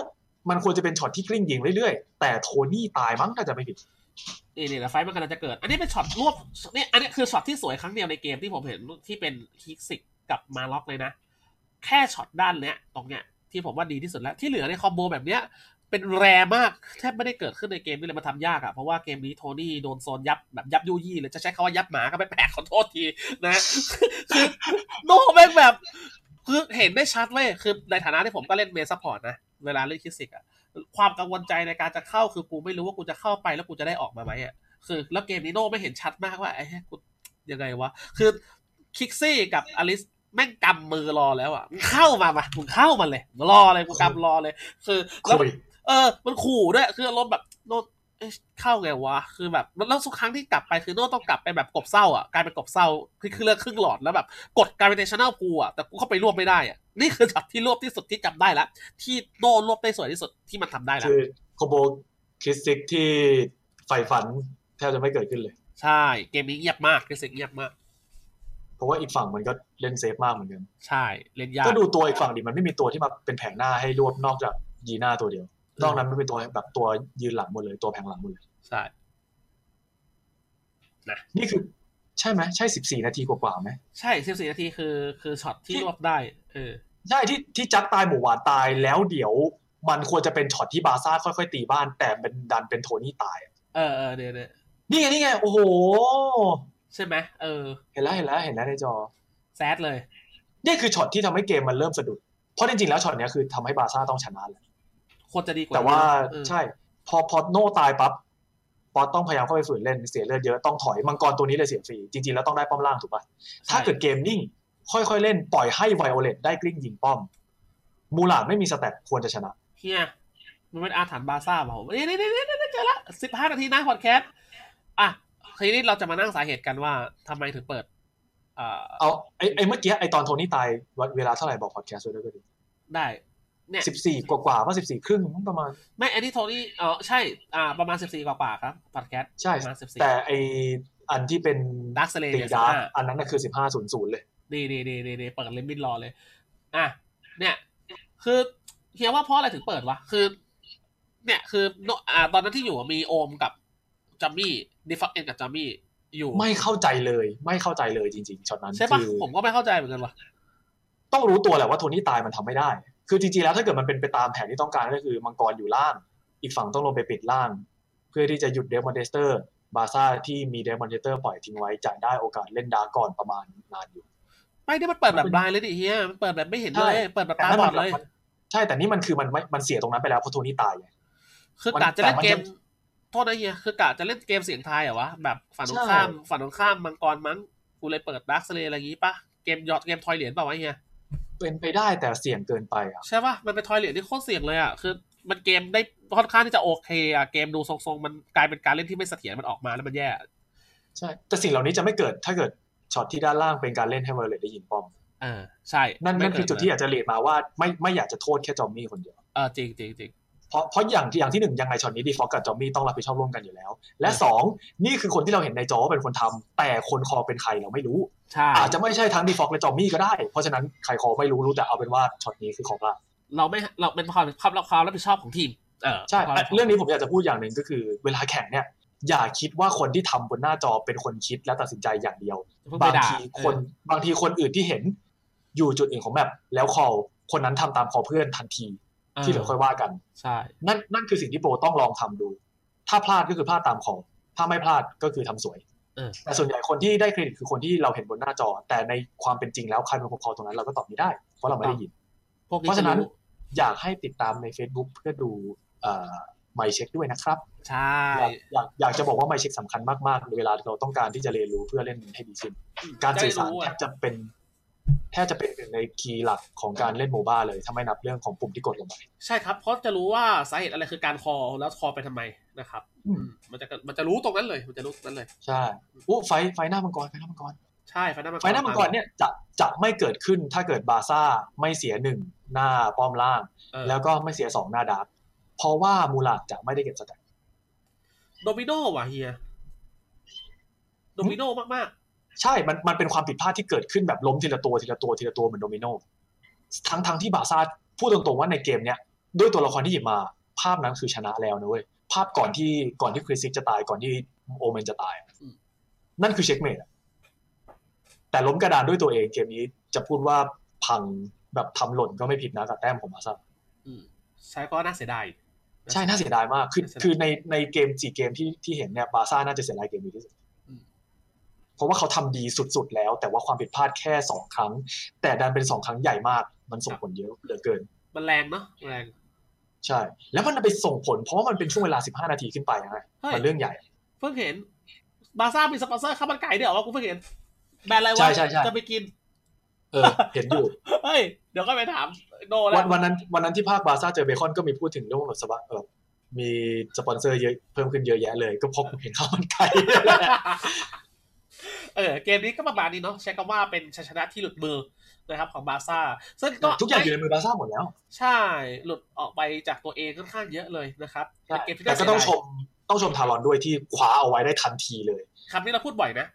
มันควรจะเป็นช็อตที่กลิ้งยิงเรื่อยๆ แต่โทนี่ตายมั้งน่าจะไม่ผิด
นี่นี่นะไฟท์มันกำลังจะเกิด อันนี้เป็นช็อตรวบเนี่ยอันนี้คือช็อตที่สวยครั้งเดียวในเกมที่ผมเห็นที่เป็นคิกซิกกับมาล็อกเลยนะ แค่ช็อตด้านเนี้ยตรงเนี้ยที่ผมว่าดีที่สุดแล้ว ที่เหลือในคอมโบแบบเนี้ยเป็นแรมากแทบไม่ได้เกิดขึ้นในเกมนี้เลยมันทำยากอะเพราะว่าเกมนี้โทนี่โดนโซนยับแบบยับยุยี่เลยจะใช้คำว่ายับหมาก็ไม่แปลกขอโทษทีนะ [LAUGHS] คือโน้แม่งแบบคือเห็นได้ชัดเว้ยคือในฐานะที่ผมก็เล่นเมซัพพอร์ตนะเวลาเล่นคิกซิกอะความกังวลใจในการจะเข้าคือกูไม่รู้ว่ากูจะเข้าไปแล้วกูจะได้ออกมาไหมอะ คือแล้วเกมนี้โน่ไม่เห็นชัดมากว่าไอ้เหี้ยกูยังไงวะ คือคิกซี่กับอลิสแม่งกำมือรอแล้วอ่ะมึงเข้ามามามึงเข้ามาเลยรอเลยกูกำรอเลย คือแล้วมัน
คุย
เออ มันขู่ด้วยคืออารมณ์แบบโน่เอ๊ะเข้าไงวะคือแบบแล้วทุกครั้งที่กลับไปคือโน่ต้องกลับไปแบบกบเศร้าอ่ะกลายเป็นกบเศร้าคือคือเลือกครึ่งหลอดแล้วแบบ กดการเป็นเนชั่นแนลกูอ่ะแต่กูเข้าไปรวบไม่ได้อ่ะนี่คือช็อตที่รวบที่สุดที่จำได้ละที่โน่รวบได้สวยที่สุดที่มันทำได้ละ
คือโคโบคริสติกที่ใฝ่ฝันแทบจะไม่เกิดขึ้นเลย
ใช่เกมนี้เงียบมากคือเสียงเงียบมาก
เพราะว่าอีกฝั่งมันก็เล่นเซฟมากเหมือนกัน
ใช่เล่นยาก
ก็ดูตัวอีกฝั่งดิมันไม่มีตัวที่มาเป็นแผงหน้าให้รวบนอกจากยีน่าตัวเดียว นอกนั้นมันเป็นตัวแบบตัวยืนหลังหมดเลยตัวแผงหลังหมดเลย
ใช่
นี่คือใช่ไหมใช่สิบสี่นาทีกว่าๆไหม
ใช่สิบสี่นาทีคือคือช็อตที่รวบได้ เออ
ใช่ที่ที่จัดตายหมู่หวานตายแล้วเดี๋ยวมันควรจะเป็นช็อตที่บาร์ซ่าค่อยๆตีบ้าน แต่เป็นดันเป็นโทนี่ตายอะ
เออเออเดี๋ยวเดี๋ยว
นี่ไงนี่ไงโอ้โห
ใช่ไหมเออ
เห็นแล้วเห็นแล้วเห็นแล้วในจอ
แซดเลย
นี่คือช็อตที่ทำให้เกมมันเริ่มสะดุด เพราะจริงๆแล้วช็อตเนี้ยคือทำให้บาร์ซ่าต้องชนะแหละ
ควรจะดีกว่า
แต่ว่า
เออ
ใช่ พอพอโน่ตายปั๊บปอตต้องพยายามเข้าไปฝืนเล่นเสียเลือดเยอะต้องถอยมังกรตัวนี้เลยเสียฟรีจริงๆแล้วต้องได้ป้อมล่างถูกป่ะ
ใช่
ถ้าเกิดเกมนิ่ง ค่อยๆเล่นปล่อยให้ไวโอเลตได้กลิ้งยิงป้อม มูหลาดไม่มีสแตทควรจะชนะ
เฮียมันเป็นอาถรรพ์บาร์ซ่าเปล่าผมเดี๋ยวเดี๋ยวเดี๋ยวเดี๋ยวเจอละสิบห้านาทีนะพอดแคสต์อ่ะทีนี้เราจะมานั่งสาเหตุกันว่าทำไมถึงเปิด เอ่อ
เอาไอ้ไอ้เมื่อกี้ไอ้ตอนโทนี่ตายเวลาเท่าไหร่บอกพอดแคสต์ไว้ด้วยก็ดี
ได้ เนี่ย
สิบสี่กว่ากว่าว่าสิบสี่ครึ่งมั้งประมาณ
ไม่แอนนี่โทนี่เออใช่อ่าประมาณสิบสี่กว่าๆครับพอดแคสต์
ใช่
ประมาณสิบสี่
แต่ไอ้อันที่เป็น
Dark Slayer
ตีดาร์ก
15
อันนั้นน่ะคือสิบห้าศูนย์ศูนย์เลย
นี่นี่นี่นี่นี่เปิดเลมบินรอเลย อ่ะ เนี่ย คือเฮียว่าเพราะอะไรถึงเปิดวะ คือ เนี่ย คือโนอ่า ตอนนั้นที่อยู่อะมีโอมกับจัมมี่ดิฟักเอนกับจัมมี่อยู่
ไม่เข้าใจเลย ไม่เข้าใจเลยจริงๆช็อตนั้น
ใช่ปะ
คือ
ผมก็ไม่เข้าใจเหมือนกันวะ
ต้องรู้ตัวแหละว่าโทนี่ตายมันทำไม่ได้ คือจริงๆแล้วถ้าเกิดมันเป็นไปตามแผนที่ต้องการก็คือมังกรอยู่ล่าง อีกฝั่งต้องลงไปปิดล่าง เพื่อที่จะหยุดเดมอนเทสเตอร์ บาซ่าที่มีเดมอนเทสเตอร์ปล่อยทิ้งไว้จะได้โอกาสเล่นดาร์กก่อนประมาณนานอยู่
ไม่ได้มันเปิดแบบบายเลยดิเฮียมันเปิดแบบไม่เห็นเลย
ใช่
เปิดแบบ
แต่
ตา
นั่น
บอ
มั
ด
น
เลย
ใช่แต่นี่มันคือมันไม่มันเสียตรงนั้นไปแล้วเพราะโทนี่ตายไง
คือกะ
มัน
จะเล่น
แต่มัน
เกม
จะ
โทษนะเฮีย คือกะจะเล่นเกมเสียงทายเหรอวะ แบบฝั่งตรงข้าม
ใช่
ฝั่งตรงข้ามมังกรมั้ง กูเลยเปิดดาร์คเลอะไรอย่างงี้ปะเกมหยอดเกมทอยเหรียญเปล่าวะเฮีย
เป็นไปได้แต่เสี่ยงเกินไปอ่ะ
ใช่ป่ะ มันเป็นทอยเลทที่โคตรเสี่ยงเลยอ่ะ คือมันเกมได้ค่อนข้างที่จะโอเคอ่ะ เกมดูทรงๆ มันกลายเป็นการเล่นที่ไม่เสถียร มันออกมาแล้วมันแย่
ใช่ แต่สิ่งเหล่านี้จะไม่เกิดถ้าเกิดช็อตที่ด้านล่างเป็นการเล่นให้เวเลตได้ยิงป้อม
เออ ใช่
นั่นนั่นคือ
ไม่เกิ
จุดที่อยากจะเลีดมาว่าไม่ไม่อยากจะโทษแค่จอมมี่คนเดียว
เออจริงจริงจริง
เพราะเพราะอย่างที่อย่างที่หนึ่งยังไงช็อตนี้ดีฟอกกับจอมมี่ต้องรับผิดชอบร่วมกันอยู่แล้ว และสองนี่คือคนที่เราเห็นในจอว่าเป็นคนทำแต่คนคอเป็นใครเราไม่รู้
ใช่
อาจจะไม่ใช่ทั้งดีฟอกและจอมมี่ก็ได้ เพราะฉะนั้นใครคอไม่รู้รู้แต่เอาเป็นว่าช็อตนี้คือของเรา
เราไม่ เราเป็นความความรับความรับผิดชอบของทีม เออ
ใช่
ความ
อ่ะ
บผิดชบ
เรื่องนี้ผมอยากจะพูดอย่างหนึ่งก็คือ เวลาแข่งเนี่ยอย่าคิดว่าคนที่ทำบนหน้าจอเป็นคนคิดและตัดสินใจอย่างเดียว
เพิ่งไป
บาง
ด่
ทีคน
เออบ
างทีคนอื่นที่เห็นอยู่จุดอื่นของแมปแล้วคอคนนั้นทำตามคอเพื่อนทันทีที่เหลือค่อยว่ากัน
ใช่
นั่นนั่นคือสิ่งที่โปรต้องลองทำดู ถ้าพลาดก็คือพลาดตามของ ถ้าไม่พลาดก็คือทำสวย
เออ
แต่ส่วนใหญ่คนที่ได้เครดิตคือคนที่เราเห็นบนหน้าจอ แต่ในความเป็นจริงแล้วใครเป็นคนคอตรงนั้นเราก็ตอบไม่ได้ เพราะเราไม่ได้ยิน
พวกนี้
เพราะฉะนั้น
รู้
อยากให้ติดตามใน Facebook เพื่อดูไมเช็คด้วยนะครับ
ใช่
อยากอยากอยากจะบอกว่าไมเช็คสำคัญมากๆในเวลาเราต้องการที่จะเรียนรู้เพื่อเล่นให้ดีขึ้น การสื่อสารแทบจะเป็นแทบจะเป็นหนึ่งในคีย์หลักของการเล่นโมบ้าเลยถ้าไม่นับเรื่องของปุ่มที่กดลงไป
ใช่ครับ เพราะจะรู้ว่าสาเหตุอะไรคือการคอแล้วคอไปทำไมนะครับ
อืม
อืมมันจะมันจะรู้ตรงนั้นเลย มันจะรู้ตรงนั้นเลย
ใช่อู้ไฟไฟหน้ามังกรไฟหน้ามังกร
ใช่ไฟหน้ามังกร
ไฟหน้ามังกรเนี่ยจะจะไม่เกิดขึ้นถ้าเกิดบาซ่าไม่เสียหนึ่งหน้าป้อมล่าง
เออ
แล้วก็ไม่เสียสองหน้าดาร์กเพราะว่ามูลาดจะไม่ได้เก็บสแต็ก
โดมิโนว่ะเฮีย โดมิโนมาก
ใช่มันมันเป็นความผิดพลาดที่เกิดขึ้นแบบล้มทีละตัวทีละตัวทีละตัวเหมือนโดมิโนทั้งทั้งที่บาซ่าพูดตรงๆว่าในเกมเนี้ยด้วยตัวละครที่หยิบมา ภาพนั้นคือชนะแล้วนะเว้ยภาพก่อนที่ก่อนที่คริสซิกจะตายก่อนที่โอเมนจะตาย
อืม
นั่นคือเช็คเมทอะแต่ล้มกระดานด้วยตัวเองเกมนี้จะพูดว่าพังแบบทำหล่นก็ไม่ผิดนะกับแต้มของบาซ่า
ๆอืมใช้ก็น่าเสียดาย
ใช่ น่าเสียดายมาก คือ
น่าเสียดาย
คือในในเกมสี่เกมที่ที่เห็นเนี่ย บาซ่าน่าจะเสียดายเกมนี้ที่สุด
อืม
เพราะว่าเขาทำดีสุดๆแล้ว แต่ว่าความผิดพลาดแค่สองครั้ง แต่ดันเป็นสองครั้งใหญ่มาก มันส่งผลเยอะเหลือเกิน
มันแรงเนาะแรง
ใช่ แล้วมันไปส่งผล เพราะว่ามันเป็นช่วงเวลาสิบห้านาทีขึ้นไปนะ
เฮ้ย
มันเรื่องใหญ่
เพิ่งเห็น บาซ่ามีสปอนเซอร์ข้าวมันไก่ด้วยเหรอวะกูเพิ่งเห็น แบรนด์อะไร
ใช่
วะ
ใช่ใช่
จะไปกิน
เอ
[LAUGHS]
อ เห็นอยู่
เฮ้ย เดี๋ยวก็ไปถามโดแล้
วั
วน
วันนั้นวันนั้นที่ภาคบาซ่าเจอเบคอนก็มีพูดถึงเรื่องแบบสปะเออมีสปอนเซอร์เยอะเพิ่มขึ้นเยอะแยะเลย ก็เพราะกูเห็นข้าวมัน
[LAUGHS]
ไก่
เออ เกมนี้ก็ประมาณนี้เนาะใช้คำว่าเป็นชัยชนะที่หลุดมือนะครับของบาซ่า ซึ่งก็
ทุกอย่างอยู่ในมือบาซ่าหมดแล้ว
ใช่ หลุดออกไปจากตัวเองค่อนข้างเยอะเลยนะครับเป็นเกมที่
แต่
น่า
ก็
เสีย
ต้อง
ดาย
ชมต้องชมทารอนด้วยที่คว้าเอาไว้ได้ทันทีเลย
คำนี้เราพูดบ่อยนะ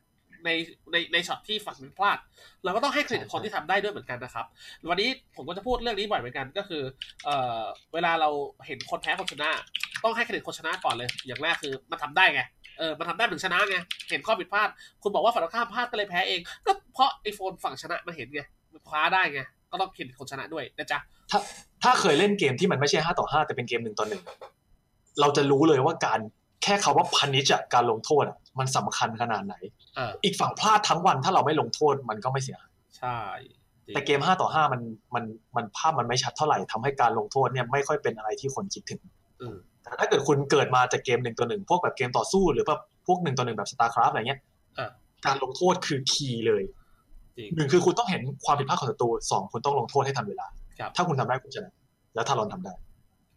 ในในในช็อตที่ฝั่งนั้นพลาด เราก็ต้องให้เครดิตคนที่ทำได้ด้วยเหมือนกันนะครับ วันนี้ผมก็จะพูดเรื่องนี้บ่อยเหมือนกันก็คือ เอ่อเวลาเราเห็นคนแพ้คนชนะ ต้องให้เครดิตคนชนะก่อนเลย อย่างแรกคือมันทำได้ไงเออมันทำได้ถึงชนะไงเห็นข้อผิดพลาด คุณบอกว่าฝั่งตรงข้ามพลาดก็เลยแพ้เอง ก็เพราะไอโฟนฝั่งชนะมันเห็นไงมันคว้าได้ไงก็ต้องเครดิตคนชนะด้วยนะจ๊ะ
ถ้าเคยเล่นเกมที่มันไม่ใช่ห้าต่อห้าแต่เป็นเกมหนึ่งต่อหนึ่งเราจะรู้เลยว่าการแค่คาว่าพันิชการลงโทษอะมันสำคัญขนาดไหน
เออ
อีกฝั่งพลาดทั้งวันถ้าเราไม่ลงโทษมันก็ไม่เสียหาย
ใช่จริง
แต่เกมห้าต่อห้ามันมันมันภาพมันไม่ชัดเท่าไหร่ทำให้การลงโทษเนี่ยไม่ค่อยเป็นอะไรที่คนคิดถึง
เออ
แต่ถ้าเกิดคุณเกิดมาจากเกมหนึ่งต่อหนึ่งพวกแบบเกมต่อสู้หรือแบบพวกหนึ่งต่อหนึ่งแบบสตาร์คราฟอะไรเงี้ย
เออ
การลงโทษคือคีย์เลย
จริง
หนึ่งคือคุณต้องเห็นความผิดพลาดของศัตรูสองคุณต้องลงโทษให้ทันเวลา
ครับ
ถ้าคุณทำได้คุณชนะ แล้วทารอนทำได้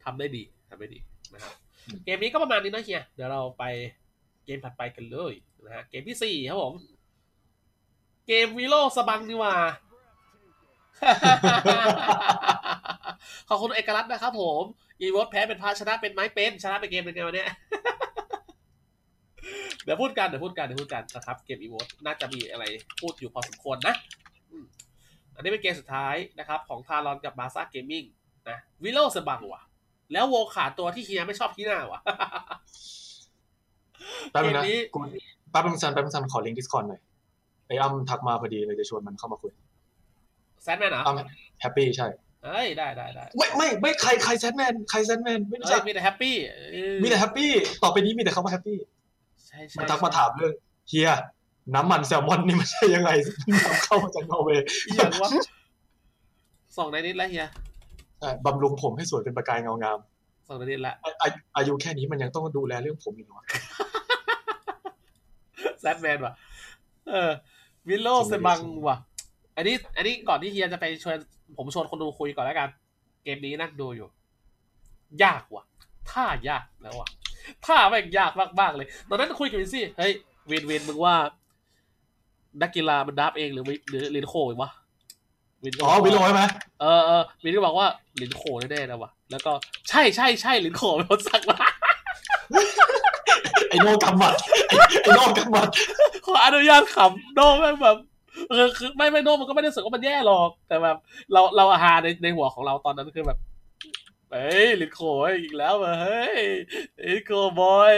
ทำได้ดีทำได้ดีนะครับ
อืม
เกมนี้ก็ประมาณนี้นะเฮียเดี๋ยวเราไปเกมถัดไปกันเลยนะฮะเกมที่สี่ครับผม เกมวิโลสบังดีกว่า [LAUGHS] ขอบคุณเอกลักษณ์นะครับผมอีวอตแพ้เป็นพาชนะเป็นไม้เป็น ชนะเป็นเกมเป็นไงวันเนี้ย [LAUGHS] เดี๋ยวพูดกันเดี๋ยวพูดกันเดี๋ยวพูดกันนะครับเกมอีวอตน่าจะมีอะไรพูดอยู่พอสมควรนะอืมอันนี้เป็นเกมสุดท้ายนะครับ ของทารอนกับบาซ่าเกมมิ่งนะวิโลสบังว่ะ แล้วโวขาตัวที่เฮียไม่ชอบที่หน้าวะ [LAUGHS]
แป๊บนึงนะ
เกมนี้
กูแป๊บนึงซันแป๊บนึงซันขอลิงก์ดิสคอนหน่อยไออ้ำทักมาพอดีเลยจะชวนมันเข้ามาคุย
แซนแมนเหรอ
อ้ำแฮปปี้ใช่
เอ้ยได้ได้ได้
ไม่ไม่ไม่ใครใครแซดแมนใครแซดแมนไม่รู้
เอ้
จั
ย
ก
มีแต่แฮปปี้เออ
มีแต่แฮปปี้ต่อไปนี้มีแต่คำว่าแฮปปี้
ใช่
มั
ใช่
นทักมาถามเรื่องเฮียน้ำมันแซลมอนนี่มันใช่ยัง [LAUGHS] ไงนำเข้ามาจากนอร์เวย์
เหี้ย [LAUGHS] งวะส่งในนิดแล้วเฮีย
ใช่บำรุงผมให้สวยเป็นประกายเงางาม
ส่งในนิดละ
อาอาอายุแค่นี้มันยังต้องดูแลเรื่องผมอีกเหรอ
แซนแมนว่ะเออวิลโลเซบังว่ะ อันนี้ อันนี้ก่อนที่เฮียจะไปชวนผมชวนคนดูคุยก่อนแล้วกัน เกมนี้นั่งดูอยู่ ยากว่ะท่ายากแล้วว่ะท่าแม่งยากมากๆเลย ตอนนั้นคุยกับวินซี่เฮ้ยเวนเวนมึงว่า นักกีฬามันดับเองหรือวิหรือลินโคเองวะวินก็บก
อ๋อ
ว่า
วิโรยไหม
เออเออวินก็บอกว่าลินโคแน่ๆนะวะแล้วก็ใช่ใช่ใช่ลิ [LAUGHS] นโคเป็นคนสั่งมา
ไอโนกำหมัดไอ้ไอโนกำหมัด
ขออนุญาตขำโน้แม่งแบบเออคือไม่ไม่โน้มันก็ไม่ได้รู้สึกว่ามันแย่หรอก แต่แบบเราเราอาหาในในหัวของเราตอนนั้นคือแบบเฮ้ยลินโคอีกแล้วเหรอเฮ้ยลินโคบอย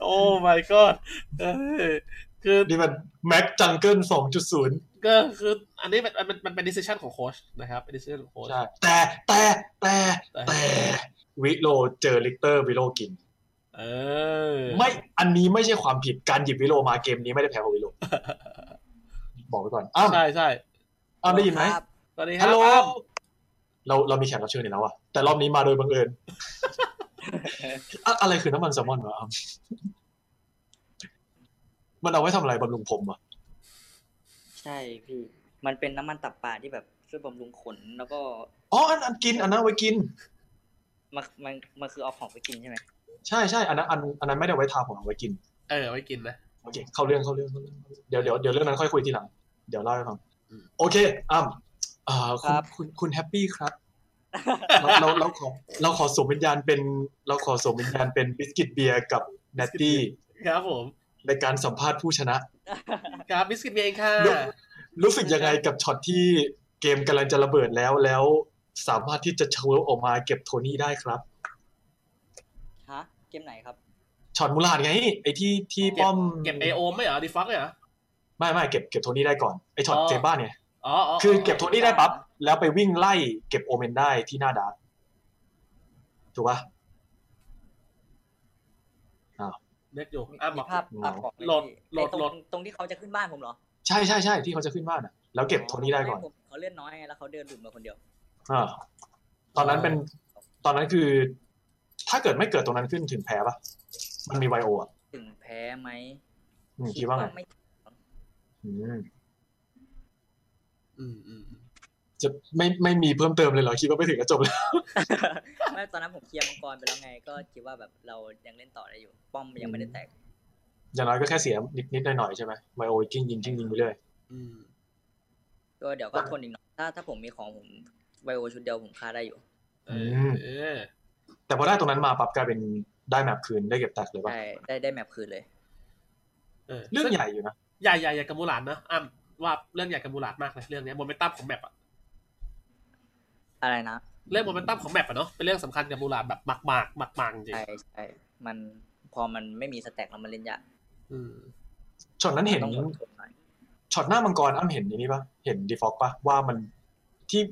โอ้ my god เออคือ
นี่มันแม็กจังเกิลสองจุดศูนย์
ก็คืออันนี้มันมันมันเป็น decision ของโค้ชนะครับเป็น decision ของโค้ช
ใช่แต่แต่แต่แต่วิโรเจอลิกเตอร์วิโรกิน
เออ
ไม่ อันนี้ไม่ใช่ความผิดการหยิบวิโรมาเกมนี้ไม่ได้แพ้เพราะวิโร [LAUGHS] บอกไว้ก่อน อ้าว
ใช่ใช่
อ้าวได้ยินไหม
สวัสดีครั
ฮั
บ
ลโหล
อ้าว
เราเรามีแขกรับเชิญอีกแล้วอะแต่รอบนี้มาโดยบังเอิญ อะอะไรคือน้ำมันแซลมอนวะอ้าวมันเอาไว้ทำอะไรบำรุงผมอะ
ใช่พี่ มันเป็นน้ำมันตับปลาที่แบบช่วยบำรุงขน แล้วก็
อ๋ออันอันกิน อันนั้นเอาไว้กิน
มันมันมันคือเอาของไปกินใช่ไหม
ใช่ใช่อันนั้นอันอันนั้นไม่ได้เอาไว้ทาผมเอาไว้กิน
เออไว้กินนะ
โอเค เข้าเรื่องเข้าเรื่องเข้าเรื่องเดี๋ยวเดี๋ยวเดี๋ยวเรื่องนั้นค่อยคุยทีหลัง เดี๋ยวเล่าให้ฟัง
อืม
โอเคอ้ำอ่าคุณคุณคุณแฮปปี้ครับ [LAUGHS] เราเราเราขอเราขอสวมวิญญาณเป็น เราขอสวมวิญญาณเป็นบิสกิตเบียร์กับเนตตี้
ครับผม
ในการสัมภาษณ์ผู้ชนะ
ครับบิสกิตเบงค่ะ
เดี๋ยว รู้สึกยังไงกับช็อตที่เกมกำลังจะระเบิดแล้วแล้วสามารถที่จะเชิร์ฟออกมาเก็บโทนี่ได้ครับ
ฮะ เกมไหนครับ
ช็อตมูลาดไงไอ้ที่ที่
เ
ป้อม
เก็บไอโอมไม่เหรอดีฟักเหรอ
ไม่ไม่เก็บเก็บโทนี่ได้ก่อนไอ้ช็อต
อ๋อ
เจบ้าเนี่ย
อ๋ออ๋อ
คือเก็บโทนี่ได้ปั๊บแล้วไปวิ่งไล่เก็บโอเมนได้ที่หน้าดาร์กถูกปะ
เล็กอยู่อ่ะบ
มี
อก
ภาพ
อืม
ภาพของ
โหลด
พี่
โหลด
ไอ้ตรง
โหลด
ตรงที่เขาจะขึ้นบ้านผมเหรอ
ใช่ใช่ใช่ที่เขาจะขึ้นบ้านอะแล้วเก็บโทนี่ได้ก่อน
ม่ผมเขาเลื่อนน้อยไงแล้วเขาเดินหลุดมาคนเดียว
อ่าตอนนั้นเป็นตอนนั้นคือ ถ้าเกิดไม่เกิดตรงนั้นขึ้นถึงแพ้ปะมันมีไวโออ่ะ
ถึงแพ้ไหม
อืมคิดว่าไง
ไม่ [LAUGHS]
อืม
อืมอืมอืม
จะไม่ไม่มีเพิ่มเติมเลยเหรอคิดว่าไม่ถึงก็จบแล้ว
ไม่ตอนนั้นผมเคลียร์มังกรไปแล้วไง ก็คิดว่าแบบเรายังเล่นต่อได้อยู่ ป้อมยังไม่ได้แตก
อย่างน้อยก็แค่เสียนิดนิดหน่อยๆใช่ไหมไวโอกิ้งยิงกิ้งยิงไปเรื่อย
อืม
ก็เดี๋ยวก็ทนอีกหน่อยถ้าถ้าผมมีของผมไวโอชุดเดียวผมฆ่าได้อยู่
เออเออ
แต่พอได้ตรงนั้นมาปั๊บกลายเป็นได้แมปคืนได้เก็บแตกเลยปะ
ได้ได้ได้แมปคืนเลย
เออ
เรื่องใหญ่อยู่นะ
ใหญ่ใหญ่ใหญ่กับมูหลานนะอ้ำว่าเรื่องใหญ่กับมูหลานมากเลยเรื่องเนี้ยโมเมนตัมของแมปอะ
อะไรนะ
เรื่องโมเมนตัมของแมปอะเนาะเป็นเรื่องสำคัญกับมูหลานแบบมากมากมากมากจริง
ใช่ใช่มันพอมันไม่มีสแต็กแล้วมันเล่นยาก
อืม
ช็อตนั้นเห็น
ต้องอดทนหน่อย
ช็อตหน้ามังกรอ้ำเห็นอันนี้ปะเห็นดีฟอกปะว่ามันที่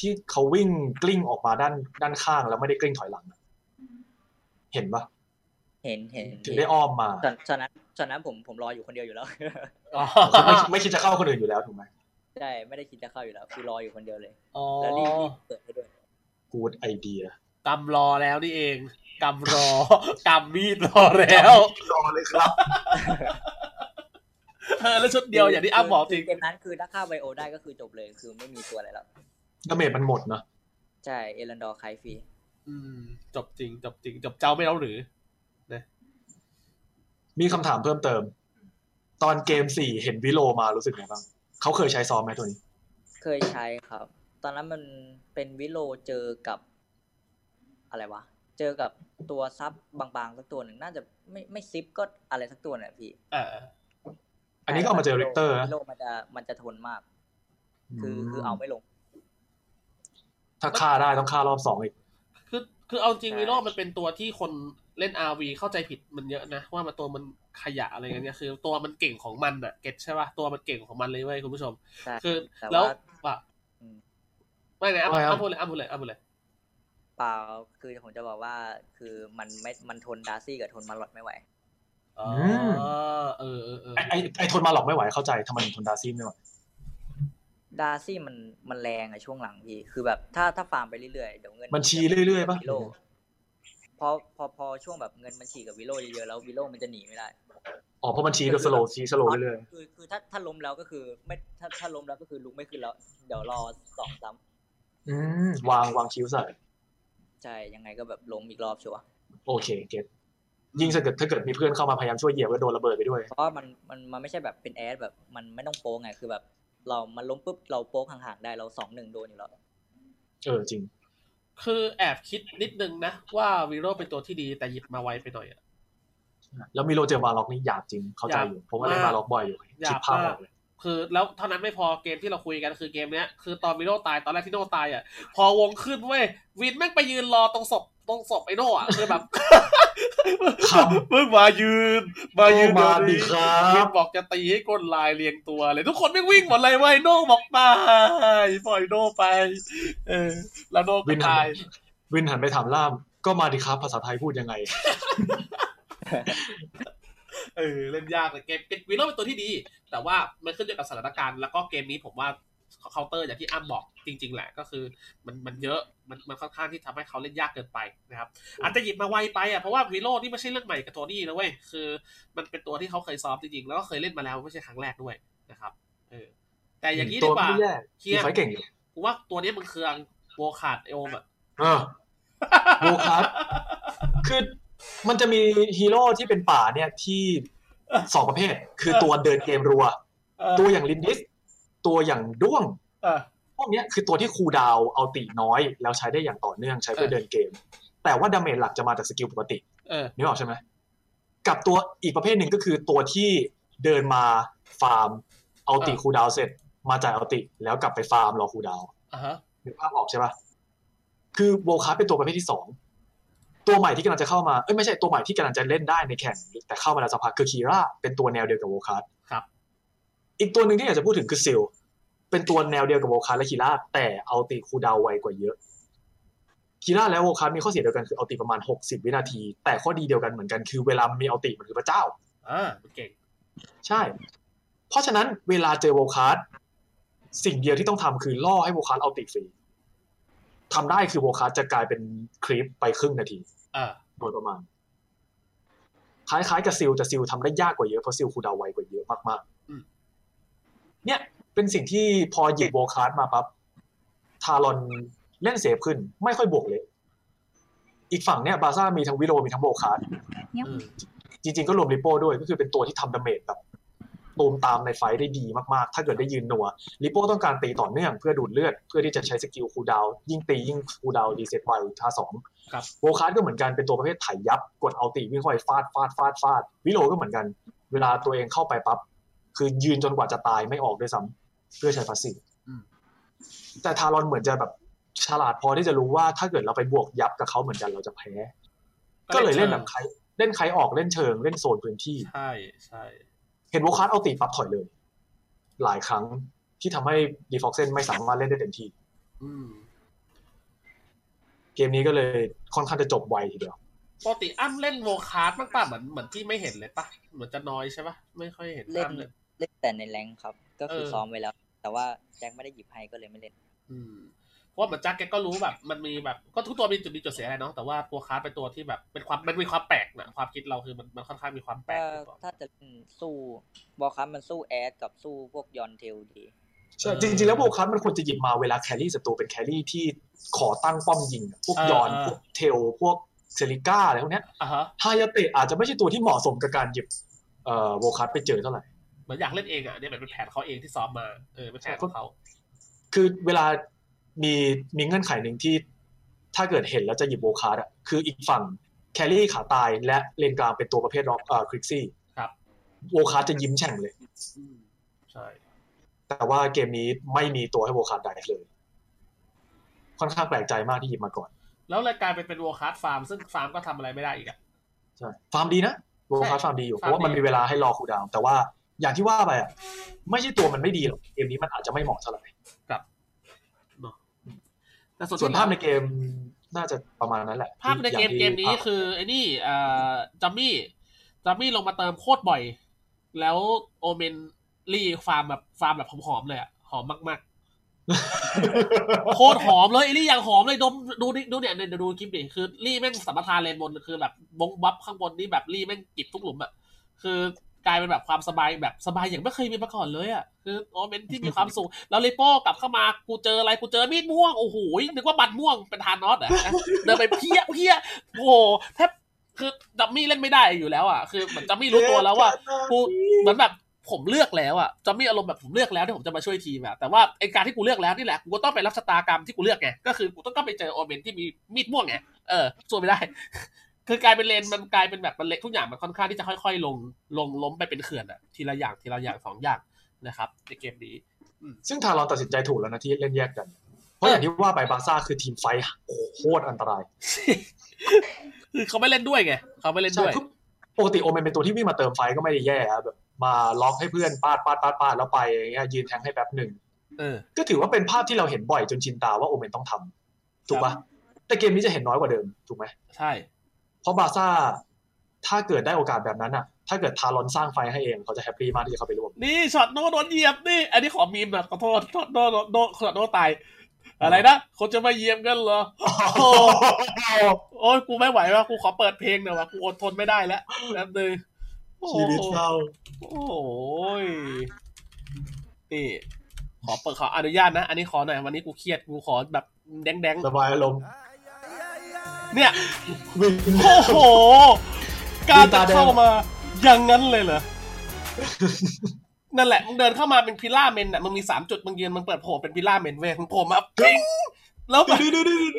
ที่เขาวิ่งกลิ้งออกมาด้านด้านข้างแล้วไม่ได้กลิ้งถอยหลังอะเห็นปะ
เห็นเห็น
ถึงได้อ้อมมา
ตอนตอนนั้นตอนนั้นผมผมรออยู่คนเดียวอยู่แล้ว [LAUGHS]
อ๋อ
ไม่ไม่คิดจะเข้าคนอื่นอยู่แล้วถูกไหม
ใช่ ไม่ได้คิดจะเข้าอยู่แล้ว คือรออยู่คนเดียวเลย
อ๋อ
แล้วรีบรีบเปิดให้ด้วย
กูดไอเดีย
กำรอแล้วนี่เองกำร [LAUGHS] อกำมีดรอแล้ว
รอเลยครับ
เออแล้วชุดเดียวอย่างที่อ้ำบอกจริง
เกมนั้นคือถ้าฆ่าไวโอได้ก็คือจบเลย คือไม่มีตัวอะไรแล้ว
ดาเมจมันหมดเนอะ
ใช่ เอรันดอร์ไคฟรี
อืมจบจริงจบจริงจบเจ้าไม่เอาหรือ
มีคำถามเพิ่มเติม ตอนเกมสี่เห็นวิโลมารู้สึกไงบ้าง เขาเคยใช้ซ้อมไหมตัวนี้
เคยใช้ครับ ตอนนั้นมันเป็นวิโลเจอกับ อะไรวะ เจอกับตัวซับบางๆสักตัวหนึ่งน่าจะไม่ไม่ซิปก็อะไรสักตัวน่ะพี่
เออ
อันนี้ก็เอามาเจอริกเตอร์นะ
วิโลมันจะมันจะทนมาก คือคือเอาไม่ลง
ถ้าฆ่าได้ต้องฆ่ารอบสองอีก
คือคือเอาจริง
ใช่
วิโรจน์มันเป็นตัวที่คนเล่น RV เข้าใจผิดมันเยอะนะ ว่ามันตัวมันขยะอะไรเงี้ยเนี่ยคือตัวมันเก่งของมันอะเก็ตใช่ป่ะตัวมันเก่งของมันเลยเว้ยคุณผู้ชม
ใช่
คือแล้ว
ต่า
ป่ะ
อืม
ไม่ไงอ้ำ
ไม่ครับ
อ้ำพูดเลยอ้ำพูดเลยอ้ำพูดเลย
เปล่าคือผมจะบอกว่าคือมันไม่มันทนดาร์ซี่กับทนมาร์ลอตไม่ไหว
อ๋อเออเออเออ
ไอไอ้ไอทนมาหลอกไม่ไหวเข้าใจทำไมถึงทนดาร์ซี่ไม่ไหว
ดาร์ซี่มันมันแรงอะช่วงหลังพี่ คือแบบถ้าถ้าฟาร์มไปเรื่อยๆเดี๋ยวเงิน
มันชี้เรื่อยๆปะ
วิโลพอพอพอช่วงแบบเงินมันฉี่กับวิโลเยอะๆแล้ววิโลมันจะหนีไม่ได้
อ๋อเพราะมันชี้ก็สโลว์ชี้สโลว์เรื่อย
คือคือถ้าถ้าล้มแล้วก็คือ ไม่ถ้าถ้าล้มแล้วก็คือลุกไม่ขึ้นแล้ว เดี๋ยวรอสองสาม
ๆอืมวางวางคิ้วใส่
ใช่ยังไงก็แบบล้มอีกรอบชัวร์
โอเคเก็ตยิ่งถ้าเกิดถ้าเกิดมีเพื่อนเข้ามาพยายามช่วยเหยียบแล้วโดนระเบิดไปด้วย
เพราะว่ามันมันมันไม่ใช่แบบเป็นแอดแบบมันไม่ต้องโป๊งไงคือแบบ เรามันล้มปุ๊บเราโป๊กห่างๆได้เราสองหนึ่งโดนอยู่แล้ว
เออจริง
คือแอบคิดนิดนึงนะว่าวีโร่เป็นตัวที่ดีแต่หยิบมาไวไปหน่อยอะ
แล้วมิโลเจอมาล็อกนี่หยาบจริงเข้าใจอยู่เพราะว่าได้มาล็อกบ่อยอยู่
หยาบ
คิดภาพออกเลย
คือแล้วเท่านั้นไม่พอเกมที่เราคุยกันคือเกมเนี้ยคือตอนวิโน่ตายตอนแรกที่โน่ตายอ่ะพอวงขึ้นเว้ยวินแม่งไปยืนรอตรงศพตรงศพไอ้โน่อ่ะคือแบบ
[LAUGHS]
มึงมายืน มายืน
โอ้มาดี
เยวนี้
ครับ
ยืนบอกจะตีให้ก้นลายเรียงตัวเลย ทุกคนไม่งวิ่งหมดเลยเว้ยโน่บอกไปปล่อยโน่ไป เออ แล้วโน่ก็
วินหั
ตาน ย
วินหันไปถามล่าม ก็มาดีครับภาษาไทยพูดยังไง
เออเล่นยากแต่เกมเกมวิโน่เป็นตัวที่ดี แต่ว่ามันขึ้นอยู่กับสถานการณ์แล้วก็เกมนี้ผมว่าเคาน์เตอร์อย่างที่อ้ำบอกจริง ๆ แหละก็คือ มันมันเยอะมันมันค่อนข้างที่ทำให้เขาเล่นยากเกินไปนะครับ อาจจะหยิบมาไวไปอ่ะเพราะว่าวิโรจน์นี่ไม่ใช่เรื่องใหม่กับโทนี่นะเว้ยคือ มันเป็นตัวที่เขาเคยซ้อมจริงๆแล้วก็เคยเล่นมาแล้วไม่ใช่ครั้งแรกด้วยนะครับเออแต่อย่างนี้ดี
ตัว
กว่า
ไม่แย่
เคี
มี
ย
ไฟเก่งอยู่
กูว่าตัวนี้มันเคืองโวขาดไอโอมอ่ะ
เออ โวขาด คือมันจะมีฮีโร่ที่เป็นป่าเนี่ยที่สองประเภท คือตัวเดินเกมรัว
เออ
ตัวอย่างลินดิส ตัวอย่างด้วง
เออ
พวกเนี้ยคือตัวที่คูลดาวน์เอาตีน้อย แล้วใช้ได้อย่างต่อเนื่องใช้เพื่อ
เออ
เดินเกม แต่ว่าดาเมจหลักจะมาจากสกิลปกติ
เออ
นึกออกใช่ไหมกับตัวอีกประเภทหนึ่งก็คือตัวที่เดินมาฟาร์ม เอาตีคูลดาวน์เสร็จ มาจ่ายเอาติแล้วกลับไปฟาร์มรอคูลดาวน์
อ่ะฮะ
นึกภาพออกใช่ปะคือโวคาร์เป็นตัวประเภทที่สอง ตัวใหม่ที่กำลังจะเข้ามา เอ้ยไม่ใช่ตัวใหม่ที่กำลังจะเล่นได้ในแข่ง แต่เข้ามาแล้วสักพักคือคีร่าเป็นตัวแนวเดียวกับโวคาร์
ครับ
อีกตัวหนึ่งที่อยากจะพูดถึงคือซิล เป็นตัวแนวเดียวกับโวคาร์และคีร่าแต่เอาตีคูลดาวน์ไวกว่าเยอะ คีร่าและโวคาร์มีข้อเสียเดียวกันคือเอาตีประมาณ 60 วินาที แต่ข้อดีเดียวกันเหมือนกันคือเวลามันมีเอาตีมันคือพระเจ้า
อ่ามันเก่ง
ใช่ เพราะฉะนั้นเวลาเจอโวคาร์ดสิ่งเดียวที่ต้องทำคือล่อให้โวคาร์ดเอาติดฟรีทำได้คือโวคาร์ดจะกลายเป็นคลิปไปครึ่งนาที
เออ
โดยประมาณ คล้ายๆกับซิลแต่ซิลทำได้ยากกว่าเยอะเพราะซิลคูลดาวน์ไวกว่าเยอะมากๆ เนี่ยเป็นสิ่งที่พอหยิบโวคาร์ดมาปั๊บทารอนเล่นเซฟขึ้น ไม่ค่อยบวกเลย อีกฝั่งเนี่ยบาซ่ามีทั้งวิโรมีทั้งโวคาร์ด
อืม
จริงๆก็รวมริปโป้ด้วยก็คือเป็นตัวที่ทำดาเมจแบบตูมตามในไฟท์ได้ดีมากๆ ถ้าเกิดได้ยืนหนัวริปโป้ต้องการตีต่อเนื่องเพื่อดูดเลือด เพื่อที่จะใช้สกิลคูลดาวน์ยิ่งตียิ่งคูลดาวน์รีเซ็ตไวท่าสอง
ครับ
โวคาร์ดก็เหมือนกันเป็นตัวประเภทไถยับ กดเอาตีวิ่งเข้าไปฟาดฟาดฟาดฟาดวิโลก็เหมือนกัน เวลาตัวเองเข้าไปปั๊บคือยืนจนกว่าจะตายไม่ออกด้วยซ้ำเพื่อใช้ฟัสซิล
อืม
แต่ทารอนเหมือนจะแบบฉลาดพอที่จะรู้ว่าถ้าเกิดเราไปบวกยับกับเขาเหมือนกันเราจะแพ้ ก็เลยเล่นแบบใครเล่นใครออกเล่นเชิงเล่นโซนพื้นที่
ใช่ใช่
เห็นโวคัสเอาตีปั๊บถอยเลย หลายครั้งที่ทำให้ดีฟ็อกเซนไม่สามารถเล่นได้เต็มที่
อืม
เกมนี้ก็เลยค่อนข้างจะจบไวทีเดียว
ปกติอ้ำเล่นโวคาร์ดบ้างป่ะเหมือนเหมือนที่ไม่เห็นเลยป่ะเหมือนจะน้อยใช่ป่ะไม่ค่อยเห็น
เล่น
อ้ำเลย
เล่นแต่ในแรงค์ครับ ก็คือ
เออ
ซ้อมไว้แล้ว แต่ว่าแจ็คไม่ได้หยิบให้ก็เลยไม่เล่น
อืมเพราะว่าเหมือนจักแกก็รู้แบบ มันมีแบบก็ทุกตัวมีจุดดีจุดเสียอะไรเนาะแต่ว่าตัวคาร์ดเป็นตัวที่แบบเป็นความมันมีความแปลกนะความคิดเราคือมันมันค่อนข้างมีความแปล
ถ้าก
อยู่ก่อน
ถ้าจะเล่นสู้บอลคัพมันสู้แอดกับสู้พวกยอนเทลดี
เอ
ใช่
อ
จริงๆแล้วโวคัสมันควรจะหยิบมาเวลาแครี่ศัตรูเป็นแครี่ที่ขอตั้งป้อมยิงอะพวก
เออย
อน
เออ
พวกเทลพวกเซริก้าอะไรพวกเนี้ย
อ่ะฮะ
ฮายาเตะอาจจะไม่ใช่ตัวที่เหมาะสมกับการหยิบเอ่อโวคัสไปเจอเท่าไหร่
เหมือนอยากเล่นเองอ่ะเนี่ยเหมือนเป็นแผนเขาเองที่ซ้อมมาเออเป็นแผนของเขา
คือเวลามีมีเงื่อนไขหนึ่งที่ถ้าเกิดเห็นแล้วจะหยิบโวคาร์ดอะคืออีกฝั่งแครี่ขาตายและเลนกลางเป็นตัวประเภทร็อกเอ่อคริกซี่
ครับ
โวคาร์ดจะยิ้มแฉ่งเลย
อืมใช่
แต่ว่าเกมนี้ไม่มีตัวให้โวคาร์ดได้เลย ค่อนข้างแปลกใจมากที่หยิบมาก่อน
แล้วรายกลารเป็นเป็นโวคาร์ดฟาร์มซึ่งฟาร์มก็ทำอะไรไม่ได้อีกอ่ะ
ใช่ฟาร์มดีนะโวคาร์ดฟาร์มดีอยู่
ฟา
เพ
ร์มดี
ราะว่ามันมีเวลาให้รอคูลดาวน์แต่ว่าอย่างที่ว่าไปอะไม่ใช่ตัวมันไม่ดีหรอกเกมนี้มันอาจจะไม่เหมาะเท่าไหร่
แต่ส่วน
ส่วน
ที่
ภาพในเกมน่าจะประมาณนั้นแหละ
ภาพในเกม
อย่างที่
เกมนี้
ภาพ
คือไอ้นี่เอ่อจัมมี่จัมมี่ลงมาเติมโคตรบ่อย แล้วโอเมนรีฟาร์มแบบฟาร์มแบบหอมๆเลยอ่ะหอมมากๆ [LAUGHS] โคตรหอมเลยไอ้ลี่อย่างหอมเลยดมดูดิดูเนี่ยเนี่ยเดี๋ยวดูคลิปดิคือลี่แม่งสัมปทานเลนบนคือแบบบงบับข้างบนนี่แบบลี่แม่งกิบทุกหลุมอะคือ กลายเป็นแบบความสบายแบบสบายอย่างไม่เคยมีมาก่อนเลยอ่ะคือโมเมนต์ที่มีความสุขแล้วเลโป้กลับเข้ามากูเจออะไรกูเจอมีดม่วงโอ้โหนึกว่าบัตรม่วงเป็นทานอสเหรอ่ะเดินไปเพี้ยเพี้ยโอ้โหแทบคือดัมมี่เล่นไม่ได้อยู่แล้วอ่ะคือเหมือนดัมมี่รู้ตัวแล้วว่า กูเหมือนแบบผมเลือกแล้วอะจอมมี่อารมณ์แบบผมเลือกแล้วที่ผมจะมาช่วยทีมอะแต่ว่าไอการที่กูเลือกแล้วนี่แหละกูก็ต้องไปรับชะตากรรมที่กูเลือกไงก็คือกูต้องก็ไปเจอโอเมนที่มีมีดม่วงไงเออส่วนไม่ได้ [LAUGHS] คือกลายเป็นเลนมันกลายเป็นแบบมันเล็กทุกอย่างมันค่อนข้างที่จะค่อยๆ ลงลงล้มไปเป็นเขื่อนอะทีละอย่างทีละอย่างสองอย่างนะครับในเกมนี้ [LAUGHS]
ซึ่งทางเราตัดสินใจถูกแล้วนะที่เล่นแยกกัน เพราะอย่างที่ว่าไปบาร์ซ่าคือทีมไฟท์โคตรอันตราย
คือเขาไม่เล่นด้วยไงเขาไม่เล่นด้วย
ใช่คือปกติโอเมนเป็นตัวที่วิ่งมาเติมไฟก็ไม่ได้แย่ครับแบบมาล็อกให้เพื่อนปาดปาดปาดปาดแล้วไปอย่างเงี้ยยืนแทงให้แป๊บหนึ่ง
เออ
ก็ถือว่าเป็นภาพที่เราเห็นบ่อยจนชินตาว่าโอเมนต้องทำถูกปะ
ครับ
แต่เกมนี้จะเห็นน้อยกว่าเดิม ถูกไหม
ใช่
เพราะบาร์ซ่า ถ้าเกิดได้โอกาสแบบนั้นอ่ะ ถ้าเกิดทารอนสร้างไฟให้เองเขาจะแฮปปี้มากที่จะเข้าไปร่วม
นี่ช็อตโนโดนเหยียบนี่ อันนี้ขอมีมหนะขอโทษช็อตโนโดนโดนช็อตโนตาย อะไรนะคนจะมาเหยียบกันเหรอ โอ้โห โอ้ยกูไม่ไหวว่ะกูขอเปิดเพลงหน่อยว่ะกูอดทนไม่ได้แล้วแป๊บนึงโอ้โห
ชีวิตเรา
โอ้โหนี่ขอเปิดขออนุญาตนะ อันนี้ขอหน่อยวันนี้กูเครียดกูขอแบบแดง
ระบายอารมณ์
ๆเนี่ย
วิ่ง
โอ้โห การจะเข้ามาอย่างนั้นเลยเหรอ นั่นแหละ มึงเดินเข้ามาเป็นพิล่าเมนน่ะ มึงมีสามจุด มึงยืน มึงเปิดโผล่เป็นพิล่าเมนเว้ยมึงโผล่มาปิ้งแล้วแบบ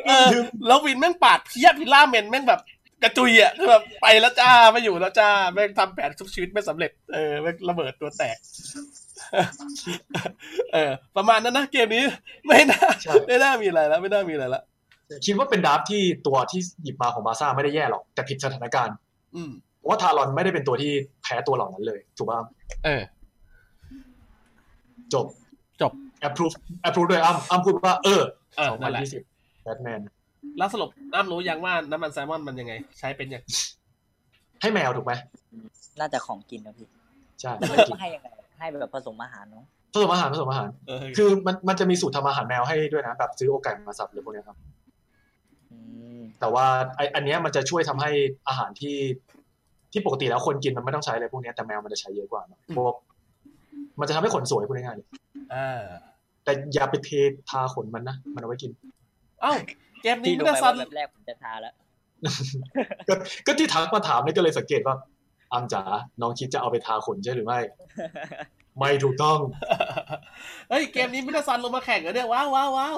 เออ แล้ววินแม่งปาดเพี้ยพิล่าเมนแม่งแบบกระจุยอ่ะคือแบบไปแล้วจ้า ไม่อยู่แล้วจ้า แม่งทำแผนชุบชีวิตไม่สำเร็จ เออ แม่งระเบิดตัวแตก เออ ประมาณนั้นนะเกมนี้ ไม่น่า
ใช่
ไม่น่ามีอะไรแล้ว ไม่น่ามีอะไรแล้ว
คิดว่าเป็นดราฟต์ที่ตัวที่หยิบมาของบาร์ซ่าไม่ได้แย่หรอกแต่ผิดสถานการณ์
อืม
เพราะว่าทารอนไม่ได้เป็นตัวที่แพ้ตัวเหล่านั้นเลย ถูกป่ะ
เออ
จบ
จบ
approve approve ด้วยอ้ำอ้ำพูดว่าเออ
เออ
สอง
นั่
พัน
นแหละ
ยี่สิบแบทแมน
แล้วสรุปน้ำรู้ยังว่าน้ำมันแซลมอนมันยังไง ใช้เป็นยัง
ให้แมวถูกไหม
น่าจะของกินนะพี่
ใช่
ไม่
ให้กิน
ให้ยังไงให้แบบผสมอาหารเนาะ
ผสมอาหารผสมอาหาร
เออ
คือมันมันจะมีสูตรทำอาหารแมวให้ด้วยนะแบบซื้อโอกไก่มาสับหรือพวกเนี้ยครับ
อืม
แต่ว่าไออันเนี้ยมันจะช่วยทำให้อาหารที่ที่ปกติแล้วคนกินมันไม่ต้องใช้อะไรพวกเนี้ยแต่แมวมันจะใช้เยอะกว่าเนอะพวกมันจะทำให้ขนสวยพูดง่ายๆเลย
อ่า
แต่อย่าไปเททาขนมันนะมันเอาไว้กิน
เอ้า เกมนี้
ที่ดู
เด
ไป
อะซั
ว่าน แบบแรกผมจะทาแล้ว
ก็ [LAUGHS] ก็ที่ทักมาถามเนี่ยก็เลยสังเกตว่าอามจ๋าน้องคิดจะเอาไปทาขนใช่หรือไม่ ไม่ถูกต้อง
[LAUGHS] เฮ้ย เกมนี้มิเดอะซันลงมาแข่งเหรอเนี่ยว้าวว้าวว้าว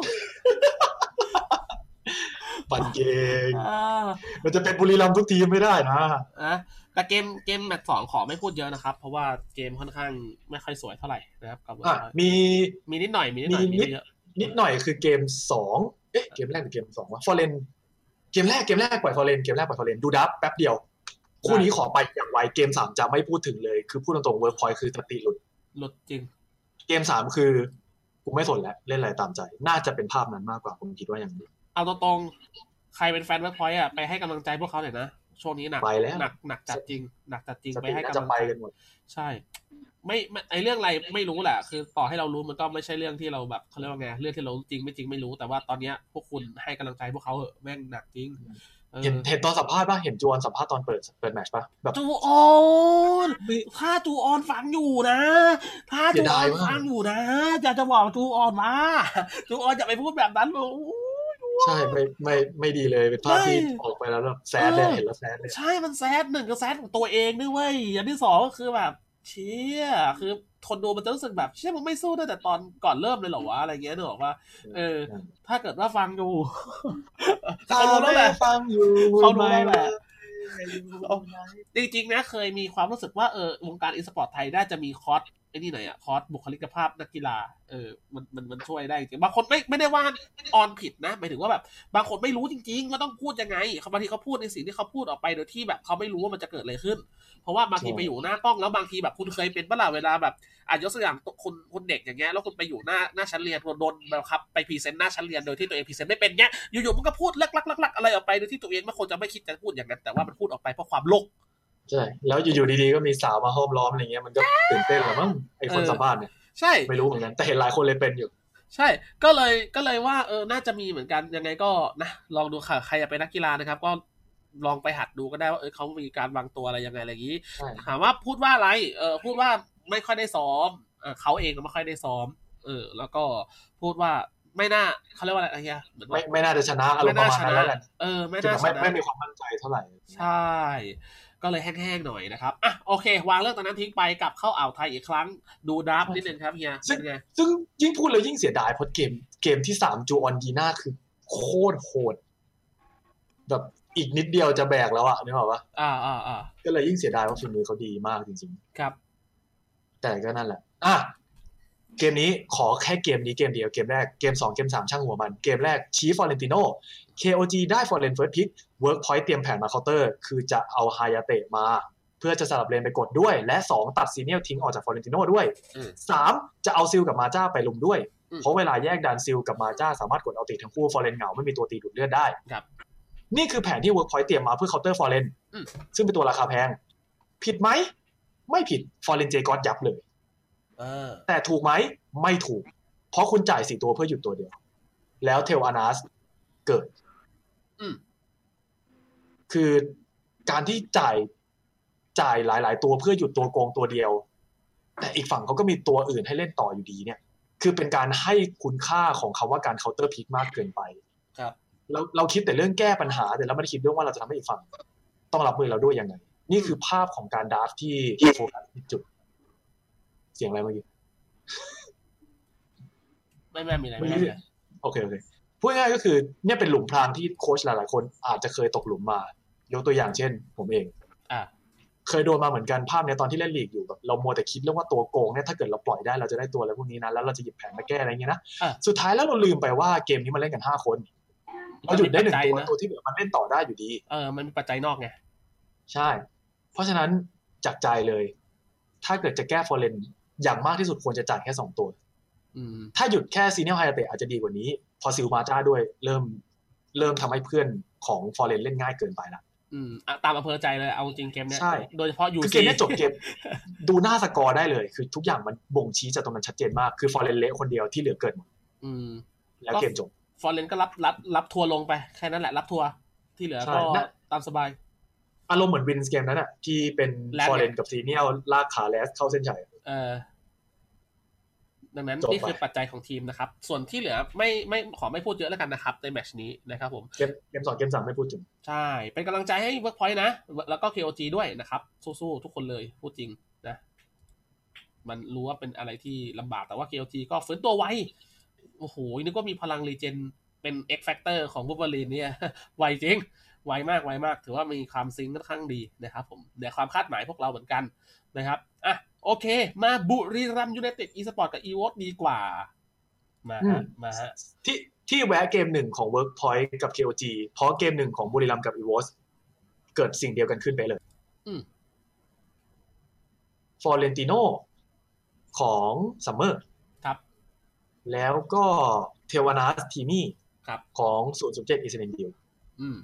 ปันเก่ง
อ่า
มันจะเป็นบุรีรัมย์ทุกทีมไม่ได้นะ
อะแต่เกมเกมแมตช์สองขอไม่พูดเยอะนะครับ เพราะว่าเกมค่อนข้างไม่ค่อยสวยเท่าไหร่นะครับกับ
อ่ะมี
มีนิดหน่อยมีนิดหน่อย
มี
มี
นิ
ไม่
ด
เยอะ
นิดหน่อยคือเกมสองเอ๊ะเกมแรกหรือเกมสองวะฟอร์เรนเกมแรกเกมแรกปล่อยฟอร์เรนเกมแรกปล่อยฟอร์เรนดูดับแป๊บเดียว คู่นี้ขอไปอย่างไวเกมสามจะไม่พูดถึงเลย คือพูดตรงๆเวิร์กพอยต์คือสติหลุด
หลุดจริง
เกมสามคือกูไม่สนแล้วเล่นอะไรตามใจ น่าจะเป็นภาพนั้นมากกว่าผมคิดว่าอย่างนี้
เอาตรงๆใครเป็นแฟนเว็บพอยต์อ่ะไปให้กำลังใจพวกเขาหน่อยนะช่วงนี้หนัก
ไปแล้ว
หนักหนักจัดจริงหนักจัดจริง
ส
ไป
ติน่าก
ให้ำ
จะ
ลัง
ไป
ใจ
กันหมด
ใช่ไม่ไม่ไอเรื่องอะไรไม่รู้แหละคือต่อให้เรารู้มันก็ไม่ใช่เรื่องที่เราแบบเขาเรียกว่าไงเรื่องที่เรารู้จริงไม่จริงไม่รู้แต่ว่าตอนเนี้ยพวกคุณให้กำลังใจพวกเขาเหอะแม่งหนักจริงเออ
เห็นเห็นตอนสัมภาษณ์ป่ะเห็นจวนสัมภาษณ์ตอนเปิดเปิดแมตช์ป่ะแบบ
จูออนถ้าจูออนฟังอยู่นะ ถ้าจูออนฟังอยู่นะอยากจะบอกจูออนว่าจูออนอย่าไปพูดแบบนั้นโอ้ย
ใช่ไม่ไม่ไม่ดีเลยเป็นภาพที่ออกไปแล้วแบบแซดเลย
เออ
เห็นแล้วแซดเลย
ใช่มันแซดหนึ่งก็แซดของตัวเองด้วยเว้ยอันที่สองก็คือแบบ เชี่ยคือคนดูมันจะรู้สึกแบบเชี่ยมึงไม่สู้ตั้งแต่ตอนก่อนเริ่มเลยเหรอวะอะไรเงี้ยนึกออกว่า เออ ถ้าเกิดว่าฟังอยู่ เขารู้แล้วแหละ
ฟังอยู่
เขารู้แล้วแหละ จริงๆนะเคยมีความรู้สึกว่าเออวงการอีสปอร์ตไทยน่าจะมีคอร์สไอ้นี่หน่อยอะคอร์สบุคลิกภาพนักกีฬาเออมันมันมันช่วยได้จริงบางคนไม่ไม่ได้ว่าออนผิดนะหมายถึงว่าแบบ บางคนไม่รู้จริงๆว่าต้องพูดยังไงเขาบางทีเขาพูดในสิ่งที่เขาพูดออกไปโดยที่แบบเขาไม่รู้ว่ามันจะเกิดอะไรขึ้น เพราะว่าบางทีไปอยู่หน้ากล้องแล้วบางทีแบบคุณเคยเป็นเมื่อไหร่เวลาแบบอ่ะยกตัวอย่างคุณคุณเด็กอย่างเงี้ยแล้วคุณไปอยู่หน้าหน้าชั้นเรียนโดนบังคับไปพรีเซนต์หน้าชั้นเรียนโดยที่ตัวเองพรีเซนต์ไม่เป็นเงี้ยอยู่ๆมันก็พูดลักลักลักลักอะไรออกไปโดยที่ตัวเองไม่ควรจะไม่คิดจะพูดอย่างนั้นแต่ว่ามันพูดออกไปเพราะความโลก
ใช่แล้วอยู่ๆดีๆก็มีสาวมาห้อมล้อมอะไรเงี้ยมันก็ตื่นเต้นแหละมั้งไอ้คน
เออ
สัมภาษณ์เนี่ย
ใช่
ไม่รู้เหมือนกันแต่เห็นหลายคนเลยเป็นอยู่
ใช่ ก็เลย ก็เลยว่า เออ น่าจะมีเหมือนกัน ยังไงก็นะ ลองดูค่ะ ใครอยากเป็นนักกีฬานะครับ ก็ ลองไปหัดดูก็ได้ว่าเออเขามีการวางตัวอะไรยังไงอะไรอย่างนี้
ใช่
ถามว่าพูดว่าอะไร เออพูดว่าไม่ค่อยได้ซ้อมเออเขาเองก็ไม่ค่อยได้ซ้อม เออ แล้วก็พูดว่าไม่น่าเขาเรียกว่าอะไรอะไรเงี้ยเหมือนว่า
ไม่ไม่น่าจะชนะอะไร
ไม่
ป
น่า
ระมาณ
ช
นั้น
นะ
แล้วกัน
เออ ไม่
จะ
น่าช
ไม่
นะ
ไม่มีความมั่นใจเท่าไหร่
ใช่ ก็เลยแห้งๆหน่อยนะครับ อ่ะโอเค วางเรื่องตอนนั้นทิ้งไปกลับเข้าอ่าวไทยอีกครั้ง ดูดับนิดนึงครับเฮีย
ซึ่
เป็
ง
นไง
ซึ่งยิ่งพูดเลยยิ่งเสียดายเพราะเกมเกมที่สามจูออนยีน่าคือโคตรโหดแบบอีกนิดเดียวจะแบกแล้วอะนึกออกปะ
อ่าอ่าอ่า
ก็เลยยิ่งเสียดายว่าฝีมือเขาดีมากจริง
ครับ
ๆ แต่ก็นั่นแหละ อ่ะเกมนี้ขอแค่เกมนี้เกมเดียวเกมแรกเกมสองเกมสามช่างหัวมัน เกมแรกชี้ฟอร์เรนติโน KOG ได้ฟอร์เรนเฟิร์สพิกเวิร์กพอยต์เตรียมแผนมาเคาน์เตอร์ คือจะเอาฮายาเตะมา เพื่อจะสลับเลนไปกดด้วย และ 2 ตัดซีเนียลทิ้งออกจากฟอร์เรนติโนด้วย
อืม
3 จะเอาซิลกับมาจ้าไปลุมด้วย
อืม
เพราะเวลาแยกดันซิลกับมาจ้าสามารถกดเอาตีทั้งคู่ฟอร์เรนเหงาไม่มีตัวตีดูดเลือดได้
ครับ
นี่คือแผนที่เวิร์กพอยต์เตรียมมาเพื่อเคาน์เตอร์ฟอร์เรน
อืม
ซึ่งเป็นตัวราคาแพง ผิดไหม ไม่ผิดฟอร์เรนเจกอตยับเลย
เออ
แต่ถูกไหมไม่ถูก เพราะคุณจ่ายสี่ตัวเพื่อหยุดตัวเดียว แล้วเทลอานาสเกิด
อืม
คือการที่จ่ายจ่ายหลาย ๆ ตัวเพื่อหยุดตัวโกงตัวเดียว แต่อีกฝั่งเขาก็มีตัวอื่นให้เล่นต่ออยู่ดีเนี่ย คือเป็นการให้คุณค่าของคำว่าการเคาน์เตอร์พิกมากเกินไป
ครับ
เราเราคิดแต่เรื่องแก้ปัญหา แต่เราไม่ได้คิดเรื่องว่าเราจะทำให้อีกฝั่ง ต้องรับมือเราด้วยยังไง นี่คือภาพของการดราฟต์ที่ที่โฟกัสผิดจุด เสียงอะไรเมื่อกี้
ไม่แม่มีอะไร
ไม่
ไม่แม่
รู้
มี
เล
อะ
ย
ไร
โอเคโอเคพูดง่ายๆก็คือเนี่ยเป็นหลุมพรางที่โค้ชหลายๆ คนอาจจะเคยตกหลุมมายกตัวอย่างเช่น ผมเอง
อ่า
เคยโดนมาเหมือนกันภาพเนี่ยตอนที่เล่นลีกอยู่แบบเรามัวแต่คิดเรื่องว่าตัวโกงเนี่ยถ้าเกิดเราปล่อยได้เราจะได้ตัวอะไรพวกนี้นะแล้วเราจะหยิบแผงมาแก้อะไรเงี้ยนะ
อ่ะ
สุดท้ายแล้วเราลืมไปว่าเกมนี้มันเล่นกันห้าคนเราหยุดได้หนึ่งตัวตัวที่เหลือมันเล่นต่อได้อยู่ดี
เออ มันมีปัจจัยนอกไง
ใช่ เพราะฉะนั้นจากใจเลย ถ้าเกิดจะแก้ฟอร์เรนอย่างมากที่สุดควรจะจ่ายแค่สองตัว
อืม
ถ้าหยุดแค่ซีเนียลไฮเตะอาจจะดีกว่านี้ พอซิลมาจ้าด้วยเริ่มเริ่มทำให้เพื่อนของฟอร์เรนเล่นง่ายเกินไปละ
อืมอ่ะตามอำเภอใจเลย เอาจริงเกมเนี้ย
ใช่
โดยเฉพาะยู
คือเก
ซี
มเนี้ยจบเก
[LAUGHS]
ม ดูหน้าสกอร์ได้เลย คือทุกอย่างมันบ่งชี้จากตรงนั้นชัดเจนมาก คือฟอร์เรนเละคนเดียวที่เหลือเกิดหมด
อืม
แล้วเกมจบ
ฟอร์เรนก็รับรับรับทัวร์ลงไป แค่นั้นแหละ รับทัวร์ที่เหลือ
ใช่
ก็
นะ
ตามสบาย
อารมณ์เหมือนวินส์เกมนั้นอ่ะที่เป็น
แลส
ฟอร์เรนกับซีเนียลลากขาแลสเข้าเส้นชัย
เออดังนั้น
จบไป
นี่คือปัจจัยของทีมนะครับ ส่วนที่เหลือไม่ไม่ขอไม่พูดเยอะแล้วกันนะครับ ในแมตช์นี้นะครับผม
เกมเกมสองเกมสามไม่พูดถึง
ใช่ เป็นกำลังใจให้ Workpoint นะ แล้วก็ KOG ด้วยนะครับ สู้ๆ ทุกคนเลย พูดจริงนะ มันรู้ว่าเป็นอะไรที่ลำบาก แต่ว่า KOG ก็ฟื้นตัวไว โอ้โห นึกว่ามีพลังรีเจนเป็น X Factor ของบูเบอรีนเนี่ย [LAUGHS] ไวจริง ไวมาก ไวมาก ถือว่ามีความซิงค์ค่อนข้างดีนะครับผมเหนือความคาดหมายพวกเราเหมือนกันนะครับ อ่ะ โอเค มาบุรีรัมยู i นเต็ดอีสปอร์ตกับอีวอดีกว่า มา
อืม
ฮะมาฮะ
ที่ที่แวะเกมหนึ่งของ Workpoint กับ KOG เพราะเกมหนึ่งของบุรีรัมย์กับอีวอสเกิดสิ่งเดียวกันขึ้นไปเลย
อืม
ฟอร์เรนติโนของซัมเมอร์
ครับ
แล้วก็เทวานาสทีมี่
ครับ
ของศูนย์สมเจ็ดอิสเนดิว
อืม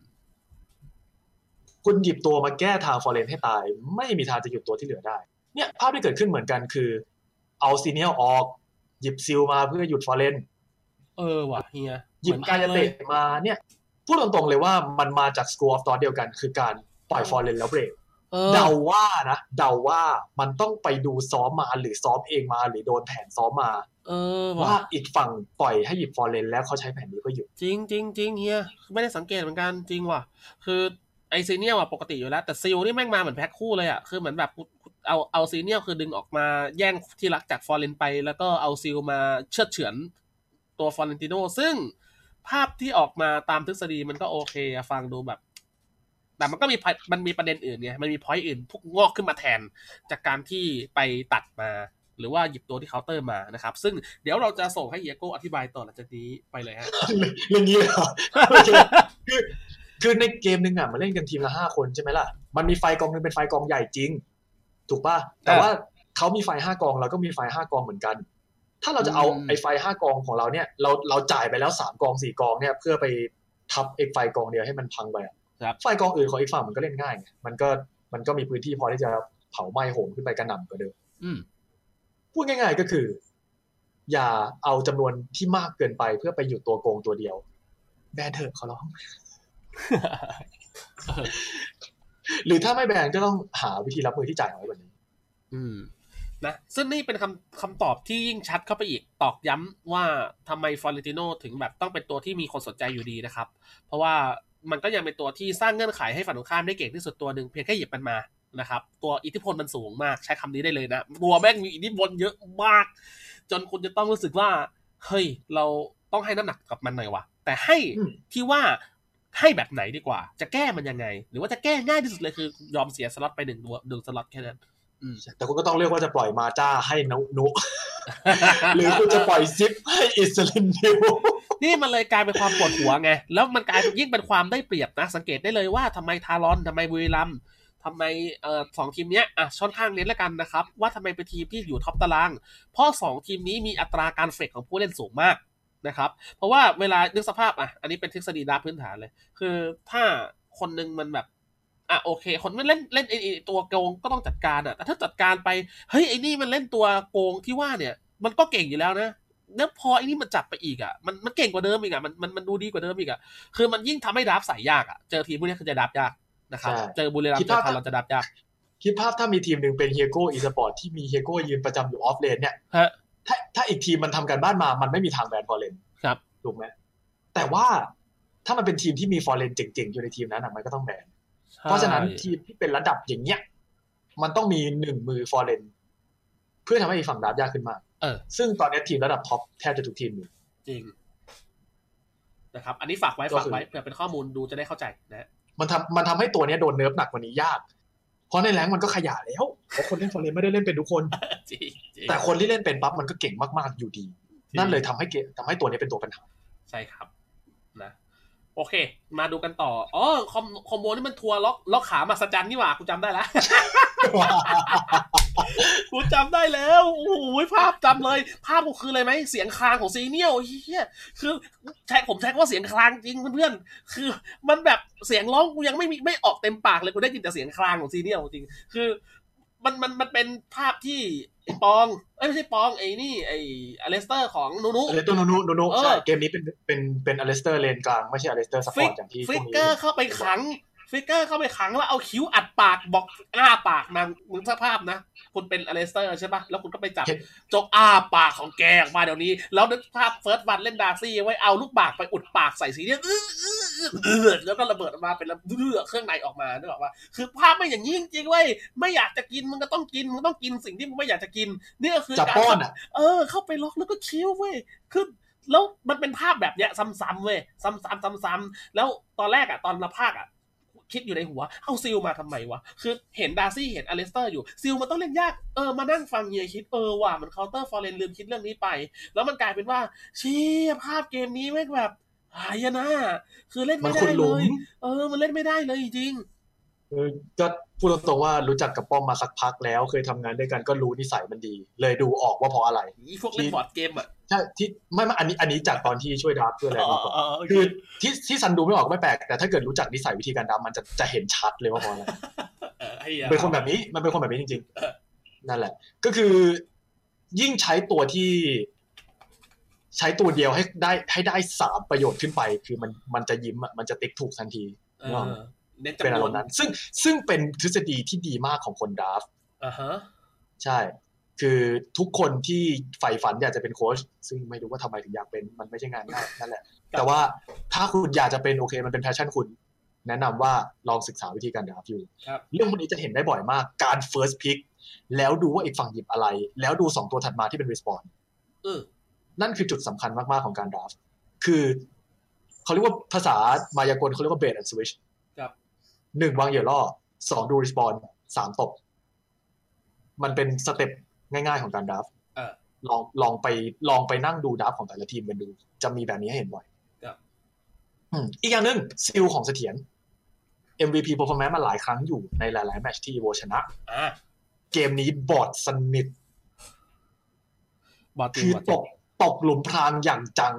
คุณหยิบตัวมาแก้ทางฟอร์เรนให้ตาย ไม่มีทางจะหยุดตัวที่เหลือได้ เนี่ยภาพที่เกิดขึ้นเหมือนกันคือ เอาซีเนียลออก หยิบซิลมาเพื่อหยุดฟอร์เรน
เออว่ะเฮีย
หยิบ
มือน
กาน ยา
ล
เตะมาเนี่ย พูดตรงๆเลยว่ามันมาจากสกู o อ t ตอนเดียวกัน คือการปล่อยฟอร์เรนแล้วเบรก
ออ
เดาว่านะ เดาว่ามันต้องไปดูซ้อมมาหรือซ้อมเองมา หรือโดนแผนซ้อมมา
เออ
ว่า
ว่ะ
อีกฝั่งปล่อยให้หยิบฟอร์เรนแล้วเขาใช้แผนนี้เพื่อหยุด [LAUGHS]
จริงจริงจริงเฮียไม่ได้สังเกตเหมือนกันจริงว่ะ คือไอซีเนียลอ่ะปกติอยู่แล้ว แต่ซิลนี่แม่งมาเหมือนแพ็คคู่เลยอ่ะคือเหมือนแบบกูกูเอาเอาซีเนียลคือดึงออกมาแย่งที่รักจากฟอร์เรนไป แล้วก็เอาซิลมาเชือดเฉือนตัวฟอร์เรนติโนซึ่งภาพที่ออกมาตามทฤษฎีมันก็โอเคอะฟังดูแบบ แต่มันก็มีพอยมันมีประเด็นอื่นไงมันมีพอยต์อื่นพวกงอกขึ้นมาแทน จากการที่ไปตัดมา หรือว่าหยิบตัวที่เคาน์เตอร์มานะครับ ซึ่งเดี๋ยวเราจะส่งให้เฮียโก้อธิบายต่อหลังจากนี้ไปเลยฮะ
เรื่องนี้เลยเหรอ คือคือในเกมหนึ่งอ่ะมันเล่นกันทีมละห้าคนใช่ไหมล่ะ มันมีไฟกองหนึงเป็นไฟกองใหญ่จริง ถูกป่ะ แต่
อ่ะ
ว่าเขามีไฟห้ากองเราก็มีไฟห้ากองเหมือนกัน ถ้าเราจะเอา
อืม
ไอ้ไฟห้ากองของเราเนี่ย เราเราจ่ายไปแล้วสามกองสี่กองเนี่ย เพื่อไปทับไอ้ไฟกองเดียวให้มันพังไปอะ
ครับ
ไฟกองอื่นของอีกฝั่งมันก็เล่นง่ายไงมันก็มันก็มีพื้นที่พอที่จะเผาไหม้โหมขึ้นไปกระหน่ำกว่าเดิม
อืม
พูดง่ายๆก็คือ อย่าเอาจำนวนที่มากเกินไปเพื่อไปหยุดตัวโกงตัวเดียว แบนเถอะขอร้อง หรือถ้าไม่แบนก็ต้องหาวิธีรับมือที่จ่ายน้อยกว่านี้
อืมนะซึ่งนี่เป็นคำคำตอบที่ยิ่งชัดเข้าไปอีกตอกย้ำว่าทำไมฟลอเรนติโนถึงแบบต้องเป็นตัวที่มีคนสนใจอยู่ดีนะครับ เพราะว่ามันก็ยังเป็นตัวที่สร้างเงื่อนไขให้ฝั่งตรงข้ามได้เก่งที่สุดตัวหนึ่งเพียงแค่หยิบมันมานะครับ ตัวอิทธิพลมันสูงมากใช้คำนี้ได้เลยนะตัวแม่งมีอิทธิพลเยอะมาก จนคุณจะต้องรู้สึกว่า เฮ้ย เราต้องให้น้ำหนักกับมันหน่อยวะแต่ให้
อืม
ที่ว่าให้แบบไหนดีกว่า จะแก้มันยังไง หรือว่าจะแก้ง่ายที่สุดเลยคือยอมเสียสล็อตไปหนึ่งตัวหนึ่งสล็อตแค่นั้น
แต่คุณก็ต้องเลือกว่าจะปล่อยมาจ้าให้
[LAUGHS]
นุนุ หรือคุณจะปล่อยซิปให้อิสลินดิ
[LAUGHS]
ว
นี่มันเลยกลายเป็นความปวดหัวไง แล้วมันกลายเป็นยิ่งเป็นความได้เปรียบนะ สังเกตได้เลยว่าทำไมทารอนทำไมบุรีรัมย์ทำไมเอ่อสองทีมเนี้ยอ่ะช่อนข้างเน้นละกันนะครับ ว่าทำไมเป็นทีมที่อยู่ท็อปตาราง เพราะสองทีมนี้มีอัตราการเฟกของผู้เล่นสูงมากนะครับ เพราะว่าเวลานึกสภาพอ่ะ อันนี้เป็นทฤษฎีดาพื้นฐานเลย คือถ้าคนหนึ่งมันแบบ อ่ะโอเค คนไม่เล่นเล่นไอ้ไอ้ตัวโกงก็ต้องจัดการอ่ะแต่ถ้าจัดการไปเฮ้ยไอ้นี่มันเล่นตัวโกงที่ว่าเนี่ย มันก็เก่งอยู่แล้วนะ แล้วพอไอ้นี่มันจับไปอีกอ่ะมันมันเก่งกว่าเดิมอีกอ่ะมันมันมันดูดีกว่าเดิมอีกอ่ะคือมันยิ่งทำให้ดับสายยากอ่ะเจอทีมพวกนี้คือจะดับยากนะครับ
ใช่
เจอบุรีรัม
คิ
ย์
ด
เจอ
ว่า
ทารอนจะดับยาก
คิดภาพถ้ามีทีมหนึ่งเป็นเฮียโก้อีสปอร์ตที่มีเฮียโก้ยืนประจำอยู่ออฟเลนเนี่ย
ฮะ
ถ้าถ้าอีกทีมมันทำการบ้านมา มันไม่มีทางแบนฟอร์เรน
ครับ
ถูกไหม แต่ว่าถ้ามันเป็นทีมที่มีฟอร์เรนเจ๋งๆ อยู่ในทีมนั้นอะมันก็ต้องแบน เพราะฉะนั้นทีมที่เป็นระดับอย่างเงี้ย มันต้องมีหนึ่งมือฟอร์เรนเพื่อทำให้อีกฝั่งดาบยากขึ้นมาก
เออ
ซึ่งตอนเนี้ยทีมระดับท็อปแทบจะทุกทีมเลย
จริงนะครับ อันนี้ฝากไว้
ก็คือ
ฝากไว้เผื่อเป็นข้อมูลดูจะได้เข้าใจนะฮะ [LAUGHS]
มันทำมันทำให้ตัวเนี้ยโดนเนิร์ฟหนักกว่านี้ยาก เพราะในแรงมันก็ขยะแล้วเพราะคนเล่นฟอร์เรนไม่ได้เล่นเป็นทุกคน
[LAUGHS] จริงจริง
แต่คนที่เล่นเป็นปั๊บมันก็เก่งมากๆอยู่ดี นั่นเลยทำให้เกทำให้ตัวเนี้ยเป็นตัว
[LAUGHS]
ปัญหา
ใช่ครับนะโอเค มาดูกันต่ออ๋อคอมคอมโบนี่มันทัวร์ล็อกล็อกขามาสจันนี่หว่ากูจำได้แล้ว กูจำได้แล้ว โอ้โหภาพจำเลย ภาพกูคืออะไรไหม เสียงคลางของซีเนียลเฮียคือใช้ผมใช้คำว่าเสียงคลางจริงเพื่อนๆ คือมันแบบเสียงร้องกูยังไม่มีไม่ออกเต็มปากเลยกูได้ยินแต่เสียงคลางของซีเนียลจริง คือ มันมันมันเป็นภาพที่ไอ้ปอง เอ้ยไม่ใช่ปองไอ้นี่ไอ้อเลสเตอร์ของนูนู
อเลสเตอร์โนโนโนโน
เออ
ใช่เกมนี้เป็นเป็นเป็นอเลสเตอร์เลนกลางไม่ใช่อเลสเตอร์สปอ
ฟิ
ร์
ก
ตอย่างที่พ
ฟิ
ว
ก
กนี้
เกอร์เข้าไปขัง ฟิกเกอร์เข้าไปขังแล้วเอาคิ้วอัดปากบอกอ้าปากนางมึงสภาพนะ คุณเป็นอเลสเตอร์ใช่ปะแล้วคุณก็ไปจับจกอ้าปากของแกออกมาเดี๋ยวนี้ แล้วนึกภาพเฟิร์สวันเล่นดาร์ซี่ไว้เอาลูกปากไปอุดปากใส่สีเนี่ยอื้ออื้ออื้ออื้อแล้วก็ระเบิดออกมาเป็นระเบือเครื่องในออกมานึกออกว่าคือภาพไม่อย่างนี้จริงๆเว้ยไม่อยากจะกินมึงก็ต้องกินมึงต้องกินสิ่งที่มึงไม่อยากจะกินนี่ก็คือ
จะ
การ
ป้อนอ่ะ
เออเข้าไปล็อกแล้วก็คิ้วเว้ยคือแล้วมันเป็นภาพแบบเนี้ยซ้ำๆเว้ยซ้ำๆซ้ำๆแล้วตอนแรกอะตอนละภาคอะคิดอยู่ในหัว เอาซิลมาทำไมวะ คือเห็นดาร์ซี่เห็นอเลสเตอร์อยู่ซิลมันต้องเล่นยากเออมานั่งฟังเฮียคิดเออว่ะมันเคาน์เตอร์ฟอร์เรนลืมคิดเรื่องนี้ไป แล้วมันกลายเป็นว่าเชี่ยภาพเกมนี้แม่งแบบหายนะคือเล่น
มัน
ไม่ได้
คุณห
เล
ลุม
ย เออ มันเล่นไม่ได้เลยจริง
เออก็พูดตรงๆว่ารู้จักกับป้อมมาสักพักแล้ว เคยทำงานด้วยกันก็รู้นิสัยมันดี เลยดูออกว่าเพราะอะไร
ๆอีพวกเล่นบอร์ดเกมอะ
ใช่ที่ไม่ไม่อันนี้อันนี้จากตอนที่ช่วยดับเพื่ออะไรมากกว่า
อ๋อโอเค
คือที่ที่ซันดูไม่ออกไม่แปลกแต่ถ้าเกิดรู้จักนิสัยวิธีการดับมันจะจะเห็นชัดเลยว่าเพราะ
[LAUGHS]
อะไร
เออไอ้หี้ย
เป็นคนแบบนี้มันเป็นคนแบบนี้จริง
เออ
ๆ นั่นแหละ ก็คือ ยิ่งใช้ตัวที่ ใช้ตัวเดียวให้ได้ให้ได้สามประโยชน์ขึ้นไป คือมันมันจะยิ้มอะมันจะติ๊กถูกทันที
เออเน้น
เป็น
จำน
อาร
วน
มณ์นั้น ซึ่งซึ่งเป็นทฤษฎีที่ดีมากของคนดราฟต์
อ่าฮะ
ใช่ คือทุกคนที่ใฝ่ฝันอยากจะเป็นโค้ชซึ่งไม่รู้ว่าทำไมถึงอยากเป็นมันไม่ใช่งานง่ายนั่นแหละ แต่ว่าถ้าคุณอยากจะเป็นโอเค มันเป็นแพชชั่นคุณ แนะนำว่าลองศึกษาวิธีการดราฟต์อยู่
ครับ
เรื่องพวกนี้จะเห็นได้บ่อยมากการ first pick แล้วดูว่าอีกฝั่งหยิบอะไร แล้วดูสองตัวถัดมาที่เป็น respawn
เออ
นั่นคือจุดสำคัญมากๆของการดราฟต์คือเขาเรียกว่าภาษามายากลเขาเรียกว่า bait and switch
ครับ
หนึ่งวางเหยื่อล่อสองดู respawn สามตบ มันเป็นสเต็ปง่ายๆของการดราฟต์
เออ
ลองลองไปลองไปนั่งดูดราฟต์ของแต่ละทีมกันดู จะมีแบบนี้ให้เห็นบ่อย
ครับ
อืมอีกอย่างหนึ่งซิลของเสถียร MVP performance มาหลายครั้งอยู่ในหลายๆแมตช์ที่อีโวชนะ
อ่า
เกมนี้บอดสนิท
บอดจริง
คือบ
อดจ
ต
ริง
กตกหลุมพรางอย่างจัง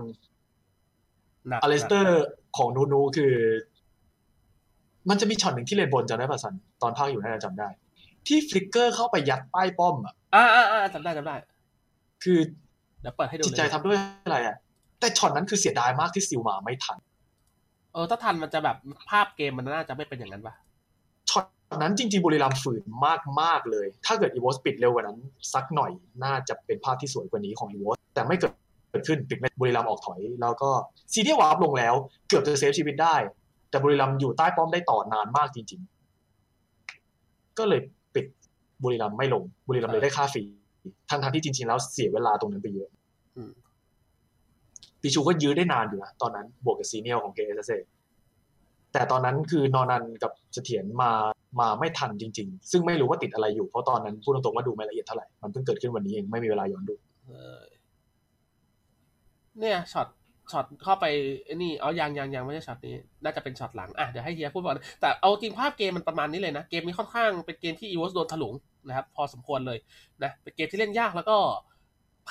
หนัก
อเลสเตอร์ของนูนูคือ มันจะมีช็อตหนึ่งที่เลนบนจำได้ป่ะสันตอนภาคอยู่น่าจะจำได้ ที่ฟลิกเกอร์เข้าไปยัดป้ายป้อมอ่ะ
อ่าอ่าอ่าจำได้จำได้
คือ
เดี๋ยวเปิดให้ดู
จิตใจ
เลย
ทำด้วยอะไรอ่ะ แต่ช็อตนั้นคือเสียดายมากที่ซิลมาไม่ทัน
เออถ้าทันมันจะแบบภาพเกมมันน่าจะไม่เป็นอย่างนั้นป่ะ
ช็อตนั้นจริงๆบุรีรัมย์ฝืนมากมากๆเลย ถ้าเกิดอีวอสปิดเร็วกว่านั้น สักหน่อยน่าจะเป็นภาพที่สวยกว่านี้ของอีวอสแต่ไม่เกิดเกิดขึ้นปิดเม็ดบุรีรัมย์ออกถอย แล้วก็ซีเดียวาร์ปลงแล้ว เกือบจะเซฟชีวิตได้ แต่บุรีรัมย์อยู่ใต้ป้อมได้ต่อนานมากจริง ๆ ก็เลยปิดบุรีรัมย์ไม่ลงบุรีรัมย์เลยได้ค่าฟรีทั้งๆที่จริงๆแล้วเสียเวลาตรงนั้นไปเยอะ
อืม
ปีชูก็ยื้อได้นานอยู่นะตอนนั้นบวกกับซีเนียลของเกเอสเแต่ตอนนั้นคือนอนันกับเสถียรมามาไม่ทันจริง ๆ ซึ่งไม่รู้ว่าติดอะไรอยู่เพราะตอนนั้นพูดตรงๆว่าดูไม่ละเอียดเท่าไหร่ มันเพิ่งเกิดขึ้นวันนี้เองไม่มีเวลาย้อนดู
เออเนี่ยช็อตช็อตเข้าไปไอ้นี่เอายังยังยังไม่ใช่ช็อตนี้ น่าจะเป็นช็อตหลังอ่ะเดี๋ยวให้เฮียพูดก่อนแต่เอาจริงภาพเกมมันประมาณนี้เลยนะ เกมนี้ค่อนข้างเป็นเกมที่อีวอสโดนถลุงนะครับ พอสมควรเลยนะเป็นเกมที่เล่นยากแล้วก็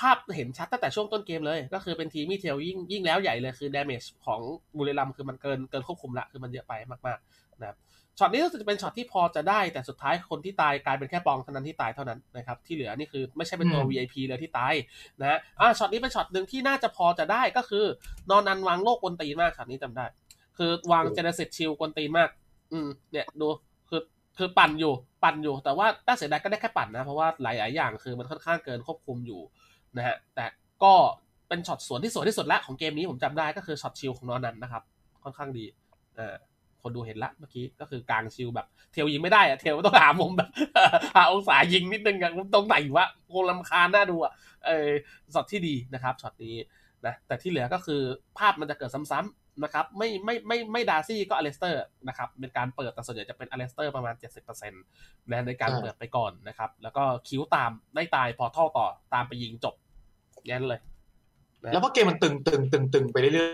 ภาพเห็นชัดตั้งแต่ช่วงต้นเกมเลย ก็คือเป็นทีมมีเทลยิ่งยิ่งแล้วใหญ่เลยคือด m a g e ของบุรีรัมย์คือมันเกินเกินควบคุมละคือมันเยอะไปมากๆนะครับช็อตนี้รู้สึกจะเป็นช็อตที่พอจะได้ แต่สุดท้ายคนที่ตายกลายเป็นแค่ปองเท่านั้นที่ตายเท่านั้นนะครับที่เหลือนี่คือไม่ใช่เป็นตัว
อืม
VIP เลยที่ตาย นะฮะอ่าช็อตนี้เป็นช็อตหนึ่งที่น่าจะพอจะได้ก็คือ นอนนันวางโลกกวนตีนมากช็อตนี้จำได้ คือวาง
โอ้
เจเนซิตชิลกวนตีนมาก อืม เนี่ยดูคือคือปั่นอยู่ ปั่นอยู่ แต่ว่าน่าเสียดายก็ได้แค่ปั่นนะ เพราะว่าหลายๆอย่างคือมันค่อนข้างเกินควบคุมอยู่นะฮะ แต่ก็เป็นช็อตสวนที่สวยที่สุดละของเกมนี้ผมจำได้ก็คือช็อตชิลของนอนนันนะครับ ค่อนข้างดีอ่าคนดูเห็นละเมื่อกี้ก็คือกลางชิลแบบ เทลยิงไม่ได้อะเทลต้องหามุมแบบ [LAUGHS] หาองศายิงนิดนึงอะมุมตรงไหนวะโคลำคาญน่าดูอะเออ ช็อตที่ดีนะครับช็อตนี้นะแต่ที่เหลือก็คือภาพมันจะเกิดซ้ำๆนะครับไม่ไม่ไม่ไม่ดาร์ซี่ก็อเลสเตอร์นะครับเป็นการเปิดแต่ส่วนใหญ่จะเป็นอเลสเตอร์ประมาณ 70%นะในการ
อ่า
เปิดไปก่อนนะครับ แล้วก็คิ้วตามได้ตายพอท่อต่อตามไปยิงจบงั้นเลย นะ
แล้วพอเกมมันตึงตึงตึงตึงไปเรื่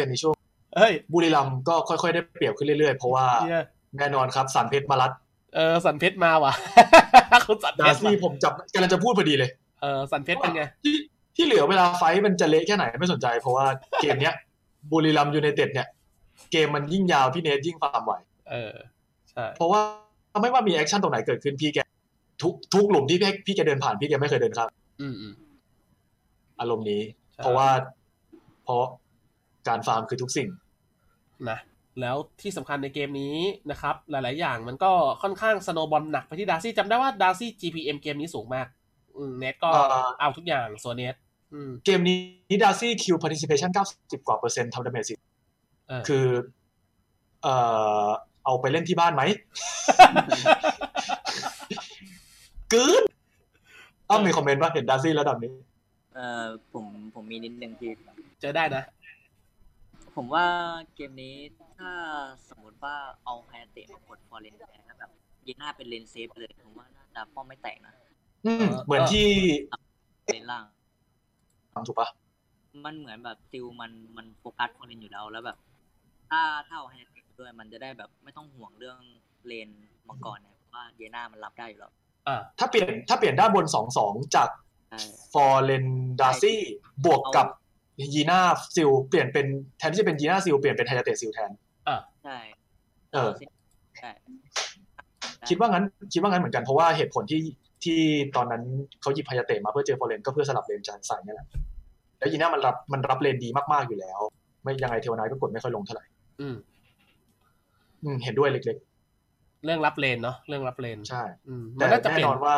อยๆในช่วง
เฮ้ย
บุรีรัมย์ก็ค่อยๆได้เปรียบขึ้นเรื่อยๆ เพราะว่า
เหี้ย
แน่นอนครับสารเพชรมารัด
เออสันเพชรมาว่ะ [LAUGHS] คุณสันเพ
ดา
ชร
ซี่
ว่ะ
ผมจับกำลังจะพูดพอดีเลย
เออสันเพชรเป็นไง
ที่ที่เหลือเวลาไฟท์มันจะเละแค่ไหนไม่สนใจ เพราะว่าเกมเนี้ยบุรีรัมย์ยูไนเต็ดเนี่ย เกมมันยิ่งยาวพี่เนทยิ่งฟาร์มไหว
เออใช่
เพราะว่าไม่ว่ามีแอคชั่นตรงไหนเกิดขึ้นพี่แกทุกทุกหลุมที่พี่พี่แกเดินผ่านพี่แกไม่เคยเดินครับ
อืมอืม
อารมณ์นี้
ใช่
เพราะว่าเพราะการฟาร์มคือทุกสิ่ง
นะแล้วที่สำคัญในเกมนี้นะครับ หลาย ๆ อย่างมันก็ค่อนข้างสโนบอลหนักไปที่ดาร์ซี่จำได้ว่าดาร์ซี่ GPM เกมนี้สูงมากอืมเน็ตก็
อ่า
เอาทุกอย่างส่วนเน็ตอืม
เกมนี้นิดาซี่คิวพาร์ติซิเพชัน90 กว่าเปอร์เซ็นต์ทำดาเมจสิ
เออ
คือ เอ่อเอาไปเล่นที่บ้านไหม [LAUGHS] กึ๊ดเอ้ามีคอมเมนต์ว่าเห็นดาซี่ระดับนี้
[LAUGHS] เออผมผมมีนิดนึงพี่
เจอได้นะ
ผมว่าเกมนี้ถ้าสมมติว่าเอาไฮเตะมากดฟอร์เรนแทนแล้วแบบยีน่าเป็นเลนเซฟเลย ผมว่าน่าจะป้อมไม่แตกนะ
อืม
เออ
เหมือนที่
เลนล่าง
ถูกปะ
มันเหมือนแบบติวมันมันโฟกัสฟอร์เรนอยู่แล้วแล้วแบบ ถ้าถ้าเอาไฮเตะด้วยมันจะได้แบบไม่ต้องห่วงเรื่องเลนมังกรเนี่ยเพราะว่ายีน่ามันรับได้อยู่แล้ว
อ่า
ถ้าเปลี่ยนถ้าเปลี่ยนด้านบน 2-2 จาก
ใช่
ฟอร์เรนดาซี่บวกกับ
เ
ยีน่าซิลเปลี่ยนเป็นแทนที่จะเป็นยีน่าซิลเปลี่ยนเป็นไฮยาเตะซิลแทน
อ่า
ใช่
เออ
ใช่
คิดว่างั้นคิดว่างั้นเหมือนกันเพราะว่าเหตุผลที่ที่ตอนนั้นเขาหยิบไฮยาเตะมาเพื่อเจอฟอร์เรนก็เพื่อสลับเลนจานใส่นี่แหละแล้วยีน่ามันรับมันรับเลนดีมากๆอยู่แล้ว ไม่ยังไงเทวานายก็กดไม่ค่อยลงเท่าไหร่
อืม
อืมเห็นด้วยเล็ก
เรื่องรับเลนเนาะเรื่องรับเลน
ๆ ใช่
อืมมั
แต่
นน่าจะ
แน่
เปลี่ย
น
น
อนว่า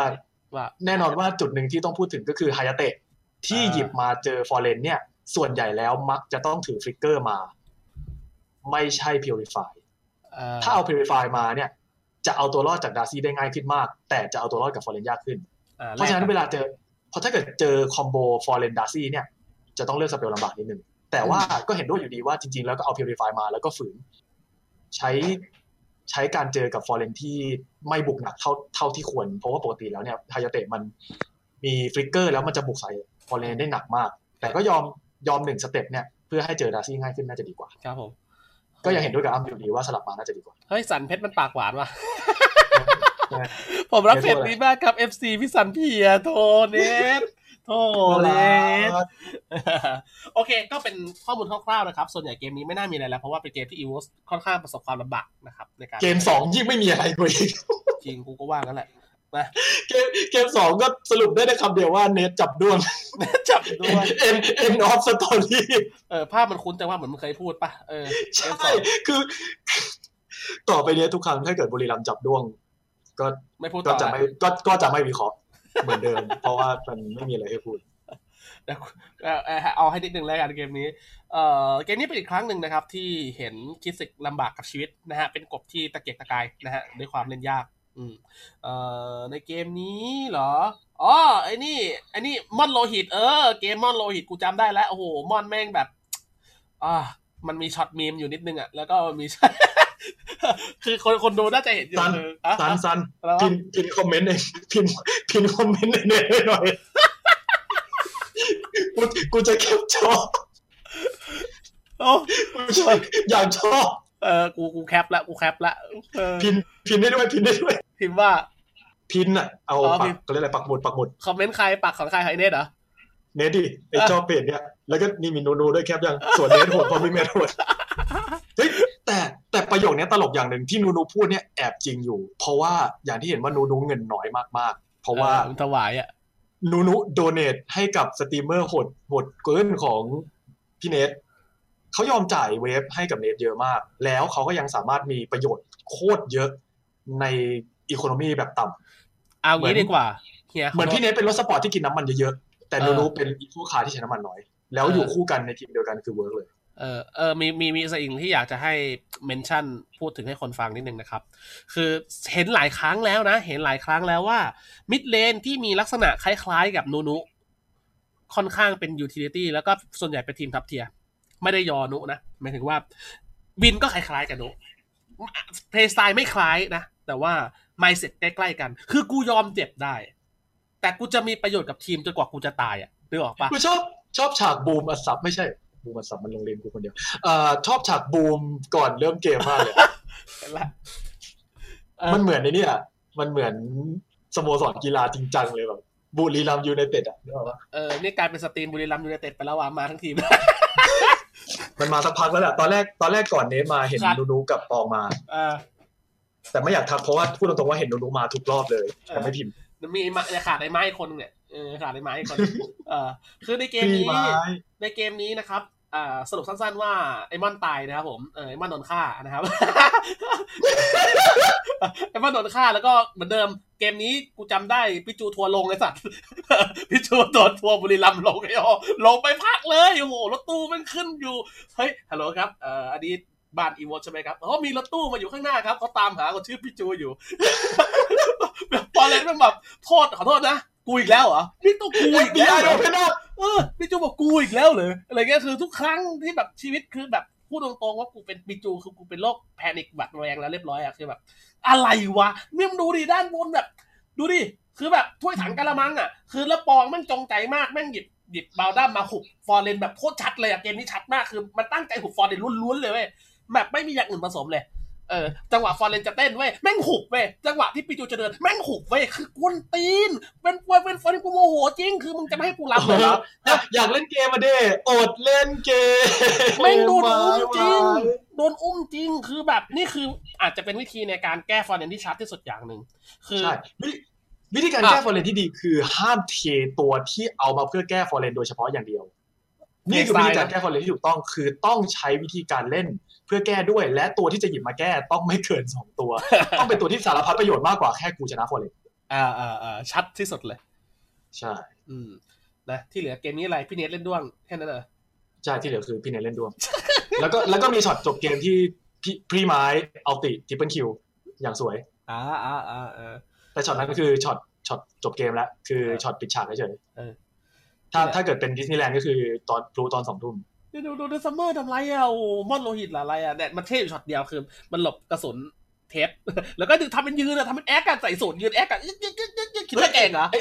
ว่า
แน่นอนว่าจุดหนึ่งที่ต้องพูดถึงก็คือไฮยาเตะที่
อ่า
หยิบมาเจอฟอร์เรนเนี่ย ส่วนใหญ่แล้วมักจะต้องถือฟลิกเกอร์มา ไม่ใช่พิวริฟาย
เอ่อ
ถ้าเอา Purify มาเนี่ย จะเอาตัวรอดจากดาร์ซี่ได้ง่ายขึ้นมาก แต่จะเอาตัวรอดกับฟอร์เรนยากขึ้น
อ่
เพราะฉะนั้น
แลก
เว
กับ
ลาเจอเพราะถ้าเกิดเจอคอมโบฟอร์เรนดาร์ซี่เนี่ย จะต้องเลือกสเปลลำบากนิดนึง แต่ว่าก็เห็นด้วยอยู่ดีว่าจริงๆ แล้วก็เอา Purify มาแล้วก็ฝืน ใช้ใช้การเจอกับฟอร์เรนที่ไม่บุกหนักเท่าเท่าที่ควร เพราะว่าปกติแล้วเนี่ยไฮยาเตะมันมีฟลิกเกอร์แล้วมันจะบุกใส่ฟอร์เรนได้หนักมาก แต่ก็ยอมยอมหนึ่งสเต็ปเนี่ยเพื่อให้เจอดาร์ซี่ง่ายขึ้นน่าจะดีกว่า
ครับผม
ก็ยังเห็นด้วยกับอ้ํอยู่ดีว่าสลับมาน่าจะดีกว่า
เฮ้ยสันเพชรมันปากหวานว่ะ
ใช่
ผมรับเพ
เดี๋ย
จ
วโทษ
นี้มากครับ FC พี่สันเพียโทเนทโทเนท โอเค ก็เป็นข้อมูลคร่าวๆนะครับ ส่วนใหญ่เกมนี้ไม่น่ามีอะไรแล้ว เพราะว่าเป็นเกมที่อีวอสค่อนข้างประสบความลำบากนะครับในการ
เกมสองยิ่งไม่มีอะไรเลย
จริงกูก็ว่างั้นแหละ นะ
เกมเกมสองก็สรุปได้ในคำเดียวว่าเนทจับด้วง
จับดูว่า
เอ็นเอ็นออฟสตอรี่
เออภาพมันคุ้นแต่ว่าเหมือนมันเคยพูดปะเออ
ใช่คือ ต่อไปเนี้ยทุกครั้งถ้าเกิดบุรีรัมย์จับด้วง ก็
ไม่พูด
ก็
ต่อ
จะไม่ก็ก็จะไม่วิเคราะห์เหมือนเดิม [LAUGHS] เพราะว่ามันไม่มีอะไรให้พูด
เดี๋ยวเออเออเอาให้นิดนึงแล้วกันเกมนี้เออเกมนี้เป็นอีกครั้งหนึ่งนะครับ ที่เห็นคิดสึกลำบากกับชีวิตนะฮะเป็นกบที่ตะเกียกตะกายนะฮะด้วยความเล่นยาก อืมเอ่อในเกมนี้เหรออ๋อไอ้นี่ไอ้นี่มอนโลหิต เออ เกมมอนโลหิตกูจำได้แล้วโอ้โหมอนแม่งแบบอ่ามันมีช็อตมีมอยู่นิดนึงอ่ะแล้วก็มี [LAUGHS] คือคนคนดูน่าจะเห็นอยู่
ซัน
คืออ่ะ
ซันซัน
อะไรวะ
พิมพ์พิมพ์คอมเมนต์ในพิมพ์พิมพ์คอมเมนต์ในเน็ตให้หน่อย [LAUGHS] กูกูจะเก็บจอ [LAUGHS]
เอ้า
กูจะอยากชอบ
เออกูกูแคปละกูแคปละเออ
พิมพ์พิมพ์ได้ด้วยพิมพ์ได้ด้วย
พิมพ์ว่า
พินอะเอา
อ๋อ
ปั
พิ
ก
มพ์
ก็เรียกอะไรปักหมุดปักหมุด
คอมเมนต์ใครปากของใครไฮเนตเหรอ
เนทดิไอ
อ่ะ
ชอบเพจเนี่ยแล้วก็นี่มีนูนูด้วยแคปยังส่วนเนทโหดเพอมีเมทโหดเฮ้ยแต่แต่ประโยคเนี้ยตลกอย่างหนึ่งที่นูนูพูดเนี่ยแอบจริงอยู่ เพราะว่าอย่างที่เห็นว่านูนูเงินน้อยมากๆ เพราะว่า
เออมันถวายอ่ะ
นูนูโดเนทให้กับสตรีมเมอร์โหดโหดเกินของพี่เนทเขายอมจ่ายเวฟให้กับเนทเยอะมาก แล้วเขาก็ยังสามารถมีประโยชน์โคตรเยอะในอีโคโนมีแบบต่ำ
เอา
เหมือ
งี้
น
ดีกว่าเฮีย
เหมือนพี่
ขโทษ
เนทเป็นรถสปอร์ตที่กินน้ำมันเยอะๆ แต่
เออ
นูนูเป็นอีกคู่ขาที่ใช้น้ำมันน้อย แล้ว
เออ
อ
อ
ยู่คู่กันในทีมเดียวกันคือเวิร์กเลย
เออเออมีมีมีสิ่งที่อยากจะให้เมนชั่นพูดถึงให้คนฟังนิดนึงนะครับ คือเห็นหลายครั้งแล้วนะ เห็นหลายครั้งแล้วว่ามิดเลนที่มีลักษณะคล้ายๆกับนูนุ ค่อนข้างเป็นยูทิลิตี้แล้วก็ส่วนใหญ่เป็นทีมทัพเทียร์ไม่ได้ยอนุนะหมายถึงว่าวินก็คล้ายๆกับนุเพย์สไตล์ไม่คล้ายนะ แต่ว่าไมเซ็ตใกล้ๆกัน คือกูยอมเจ็บได้ แต่กูจะมีประโยชน์กับทีมจนกว่ากูจะตายอ่ะนึกออกปะ
กูชอบชอบฉากบูมอัสซับไม่ใช่บูมอัสซับมันโรงเรียนกูคนเดียวเอ่อชอบฉากบูมก่อนเริ่มเกมมาก [LAUGHS] เลย มันเหมือนในเนี่ยมันเหมือนสโมสรกีฬาจริงจังเลยแบบบุรีรัมย์ยูไนเต็ดอะนึกออกปะ
เออนี่กลายเป็นสตรีมบุรีรัมย์ยูไนเต็ดไปแล้วว่ามาทั้งทีม
มันมาสักพักแล้วแหละตอนแรกตอนแรกก่อนเนทมาเห็น
ครับ
นูนูกับปองมา
เออ
แต่ไม่อยากทักเพราะว่าพูดตรงๆว่าเห็นนูนูมาทุกรอบเลย
เออ
แต่ไม่พิมพ์
มันมีไอ้ไม้ขาดไอ้ไม้อีกคนหนึ่งเนี่ยเออขาดไอ้ไม้อีกคนหนึ่งเออคือในเกม
พี่
นี้
ไม้
ในเกมนี้นะครับอ่าสรุปสั้นๆว่าไอ้มอนตายนะครับผมเออไอ้มอนโดนฆ่านะครับ [LAUGHS] ไอ้มอนโดนฆ่าแล้วก็เหมือนเดิมเกมนี้กูจำได้พิจูทัวร์ลงไอ้สัตว์ [LAUGHS] พิจูโดนทัวร์บุรีรัมย์ลงไอ้โอลงไปพักเลยโอ้โหรถตู้มันขึ้นอยู่ เฮ้ย ฮัลโหลครับเอ่ออันนี้บ้านอีวอใช่ไหมครับเขามีรถตู้มาอยู่ข้างหน้าครับเขาตามหาคนชื่อพี่จูอยู่ [LAUGHS] ตอนแรกมันแบบโทษขอโทษนะ กูอีกแล้วเหรอ นี่ตัวกูอีก
พี่
แล้
ไอ้
วเหร
โอ
อ
เพนอัพ
เออพี่จูบอกกูอีกแล้วเหรออะไรเงี้ยคือทุกครั้งที่แบบชีวิตคือแบบพูดตรงๆว่ากูเป็นพี่จูคือกูเป็นโรคแพนิคบัดระแวงแล้วเรียบร้อยอะคือแบบ อะไรวะเนี่ยมึงดูดิด้านบนแบบ ดูดิ คือแบบถ้วยถังกะละมังอ่ะ คือแล้วปองแมันจงใจมากแม่งหยิบหยิบบาวด้ามมาหุบฟอร์เรนแบบโคตรชัดเลยอะเกมนี้ชัดมากคือมันตั้งใจหุบฟอร์เรนล้วนๆเลยเว้ยแบบไม่มีอย่างอื่นผสมเลย เออจังหวะฟอร์เรนจะเต้นเว้ยแม่งหุบเว้ยจังหวะที่ปิจูจะเดินแม่งหุบเว้ยคือกวนตีนเป็นเป็นเป็นฟอร์เรนกูโมโหจริง คือมึงจะไม่ให้กูรับเลยเหรอ
อยากอยากเล่นเกมมาเด้อดเล่นเกม
แม่งโดนอุ้มจริง
ไม่ไหว
โดนอุ้มจริง คือแบบนี่คืออาจจะเป็นวิธีในการแก้ฟอร์เรนที่ชัดที่สุดอย่างหนึ่งคือ
ใช่วิธีวิธีการ
อ่ะ
แก้ฟอร์เรนที่ดีคือห้ามเทตัวที่เอามาเพื่อแก้ฟอร์เรนโดยเฉพาะอย่างเดียว นี่คือวิธีการแก้ฟอร์เรนที่ถูกต้องคือต้องใช้วิธีการเล่นเพื่อแก้ด้วย และตัวที่จะหยิบมาแก้ต้องไม่เกินสอง
[LAUGHS]
ตัว ต้องเป็นตัวที่สารพัดประโยชน์มากกว่าแค่กูชนะฟอร์เรน
อ่าอ่าอ่าชัดที่สุดเลย
ใช่
อืมนะที่เหลือเกมนี้อะไรพี่เนทเล่นด้วงแค่นั้นเหรอ
ใช่ที่เหลือคือพี่เนยเล่นด้วย แล้วก็แล้วก็มีช็อตจบเกมที่พี่พรีไม้เอาติทิปเปิลคิวอย่างสวย
อ่าอ่าอ่าเออ
แต่ช็อตนั้นคือช็อตช็อตจบเกมแล้ว คือช็อตปิดฉากเฉย
เออ
ๆถ้าถ้าเกิดเป็นดิสนีย์แลนด์ก็คือตอนพลูตอนสองทุ่ม
เดี๋ยวดูดูดูซัมเมอร์ทำไรอ่ะโอ้โหมอนโลหิตเหรออะไรอ่ะเนี่ยมันเท่อยู่ช็อตเดียวคือ มันหลบกระสุนเทป [LAUGHS] แล้วก็ทำเป็นยืนอ่ะทำเป็นแอคกันใส่สูตรยืนแอคกันยึกยึกยึกยึกยึกคิดว่าเก่งเหรอ
ไ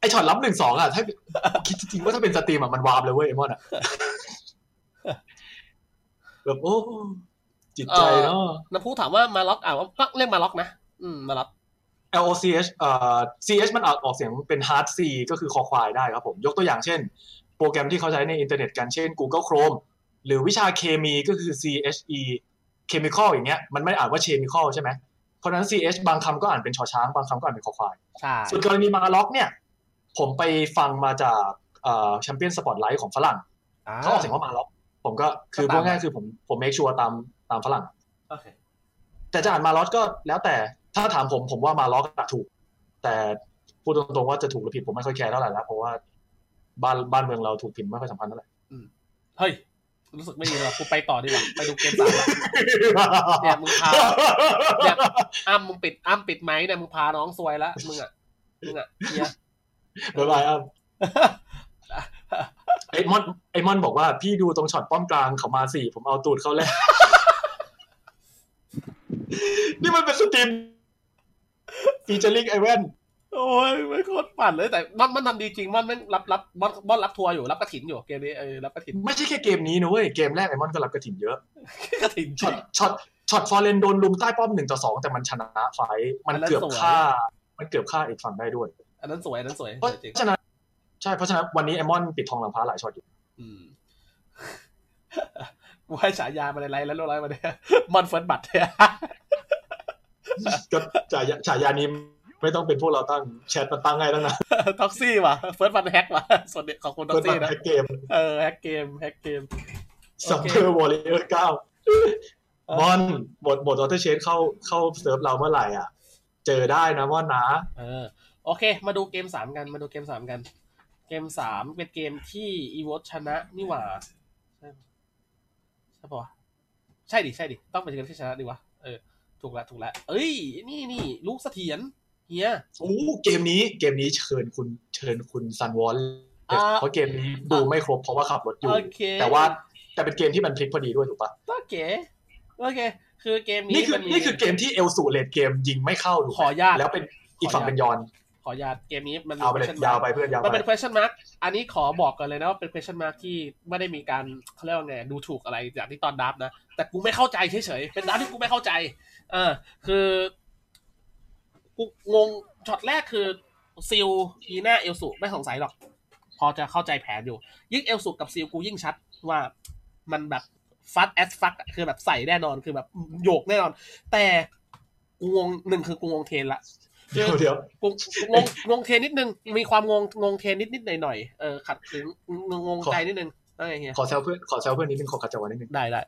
ไอช็อตรับหนึ่งสองอ่ะ ถ้า คิดจริงๆว่าถ้าเป็นสตรีมอ่ะ มันวาร์ปเลยเว้ยไอมอน [LAUGHS] อ่ะ แบบโอ้ จิตใจเนาะ
น้ำพุถามว่ามาล็อกอ่ะก็เรียกมาล็อกนะอืมมาล็อก
L O C H เอ่อ C H มันออกออกเสียงเป็น hard C ก็คือคอควายได้ครับผม ยกตัวอย่างเช่น โปรแกรมที่เขาใช้ในอินเทอร์เน็ตกันเช่น Google Chrome หรือวิชาเคมีก็คือ C H E chemical อย่างเงี้ย มันไม่ได้อ่านว่า chemical ใช่ไหม เพราะฉะนั้น CH บางคำก็อ่านเป็นชอช้างบางคำก็อ่านเป็นคอควาย
ใช่
ส่วนกรณีมาล็อกเนี่ย ผมไปฟังมาจากแชมเปี้ยนสปอตไลท์ของฝรั่ง
อ่า
เขาออกเสียงว่ามาล็อก ผมก็คือ
ก็ตา
พู
ม
ดง่ายๆคือผมผมเมคชัวร์ตามตามฝรั่ง
โอเค
แต่จะอ่านมาล็อกก็แล้วแต่ถ้าถามผมผมว่ามาล็อกอะถูก แต่พูดตรงๆว่าจะถูกหรือผิดผมไม่ค่อยแคร์เท่าไหร่แล้วเพราะว่าบ้านบ้านเมืองเราถูกผิดไม่ค่อยสำคัญเท่าไหร่
เฮ้ย รู้สึกไม่ดีเลยว่ะกูไปต่อดีกว่าไปดูเกมสาม [LAUGHS] ละ เนี่ยมึงพา เนี่ย อ้ำมึงปิดอ้ำปิดไหมค์เนี่ยมึงพาน้องซวยละมึงอ่ะมึงอ่ะเฮีย
[LAUGHS] บ๊ายบายครับไอมอนไอมอนบอกว่าพี่ดูตรงช็อตป้อมกลางเขามาสี่ผมเอาตูดเขาแล้ว [LAUGHS] นี่มันเป็นสตรีมฟีเจอริงไอแว่น
โอ้ยไม่โคตรปั่นเลยแต่มอนมันทำดีจริงมอนแม่งรับรับมอนมอนรับทัวร์อยู่รับกระถินอยู่เกมนี้เออรับกระถิน
ไม่ใช่แค่เกมนี้นะเว้ย เกมแรกไอมอนก็รับกระถิ่นเยอะ
กระถินจ
ช็
ริ
อต
ง
ช็อตช็อตฟอร์เรนโดนลุมใต้ป้อมหนึ่งต่อสองแต่มันชนะไฟท์มัน
อันนั้น
เกือบ
สวย
ฆ่า มันเกือบฆ่าอีกฝั่งได้ด้วย
[LAUGHS] อันนั้นสวยอันนั้นสวย
เพราะ
จริง
ฉะนั้นใช่เพราะฉะนั้นวันนี้ไอมอนปิดทองหลังพระหลายช็อต
[LAUGHS]
อยู่
อืมกูให้ฉายามาในไลน์แล้วเรียบร้อยมาเนี่ย [LAUGHS] มอนเฟิร์สบัตเนี่ย [LAUGHS]
ก็ฉายาฉายานี้ไม่ต้องเป็นพวกเราตั้งแชทมันตั้งให้ตั้งนาน
ท็อกซี่ว่ะเฟิร์สบัตแฮกว่ะส่วนเด็กของคุณท็อ
เปิด
ก
มา
ซี่นะ
แพ็กเกม
เออแฮกเกมแฮกเกม
ซัมเ e อร์วอลเลอร์เก้า
เออ
มอนบทบทออเทอร์เชนเข้าเข้าเซิร์ฟเราเมื่อไหร่อ่ะ เจอได้นะมอนนะ
เออโอเค มาดูเกมสามกันมาดูเกมสามกัน เกมสามเป็นเกมที่อีวอชนะนี่หว่าใช่ใช่ปะวะใช่ดิใช่ดิต้องเป็นเกมที่ชนะดิวะเออถูกละถูกละเอ้ยนี่นี่ลูกเสถียรเฮีย
โอ้เกมนี้เกมนี้เชิญคุณเชิญคุณซันวอล
อ่า
เพราะเกมนี้ดูไม่ครบเพราะว่าขับรถอยู่
โอเค
แต่ว่าแต่เป็นเกมที่มันพลิกพอดีด้วยถูกปะ
โอเคโอเค คือเกมนี้
นี่คือ
มัมี
นี่คือเกมที่เอลสูเลดเกมยิงไม่เข้าถูกไห
ข
ม
ออนุญาต
แล้วเป็นอีกฝั่
ข
ง
ออนุญาต
เป็นยอน
ขออนุญาตเกมนี้มันมี
เอาไปเลย
question
ยาว
mark
ไปเพื่อนยาว
มัน
ไป
เป็น question mark อันนี้ขอบอกกันเลยนะว่าเป็น question mark ที่ไม่ได้มีการเขาเรียกว่าไงดูถูกอะไรจากที่ตอนดับนะ แต่กูไม่เข้าใจเฉยๆ เป็นดับที่กูไม่เข้าใจ เออ คือกูงงช็อตแรกคือซิลอีน่าเอลสุไม่สงสัยหรอก พอจะเข้าใจแผนอยู่ ยิ่งเอลสุกับซิลกูยิ่งชัดว่ามันแบบฟัดแอสฟักคือแบบใส่แน่นอนคือแบบโยกแน่นอน แต่กูงงหนึ่งคือกูงงเทรนละ
เดี๋ยวเดี๋ยว
งงงงงเทนนิดนึง มีความงงงงเทนนิดนิดหน่อยหน่อยๆเออขัดขืนงงง
ขอ
ใจนิดนึงว่าไงเฮีย
ขอแซวเพื่อนขอแซวเพื่อนนิดนึงขอขัดจังหวะนิดนึง
ได้ได้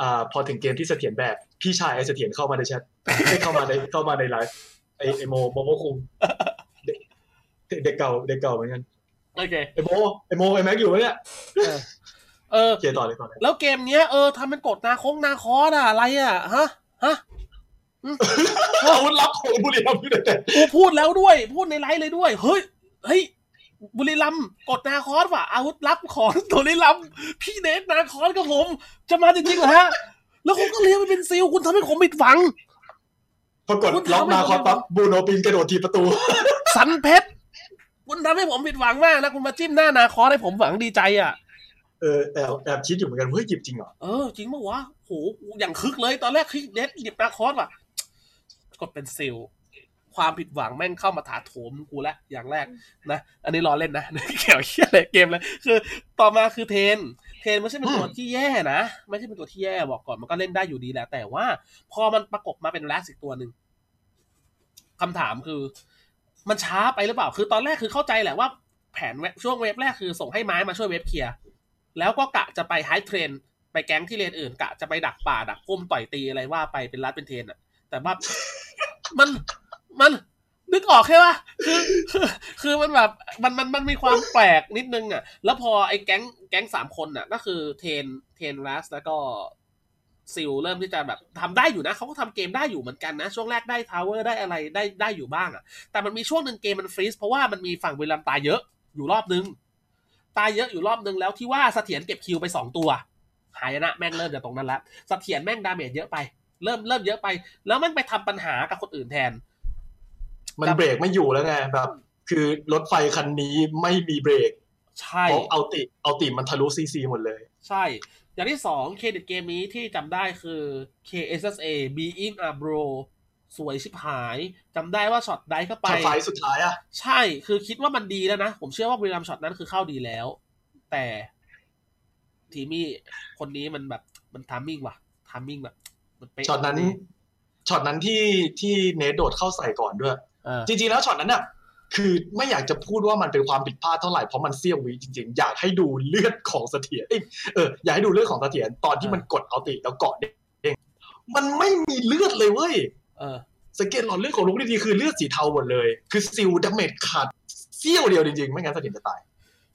อ่าพอถึงเกมที่เสถียรแบบพี่ชายไอ้เสถียรเข้ามาในแชทไม่เข้ามาในเข้ามาในไลฟ์ไอ้ไอ้โมโมโมคุงเด็กเด็กเก่าเด็กเก่าเหมือนกัน
โอเค
ไอ้โมไอ้โมไอ้แม็กอยู่ปะเนี่ย
เออเออ
โอเคต่อเลยต่อเลย
แล้วเกมเนี้ยเออทำเป็นกดนาคงนาคอสอะอะไรอะฮะฮะ
อาวุธลับของบุรีรัมย์ยูไนเต็ด
กูพูดแล้วด้วย พูดในไลฟ์เลยด้วย เฮ้ยเฮ้ยบุรีรัมย์กดนาคอสว่ะอาวุธลับของบุรีรัมย์พี่เนทนาคอสกับผม จะมาจริงๆเหรอฮะ แล้วคุณก็เลี้ยงมันเป็นซิลคุณทำให้ผมผิดหวัง
ปรากฏ
คุณ
ล็
ถา
อ
ม
ก
ไม่
นา
รู้
คอปั๊บบูโนปินกระโดดทีบประตู
สันเพชรคุณทำให้ผมผิดหวังมากนะคุณมาจิ้มหน้านาคอสให้ผมหวังดีใจอ่ะ
เออแอบแอบคิดอยู่เหมือนกันเฮ้ยหยิบจริงเหรอ
เออจริงปะวะโหอย่างคึกเลยตอนแรกคือเด็ดหยิบนาคอสว่ะกดเป็นซิลความผิดหวังแม่งเข้ามาถาโถมกูแล้วอย่างแรกนะ อันนี้รอเล่นนะ เกี่ยวเหียอะไรเกมเลยคือ ต่อมาคือเทน เทนไม่ใช่เป็นตัวที่แย่นะ ไม่ใช่เป็นตัวที่แย่บอกก่อนมันก็เล่นได้อยู่ดีแหละแต่ว่า พอมันประกบมาเป็นแรสอีกตัวหนึ่งคำถามคือ มันช้าไปหรือเปล่า คือตอนแรกคือเข้าใจแหละว่าแผนเว็บช่วงเว็บแรกคือส่งให้ไม้มาช่วยเว็บเคลียร์ แล้วก็กะจะไปไฮเทรน ไปแก๊งที่เลนอื่นกะจะไปดักป่าดักก้มต่อยตีอะไรว่าไปเป็นรัดเป็นเทรนอะแต่ว่า [LAUGHS] มันมันนึกออกใช่ปะคือ [LAUGHS] คือคือมันแบบมันมันมันมีความแปลกนิดนึงอะแล้วพอไอ้แก๊งแก๊งสามคนอะก็คือเทรนเทรนรัสแล้วก็ซิลเริ่มที่จะแบบทำได้อยู่นะเขาก็ทำเกมได้อยู่เหมือนกันนะ ช่วงแรกได้ทาวเวอร์ได้อะไรได้ได้อยู่บ้างอะ แต่มันมีช่วงหนึ่งเกมมันฟรีซเพราะว่ามันมีฝั่งบุรีรัมย์ตายเยอะอยู่รอบนึง ตายเยอะอยู่รอบนึงแล้วที่ว่าเสถียรเก็บคิวไปสองตัว หายนะ แม่งเริ่มจากตรงนั้นละเสถียรแม่งดาเมจเยอะไป เริ่มเริ่มเยอะไป แล้วแม่งไปทำปัญหากับคนอื่นแทน
มัน
ครับ
เบรกไม่อยู่แล้วไงแบบ คือรถไฟคันนี้ไม่มีเบรก
ใช่
เพราะเอาติเอาติมันทะลุซีซีหมดเลย
ใช่ อย่างที่สองเครดิตเกมนี้ที่จำได้คือ KSSA Being a Bro สวยชิบหายจำได้ว่าช็อตได้เข้าไป
ช็อตไฟสุดท้ายอะ
ใช่ คือคิดว่ามันดีแล้วนะ ผมเชื่อว่าบุรีรัมย์ช็อตนั้นคือเข้าดีแล้ว แต่ทีมี่คนนี้มันแบบมันทามมิ่งว่ะทามมิ่งแบบมันเป๊ะ
ช็อตนั้น ช็อตนั้นที่ที่เนทโดดเข้าใส่ก่อนด้วย
อ่า
จริงๆแล้วช็อตนั้นน่ะ คือไม่อยากจะพูดว่ามันเป็นความผิดพลาดเท่าไหร่เพราะมันเสี้ยววิจริงๆ อยากให้ดูเลือดของเสถียรเอ้ยเอออยากให้ดูเลือดของเสถียรตอนที่มันกดเอาติแล้วเกาะเด้งมันไม่มีเลือดเลยเว้ย
เออ
สังเกตหลอดเลือดของลุงดีๆคือเลือดสีเทาหมดเลย คือซิลดาเมจขาดเสี้ยวเดียวจริงๆ ไม่งั้นเสถียรจะตาย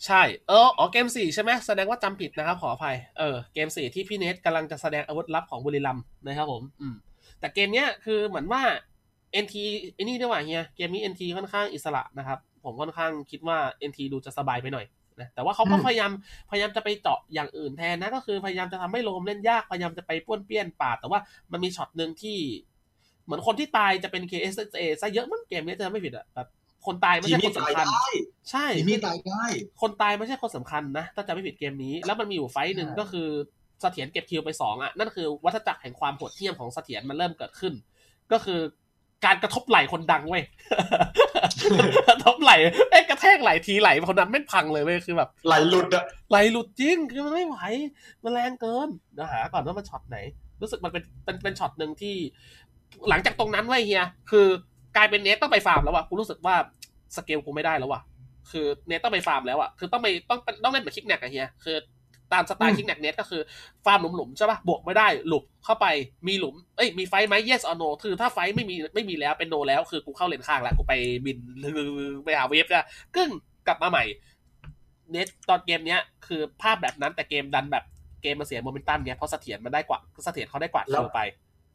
ใช่ เอออ๋อ เกมสี่ใช่ไหม แสดงว่าจำผิดนะครับ ขออภัย เออ เกมสี่ที่พี่เนทกำลังจะแสดงอาวุธลับของบุรีรัมย์นะครับผม อืม แต่เกมเนี้ยคือเหมือนว่า NT ไอ้นี่ด้วยว่าเฮีย เกมนี้ NT ค่อนข้างอิสระนะครับ ผมค่อนข้างคิดว่า NT ดูจะสบายไปหน่อยนะ แต่ว่าเขาก็
อืม
พยายาม พยายามจะไปเจาะอย่างอื่นแทนนะ ก็คือพยายามจะทำให้โลมเล่นยาก พยายามจะไปป้วนเปี้ยนป่า แต่ว่ามันมีช็อตหนึ่งที่ เหมือนคนที่ตายจะเป็น KSA ซะเยอะมั้งเกมเนี้ยจะไม่ผิดอะแบบคนตายไม่
ที
ใช่
มี่
คนสำ
ตาย
คัญ
ได้
ใช่
ทีมี่ตายได้
คนตายไม่ใช่คนสำคัญนะถ้าจะไม่ผิดเกมนี้ แล้วมันมีอยู่ไฟต์หนึ่ง
ใช่
ก็คือเสถียรเก็บคิวไปสองอ่ะ นั่นคือวัฏจักรแห่งความโหดเหี้ยมของเสถียรมันเริ่มเกิดขึ้น ก็คือการกระทบไหล่คนดังเว้ย [LAUGHS] กระทบไหล่เอ้ยกระแทกไหล่ทีไหล่คนนั้นไม่พังเลยเว้ยคือแบบ
ไหลหลุดอะ
ไหลหลุดจริง คือมันไม่ไหว มันแรงเกิน เดี๋ยวหาก่อนว่ามันช็อตไหน รู้สึกมันเป็นเป็นเป็นช็อตหนึ่งที่ หลังจากตรงนั้นไว้ยเฮีย คือกลายเป็นเนทต้องไปฟาร์มแล้วอะกูรู้สึกว่าสเกลกูไม่ได้แล้วอะคือเนทต้องไปฟาร์มแล้วอะคือต้องไปต้องต้องเล่นแบบคิกแนกอะเฮีย คือตามสไตล์คิกแนกเนทก็คือฟาร์มหลุมๆใช่ป่ะ บวกไม่ได้ หลุบเข้าไป มีหลุม เอ้ย มีไฟท์ไหม yes or no คือถ้าไฟท์ไม่มีไม่มีแล้วเป็น no แล้ว คือกูเข้าเลนข้างแล้ว กูไปบินไปหาเวฟแล้วกึ่งกลับมาใหม่ เนทตอนเกมเนี้ยคือภาพแบบนั้นแต่เกมดันแบบเกมมันเสียโมเมนตัมเนี้ยเพราะเสถียรมันได้กว่าเสถียรเขาได้กว่าคิวไป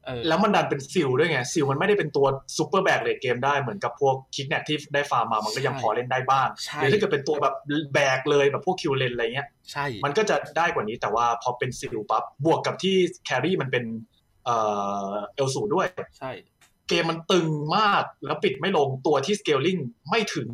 เออ
แล้วมันดันเป็นซิลด้วยไงซิลมันไม่ได้เป็นตัวซูเปอร์แบกเลยเกมได้เหมือนกับพวกคิกแนทที่ได้ฟาร์มมามันก็ยัง
ใช่
พอเล่นได้บ้าง
ใช่
หรือถ้าเกิดเป็นตัวแบบแบกเลยแบบพวกคิวเลนอะไรเงี้ย
ใช่
มันก็จะได้กว่านี้แต่ว่าพอเป็นซิลปั๊บบวกกับที่แครี่มันเป็นเอ่อเอลสูด้วย
ใช่
เกมมันตึงมากแล้วปิดไม่ลงตัวที่สเกลลิงไม่ถึง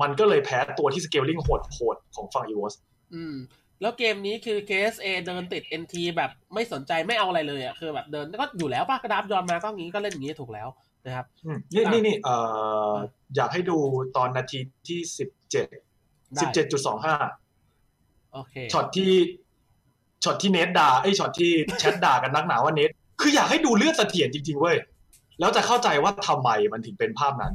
มันก็เลยแพ้ตัวที่สเกลลิงโหดๆของฝั่งอีวอส
อืม แล้วเกมนี้คือ KSA เดินติด NT แบบไม่สนใจไม่เอาอะไรเลยอ่ะคือแบบเดินก็อยู่แล้วป่ะกระดับยอนมาก็อย่างงี้ก็เล่นอย่างงี้ถูกแล้วนะครับ
นี่
อ่ะ
นี่นี่เอ่อ
อ่ะ
อยากให้ดูตอนนาทีที่สิบเจ็ด
ไ
สิบเจ็ดจุดสองห้า
โอเค
ช็อตที่ช็อตที่เนทด่าไอ้ยช็อตที่แชทด่ากันนักหนาว่าเนทคืออยากให้ดูเลือดเสถียรจริงๆเว้ยแล้วจะเข้าใจว่าทำไมมันถึงเป็นภาพนั้น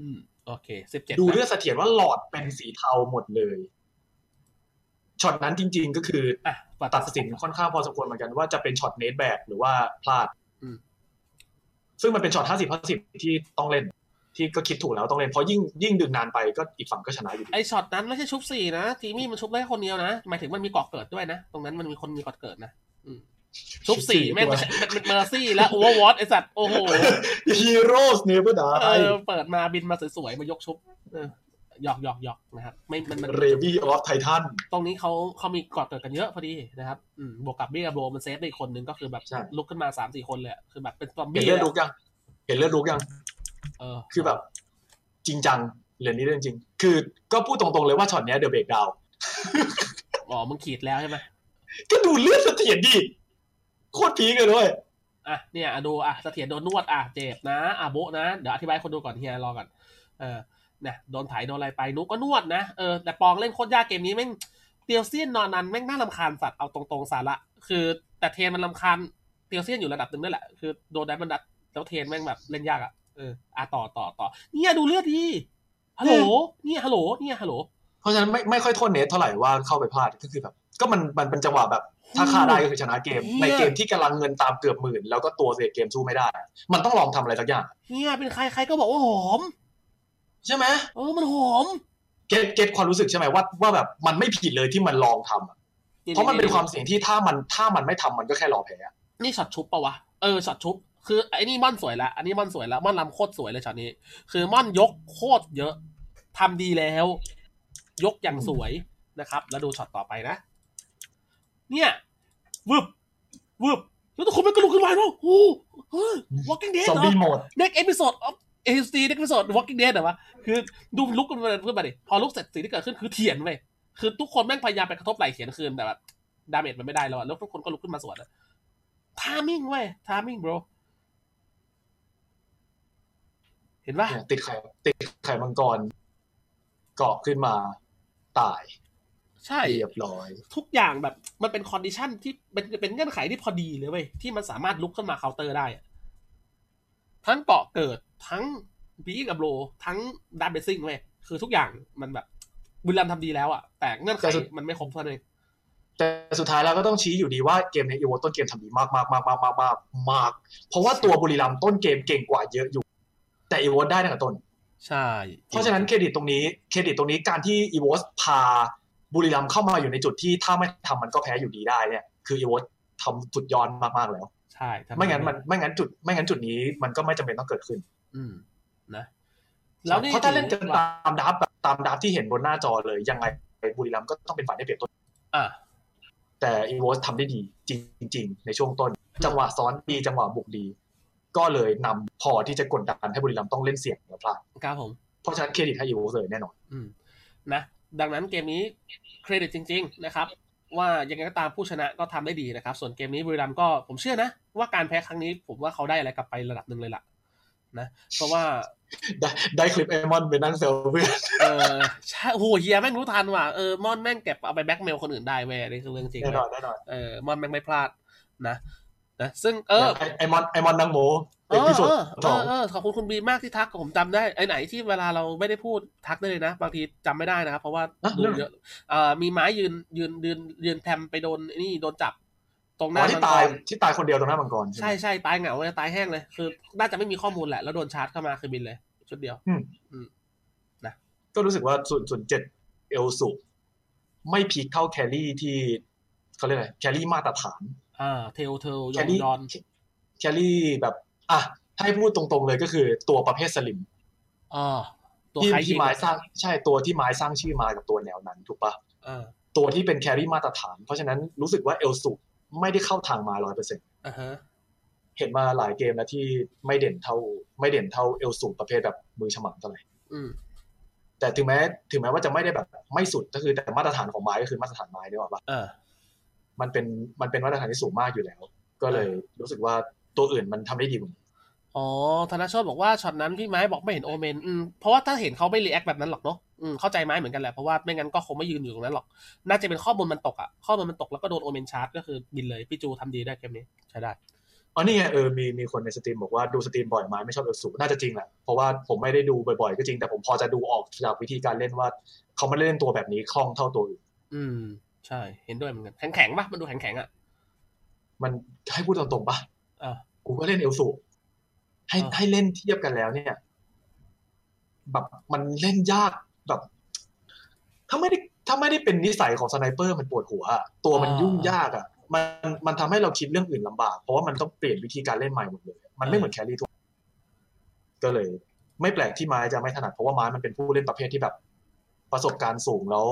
อืมโอเคสิบเจ็ด
ดูเลือดเสถียรว่าหลอดเป็นสีเทาหมดเลยช็อตนั้นจริง ๆ ก็คือ
อ่ะกว่า
ตัดสินค่อนข้างพอสมควรเหมือนกันว่าจะเป็นช็อตเนทแบกหรือว่าพลาด
อืม
ซึ่งมันเป็นช็อต 50-50 ที่ต้องเล่น ที่ก็คิดถูกแล้วต้องเล่น เพราะยิ่งยิ่งดึงนานไปก็อีกฝั่งก็ชนะอยู่ดี
ไอช็อตนั้นไม่ใช่ชุบสี่นะทีมี่มันชุบได้แค่คนเดียวนะหมายถึงมันมีเกาะเกิดด้วยนะ ตรงนั้นมันมีคนมีเกาะเกิดนะอืมชุบสี่แม่ง
ตัว
เป็นเมอร์ซี่และโอเวอร์วอตไอสัตว์โอ้โห
ฮีโร่สเนเปอร์ดา
เออเปิดมาบินมาสวยๆ มายกชุบเออหยอกหยอกหยอกนะครับ ไม่มันมัน
เรบี้ออฟไททัน
ตรงนี้เขาเขามีกอดเกิดกันเยอะพอดีนะครับอืมบวกกับบี้กับโบมันเซฟได้อีกคนนึงก็คือแบบ
ใช่
ลุกขึ้นมาสามสี่คนเลยอะคือแบบเป็นซอม
เห็น
บี้
เลือด
เลย
ลุกยัง เห็นเลือดลุกยัง
เออ
คือแบบ จริงจังเรื่องนี้เรื่องจริง คือก็พูดตรงๆเลยว่าช็อตเนี้ยเดอะเบรกดาว
อ๋อมึงขีดแล้วใช่ไหม
ก็ดูเลือดเสถียรดิโคตรพีคเลยด้วย
อ่ะเนี่ยอ่ะดูอ่ะเสถียรโดนนวดอ่ะเจ็บนะอ่ะโบะนะ เดี๋ยวอธิบายให้คนดูก่อนเฮียรอก่อนเออเนี่ยโดนไถโดนอะไรไปนุกก็นวดนะเออแต่ปองเล่นโคตรยากเกมนี้แม่งเตียวเซียนนอนนันแม่งน่ารำคาญสัตว์เอาตรงๆสาระคือแต่เทรนมันรำคาญ เตียวเซียนอยู่ระดับหนึ่งด้วยแหละ คือโดนได้มันดัดแล้วเทรนแม่งแบบเล่นยากอ่ะ เอออ่ะต่อต่อต่อ เนี่ยดูเลือดดี ฮัลโหล เนี่ยฮัลโหล เนี่ยฮัลโหล
เพราะฉะนั้นไม่ไม่ค่อยโทษเนทเท่าไหร่ว่าเข้าไปพลาดก็คือแบบ ก็มันมันเป็นจังหวะแบบ ถ้าฆ่าได้ก็คือชนะเกม
เหี้ย
ในเกมที่กำลังเงินตามเกือบหมื่น แล้วก็ตัวเสียเกมสู้ไม่ได้ มันต้องลองทำอะไรสักอย่าง
เนี่ยเป็นใครใครก็บอกว่าหอม
ใช่ไหม
เออมันหอม
เก็ตเก็ตความรู้สึกใช่ไหมว่าว่าแบบมันไม่ผิดเลยที่มันลองทำอะเพราะมันเป็นความเสี่ยงที่ถ้ามันถ้ามันไม่ทำมันก็แค่รอแพ้อะ
นี่ช็อตชุบปะวะ เออช็อตชุบ คือไอ้นี่ม่อนสวยละ อันนี้ม่อนสวยละม่อนลำโคตรสวยเลยช็อตนี้ คือม่อนยกโคตรเยอะทำดีแล้ว ยกอย่างสวยนะครับ แล้วดูช็อตต่อไปนะ เนี่ยวึบวึบแล้วทุกคนมันกระลุกขึ้นมาเนาะโอ้โหเฮ้ยวอล์กกิ้งเดด
ซอม
เหรอ
บี้โหมด
เด็กเอพิโซดออฟเอฟซีเด็กเอพิโซด Walking Dead เหรอวะ คือดูลุกกันมาขึ้นมาดิ พอลุกเสร็จสิ่งที่เกิดขึ้นคือเถียนไปคือทุกคนแม่งพยายามไปกระทบไหล่เถียนคืนแต่แบบดาเมจมันไม่ได้แล้วอะแล้วทุกคนก็ลุกขึ้นมาสวนอะทามิ่งเว้ยทามิ่ง bro เห็นปะ
ติดไข่ติดไข่มังกรเกาะขึ้นมาตาย
ใช่
เรียบร้อย
ทุกอย่างแบบมันเป็นคอนดิชันที่เป็นเป็นเงื่อนไขที่พอดีเลยเว้ยที่มันสามารถลุกขึ้นมาเคาน์เตอร์ได้อะ ทั้งเกาะเกิดทั้งบีกับโลทั้งดับเบซิ่งเว้ยคือทุกอย่างมันแบบบุรีรัมย์ทำดีแล้วอ่ะแต่เงื่อนไข
แต่สุด
มันไม่ครบเท่านั้นเอง
แต่สุดท้ายเราก็ต้องชี้อยู่ดีว่าเกมในอีโวต้นเกมทำดีมากมากมากมากมากมากมาก เพราะว่าตัวบุรีรัมย์ต้นเกมเก่งกว่าเยอะอยู่ แต่อีโวตได้ตั้งแต่ต้น
ใช่
เพราะฉะนั้นเครดิตตรงนี้เครดิตตรงนี้การที่อีโวสพาบุรีรัมย์เข้ามาอยู่ในจุดที่ถ้าไม่ทำมันก็แพ้อยู่ดีได้เนี่ยคืออีโวสทำสุดยอดมากๆแล้ว
ใช่ทำ
ไม่งั้นมันไม่งั้นจุด ไม่งั้นจุดนี้มันก็ไม่จำเป็นต้องเกิดขึ้น
อืมนะ
เพราะถ้าเล่นกันตามดับตามดับที่เห็นบนหน้าจอเลยยังไงบุรีรัมย์ก็ต้องเป็นฝ่ายได้เปรียบต้น
อ่ะ
แต่อีโวสทำได้ดีจริง ๆ ในช่วงต้น จังหวะซ้อนดีจังหวะบุกดี ก็เลยนำพอที่จะกดดันให้บุรีรัมย์ต้องเล่นเสี่ยงและพลาด
ครับผม
เพราะฉะนั้นเครดิตให้อีโวสเลยแน่นอน
อืมนะ ดังนั้นเกมนี้เครดิตจริง ๆ นะครับ ว่ายังไงก็ตามผู้ชนะก็ทำได้ดีนะครับ ส่วนเกมนี้บุรีรัมย์ก็ผมเชื่อนะ ว่าการแพ้ครั้งนี้ผมว่าเขาได้อะไรกลับไประดับหนึ่งเลยล่ะนะเพราะว่า
ได้ได้คลิปไอมอนไปนั่งเซลเพื่อน
เออใช่โอ้โหเฮียแม่งรู้ทันว่ะเออมอนแม่งเก็บเอาไปแบล็กเมลคนอื่นได้เว้ยนี่คือเรื่องจริง
แน่นอน
นะ
แน่นอน
เออมอนแม่งไม่พลาดนะนะซึ่งเออ
ไไอมอนไอมอนนางโม
เอ
เป็น
อ
ที่สุด
เออ
สอง
เออขอบคุณคุณบีมากที่ทักผมจำได้ไอ้ไหนที่เวลาเราไม่ได้พูดทักได้เลยนะ บางทีจำไม่ได้นะครับ เพราะว่าดูเยอะเอ่อมีไม้ยืนยืนยืนยืนแพรมไปโดนไอ้นี่โดนจับ ตรงห
อ๋
น้า
อ
มั
ที่
งก
ตาย
ร
ที่ตายคนเดียวตรงหน้ามังกร
ใช่
ไหม
ใช่ตายเหงาเลยตายแห้งเลยคือน่าจะไม่มีข้อมูลแหละ แล้วโดนชาร์จเข้ามาคือบินเลยชุดเดียว
อืม ก็รู้สึกว่าส่วนส่วนเจ็ดเอลสุไม่พีคเท่าแครี่ที่เขาเรียกอะไรแครี่มาตรฐาน
อ่า เทลเทลย
แค
อน
รี่
ยอน
แครี่แบบ อ่ะให้พูดตรงๆเลยก็คือตัวประเภทสลิม
อ่าตัว
ที่
ใคร
ที่ไม้สร้างใช่ตัวที่ไม้สร้างชื่อมากับตัวแนวนั้นถูกปะ
อ่า
ตัวที่เป็นแครี่มาตรฐาน เพราะฉะนั้นรู้สึกว่าเอลสุไม่ได้เข้าทางมาร้อยเปอร์เซ็น
อ่าฮะ
เห็นมาหลายเกมแล้วที่ไม่เด่นเท่า ไม่เด่นเท่าเอลสูงประเภทแบบมือฉมังเท่าไหร่
อืม
แต่ถึงแม้ถึงแม้ว่าจะไม่ได้แบบไม่สุดก็คือแต่มาตรฐานของไม้ก็คือมาตรฐานไม้ด้วยว่า
เออ
มันเป็นมันเป็นมาตรฐานที่สูงมากอยู่แล้ว ก็เลยรู้สึกว่าตัวอื่นมันทำได้ดีกว่านี้
อ๋อ ธนาโชตบอกว่าช็อตนั้นพี่ไม้บอกไม่เห็นโอเมน อืม เพราะว่าถ้าเห็นเขาไม่รีแอคแบบนั้นหรอกเนาะ อืม เข้าใจไม้เหมือนกันแหละ เพราะว่าไม่งั้นก็คงไม่ยืนอยู่ตรงนั้นหรอก น่าจะเป็นข้อมูลมันตกอะข้อมูลมันตกแล้วก็โดนโอเมนชาร์จก็คือบินเลย พี่จูทำดีได้เกมนี้ ใช้ได้
อ๋อนี่ไงเออมีมีคนในสตรีมบอกว่าดูสตรีมบ่อยไหมไม่ชอบเอลสูงน่าจะจริงแหละเพราะว่าผมไม่ได้ดูบ่อยๆก็จริงแต่ผมพอจะดูออกจากวิธีการเล่นว่าเขาไม่ได้เล่นตัวแบบนี้คล่องเท่าตัวอื่น
อืม ใช่ เห็นด้วยเหมือนกัน แข็งแข็งๆปะมันดูแข็งแข็งๆอะ
มันให้พูดตรงๆปะ
อ่า
กูก็เล่นเอลสูงให้
อ่า
ให้เล่นเทียบกันแล้วเนี่ย แบบมันเล่นยากแบบ ถ้าไม่ได้ถ้าไม่ได้เป็นนิสัยของสไนเปอร์มันปวดหัวอะตัวมัน
อ่ายุ่
ยุ่งยากอ่ะ มันมันทำให้เราคิดเรื่องอื่นลำบาก เพราะว่ามันต้องเปลี่ยนวิธีการเล่นใหม่หมดเลย มันไม่
อ่า
เหมือนแครี่ทั่วก็เลย ไม่แปลกที่ไม้จะไม่ถนัดเพราะว่าไม้มันเป็นผู้เล่นประเภทที่แบบ ประสบการณ์สูงแล้ว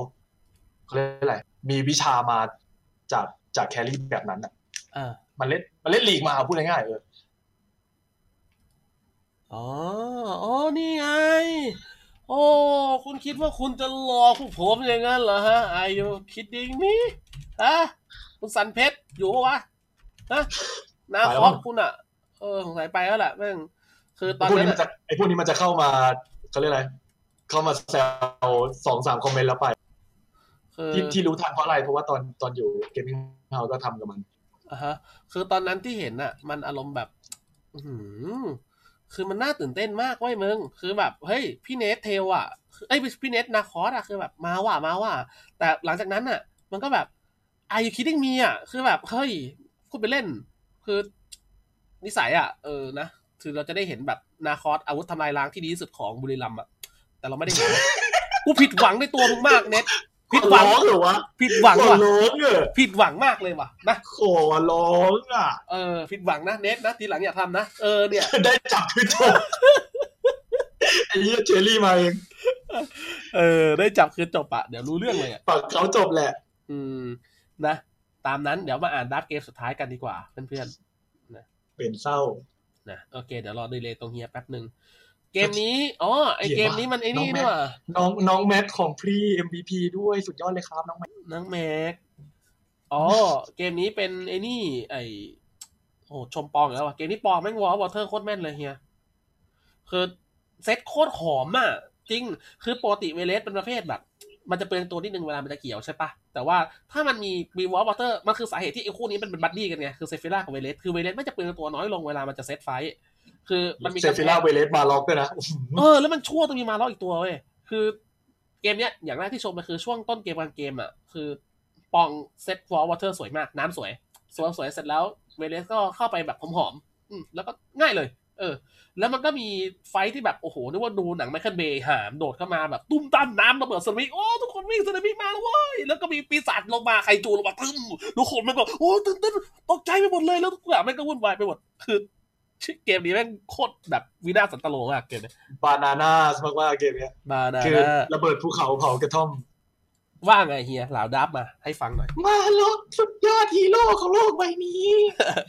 เขาเรียกอะไรมีวิชามาจากจากแครี่แบบนั้นอ่ะ
อ่า
มันเล่นมันเล่นลีกมาพูดง่ายๆเออ
อ๋อ อ๋อ นี่ไง โอ้ คุณคิดว่าคุณจะหลอกพวกผมอย่างนั้นเหรอฮะ Are you kidding me ฮะ คุณสันเพชรอยู่ปะวะ ฮะนาคอกคุณอ่ะ เออสงสัยไปแล้วแหละแม่ง คือตอน
ไอ้พวก
นั้
นี้
น
มันจะ
อะ
ไอ้พวกนี้มันจะเข้ามาเขาเรียกอะไร เข้ามาแซวสองสามคอมเมนต์แล้วไป
คือ
ที่ที่รู้ทันเพราะอะไร เพราะว่าตอนตอนอยู่เกมมิ่งเฮาก็ทำกับมัน
อ่าฮะคือตอนนั้นที่เห็นอ่ะ มันอารมณ์แบบ อื้อหือ คือมันน่าตื่นเต้นมากเว้ยมึง คือแบบ เฮ้ย พี่เนทเทลอ่ะคือเอ้ยพี่เนทนาคอสอ่ะ คือแบบมาว่ะมาว่ะแต่หลังจากนั้นอ่ะ มันก็แบบไอคิดดิ้งมีอ่ะ คือแบบ เฮ้ยพูดไปเล่น คือ นิสัยอ่ะ เออนะคือเราจะได้เห็นแบบนาคอสอาวุธทำลายล้างที่ดีที่สุดของบุรีรัมย์อ่ะ แต่เราไม่ได้เห็น กูผิดหวังในตัวมึงมากเน็ตผิดหวัง
ขอร้องเหรอวะ
ผิดหวัง
ขอ
ว่ะ
ร้องอ่ะ
ผิดหวังมากเลยว่ะนะ
ขอร้องอ่ะ
เออผิดหวังนะเนทนะทีหลังอย่าทำนะเออเนี่ย
ได้จับคือจบ [LAUGHS] ไอ้เหี้ยเชอรี่มาเอง
เออได้จับคือจบอะเดี๋ยวรู้เรื่องเลยอะ
ฝั่งเขาจบแหละ
อืมนะตามนั้นเดี๋ยวมาอ่านดับเกมสุดท้ายกันดีกว่าเพื่อน
เป็นเศร้า
ๆนะโอเคเดี๋ยวรอดีเลยตรงเฮียแป๊บหนึ่งเกมนี้อ๋อไอเกมนี้มันไอ้นี่นี่หว่า
น้องน้องแมทของพรี MVP ด้วยสุดยอดเลยครับน้องแมท
นังแม็กอ๋
[LAUGHS]
อเกมนี้เป็นไอ้นี่ไอโอ้ชมปองอีกแล้วว่ะเกมนี้ปองแม่งวอลวอเทอร์โคตรแม่นเลยเฮียคือเซ็ตโคตรหอมอะจริงคือปกติเวเลสเป็นประเภทแบบ มันจะเปลืองตัวนิดนึงเวลามันจะเกี่ยวใช่ปะแต่ว่าถ้ามันมีมีวอลวอเตอร์มันคือสาเหตุที่ไอ้คู่นี้มันเป็นบัดดี้กันไง คือเซฟิล่ากับเวเลสคือเวเลสไม่จะเปลืองตัวน้อยลงเวลามันจะเซตไฟท์ คือมันมี
เซฟิล่าเวเลสมาล็อกด้วยนะอื้อหือ
เออแล้วมันชั่วตรงมีมาล็อกอีกตัวเว้ยคือเกมเนี้ยอย่างแรกที่ชมเลยคือช่วงต้นเกมกลางเกมอ่ะ คือปองเซตฟอร์วอเตอร์สวยมาก น้ำสวยสวยสวยเสร็จแล้วเวเลสก็เข้าไปแบบหอมๆอืมแล้วก็ง่ายเลย เออ แล้วมันก็มีไฟท์ที่แบบโอ้โหนึกว่าดูหนังไมเคิลเบย์หามโดดเข้ามาแบบตุ้มตั้มน้ำระเบิดสึนามิโอ้ทุกคนวิ่งสึนามิมาแล้วเว้ยแล้วก็มีปีศาจลงมาใครจูลงมาตึ้มทุกคนมันก็โอ้ตื่นเต้นตกใจไปหมดเลยแล้วทุกอย่างมันก็วุ่นวายไปหมดคือชื่อเกมนี้แม่งโคตรแบบวินาศสันตโลมากเกมเนี้ย
บานาน่ามากว่าเกมเนี้ย
มานะ
คือระเบิดภูเขาเผากระท่อม
ว่าไงเฮียเหล่าดับมาให้ฟังหน่อย
มาล็อกสุดยอดฮีโร่ของโลกใบนี้ [LAUGHS]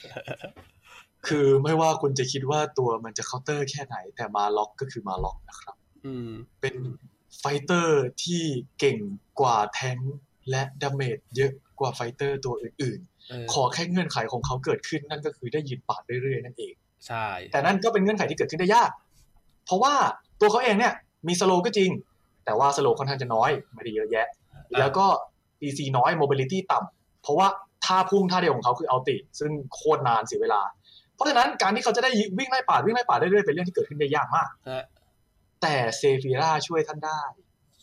คือไม่ว่าคุณจะคิดว่าตัวมันจะเคาน์เตอร์แค่ไหน แต่มาล็อกก็คือมาล็อกนะครับ
อืม
เป็นไฟเตอร์ที่เก่งกว่าแทงค์และดาเมจเยอะกว่าไฟเตอร์ตัวอื่น
เออ
ๆ ขอแค่เงื่อนไขของเขาเกิดขึ้นนั่นก็คือได้ยืนปาดเรื่อยๆนั่นเอง
ใช่
แต่นั่นก็เป็นเงื่อนไขที่เกิดขึ้นได้ยาก เพราะว่าตัวเขาเองเนี่ยมีสโลก็จริง แต่ว่าสโลค่อนข้างจะน้อยไม่ได้เยอะแยะ แล้วก็ DC น้อย mobility ต่ำเพราะว่าท่าพุ่งท่าเดียวของเขาคือเอาติ ซึ่งโคตรนานเสียเวลา เพราะฉะนั้นการที่เขาจะได้วิ่งไล่ป่าดวิ่งไล่ป่าดเรื่อยๆเป็นเรื่องที่เกิดขึ้นได้ยากมาก
ฮะ
แต่เซฟีราช่วยท่านได้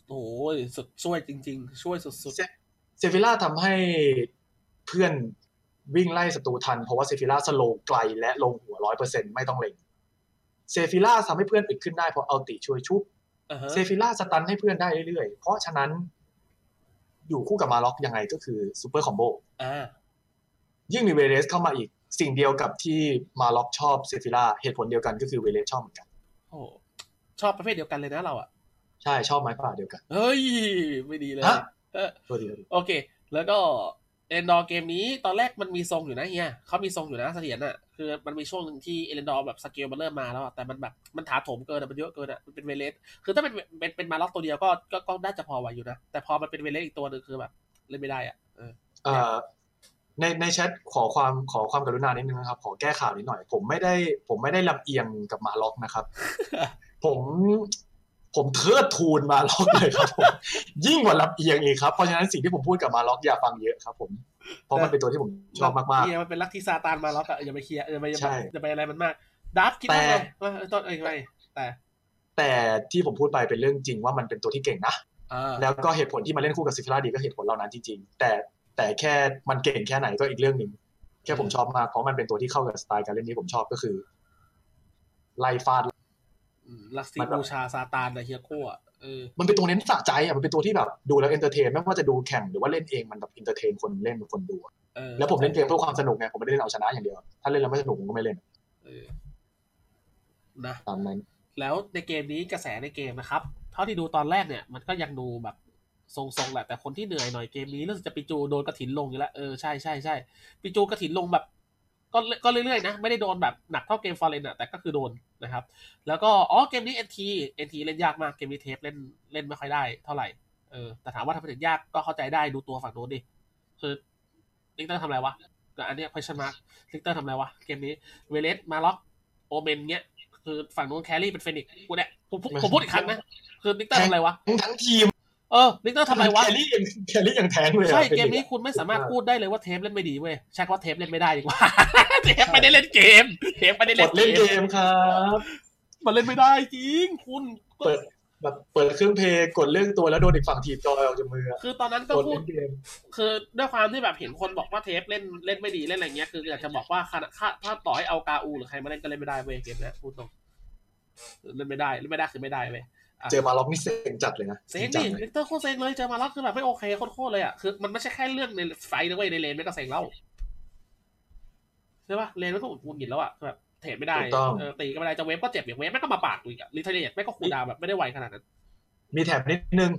โอ้ยสุดช่วยจริง ๆ ช่วยสุด
เซเซฟิล่าทำให้เพื่อนวิ่งไล่ศัตรูทัน เพราะว่าเซฟิล่าสโลว์ไกลและลงหัวร้อยเปอร์เซ็นต์ไม่ต้องเล็งเซฟิล่าทำให้เพื่อนอึดขึ้นได้เพราะเอาติช่วยชุบ
ๆอ่าฮะ
เซฟิล่าสตันให้เพื่อนได้เรื่อยๆ เพราะฉะนั้นอยู่คู่กับมาล็อกยังไงก็คือซูเปอร์คอมโบ
อ่า
ยิ่งมีเวเลสเข้ามาอีกสิ่งเดียวกับที่มาล็อกชอบเซฟิล่าเหตุผลเดียวกันก็คือเวเลสชอบเหมือนกัน
โอ้ชอบประเภทเดียวกันเลยนะเราอ่ะ
ใช่ชอบไม้ป่าเดียวกัน
เฮ้ย ไม่ดีเลย
ฮะ
เออ
ตัวเดียว
โอเค แล้วก็เอเลนดอร์เกมนี้ตอนแรกมันมีทรงอยู่นะเฮียเขามีทรงอยู่นะเสถียรน่ะคือมันมีช่วงหนึ่งที่เอเลนดอร์แบบสเกลมันเริ่มมาแล้วอะแต่มันแบบมันถาโถมเกินอะมันเยอะเกินอะมันเป็นเวเลสคือถ้าเป็นเป็นเป็นมาล็อกตัวเดียวก็ก็ก็น่าจะพอไหวอยู่นะ แต่พอมันเป็นเวเลสอีกตัวหนึ่งคือแบบเล่นไม่ได้อ่ะเออ
เอ่อในในแชทขอความขอความกรุณานิดนึงนะครับ ขอแก้ข่าวนิดหน่อย ผมไม่ได้ ผมไม่ได้ลำเอียงกับมาล็อก [LAUGHS] นะครับ ผมผมเทิดทูนมาล็อกเลยครับผมยิ่งกว่าลำเอียงอีกครับ เพราะฉะนั้นสิ่งที่ผมพูดกับมาล็อกอย่าฟังเยอะครับ ผมเพราะมันเป็นตัวที่ผมชอบมาก
เฮียมันเป็นลักที่ซาตานมาล็อกอะอย่าไปเคลียร์อย่าไปอย่า
ใช่
ไปอย่าไปอะไรมันมากดับคิดว่าไง
แต่
ว่าเออตอนเอ้ยไม่แต่
ๆ แต่ที่ผมพูดไปเป็นเรื่องจริงว่ามันเป็นตัวที่เก่งนะ
อ่า
แล้วก็เหตุผลที่มาเล่นคู่กับซิฟิล่าดีก็เหตุผลเหล่านั้นจริงๆ แต่แต่แค่มันเก่งแค่ไหนก็อีกเรื่องหนึ่งแค่ผมชอบมากเพราะมันเป็นตัวที่เข้ากับสไตล์การเล่นนี้ผมชอบก็คือไล่ฟาด
อืมลักซี
มันแบบ
บูชาซาตานนะเฮียโก้อะเออ
มันเป็นตัวเน้นสะใจอ่ะมันเป็นตัวที่แบบดูแล้วเอนเตอร์เทนไม่ว่าจะดูแข่งหรือว่าเล่นเองมันแบบเอนเตอร์เทนคนเล่นคนดูอะ
ออ
แล้วผมเล่นเกมเพื่อความสนุกไงผมไม่ได้เล่นเอาชนะอย่างเดียวถ้าเล่นแล้วไม่สนุกผมก็ไม่เล่น
เออนะ
ตามนั้น
แล้วในเกมนี้กระแสในเกมนะครับ เท่าที่ดูตอนแรกเนี่ยมันก็ยังดูแบบทรงๆแหละแต่คนที่เหนื่อยหน่อยเกมนี้รู้สึกจะปิจูโดนกระถินลงอยู่แล้วเออใช่ใช่ใช่ปิจูกระถินลงแบบ ก็เรื่อยก็เรื่อยๆนะ ไม่ได้โดนแบบหนักเท่าเกมฟอร์เรนอะแต่ก็คือโดนนะครับ แล้วก็อ๋อเกมนี้ NT NT เล่นยากมากเกมนี้เทปเล่นเล่นไม่ค่อยได้เท่าไหร่เออแต่ถามว่าทำไมถึงยากก็เข้าใจได้ดูตัวฝั่งโน้นดิคือลิงเตอร์ทำอะไรวะแต่อันเนี้ย question mark ลิงเตอร์ทำอะไรวะเกมนี้เวเลสมาล็อกโอเมนเงี้ยคือฝั่งโน้นแครี่เป็นเฟนิกซ์กูเนี่ยผมพูดผมพูดอีกครั้งนะคือลิงเตอร์ทำอะไรวะ
ทั้งทั้งทีม
เออลิงเตอร์ทำอะไรวะ
แครี่ยังแครี่ยังแทงเลยอะ
ใช่
ป็
เกม
ด็
นี้
อะ
คุณไม่สามารถพูดได้เลยว่าเทปเล่นไม่ดีเว้ยใช้คำว่าเทปเล่นไม่ได้ดีกว่า เทปไม่ได้เล่นเกม เทปไม่ได้
ก
เล่
ด
น
เล่น
เก
เก
ม
มครับ
มันเล่นไม่ได้จริงคุณ
เปิดแบบเปิดเครื่องเพลงกดเรื่องตัวแล้วโดนอีกฝั่งถีบจอยออกจากมืออะ
คือตอนนั้นก็
กด
พู
เล่
ด
นเกม
คือด้วยความที่แบบเห็นคนบอกว่าเทปเล่นเล่นไม่ดีเล่นอะไรเงี้ยคืออยากจะบอกว่าขนาดถ้าถ้าต่อให้เอากาอูหรือใครมาเล่นก็เล่นไม่ได้เว้ยเกมเนี้ยพูดตรงเล่นไม่ได้เล่นไม่ได้คือไม่ได้เว้ย
เจอมาล็อกนี่เซ็งจัดเลยนะ
เซ็ง
จริ
ดิ
จัเลย
ลิกเตอร์โคตรเซ็งเลยเจอมาแล้วคือแบบไม่โอเคโคตรๆเลยอ่ะคือมันไม่ใช่แค่เรื่องในไฟนะเว้ยในเลนไม่ก็เซ็งแล้วใช่ปะเลนมันก็อุ่นหงิดแล้วอ่ะแบบเทรดไม่ได้เออตีก็ไม่ได้จะเวฟก็เจ็บอย่างเวฟแม่งก็มาปาดกูอีกอ่ะลิเทเลียแม่งก็คูลดาวน์แบบไม่ได้ไวขนาดนั้น
มีแถบนิดนึง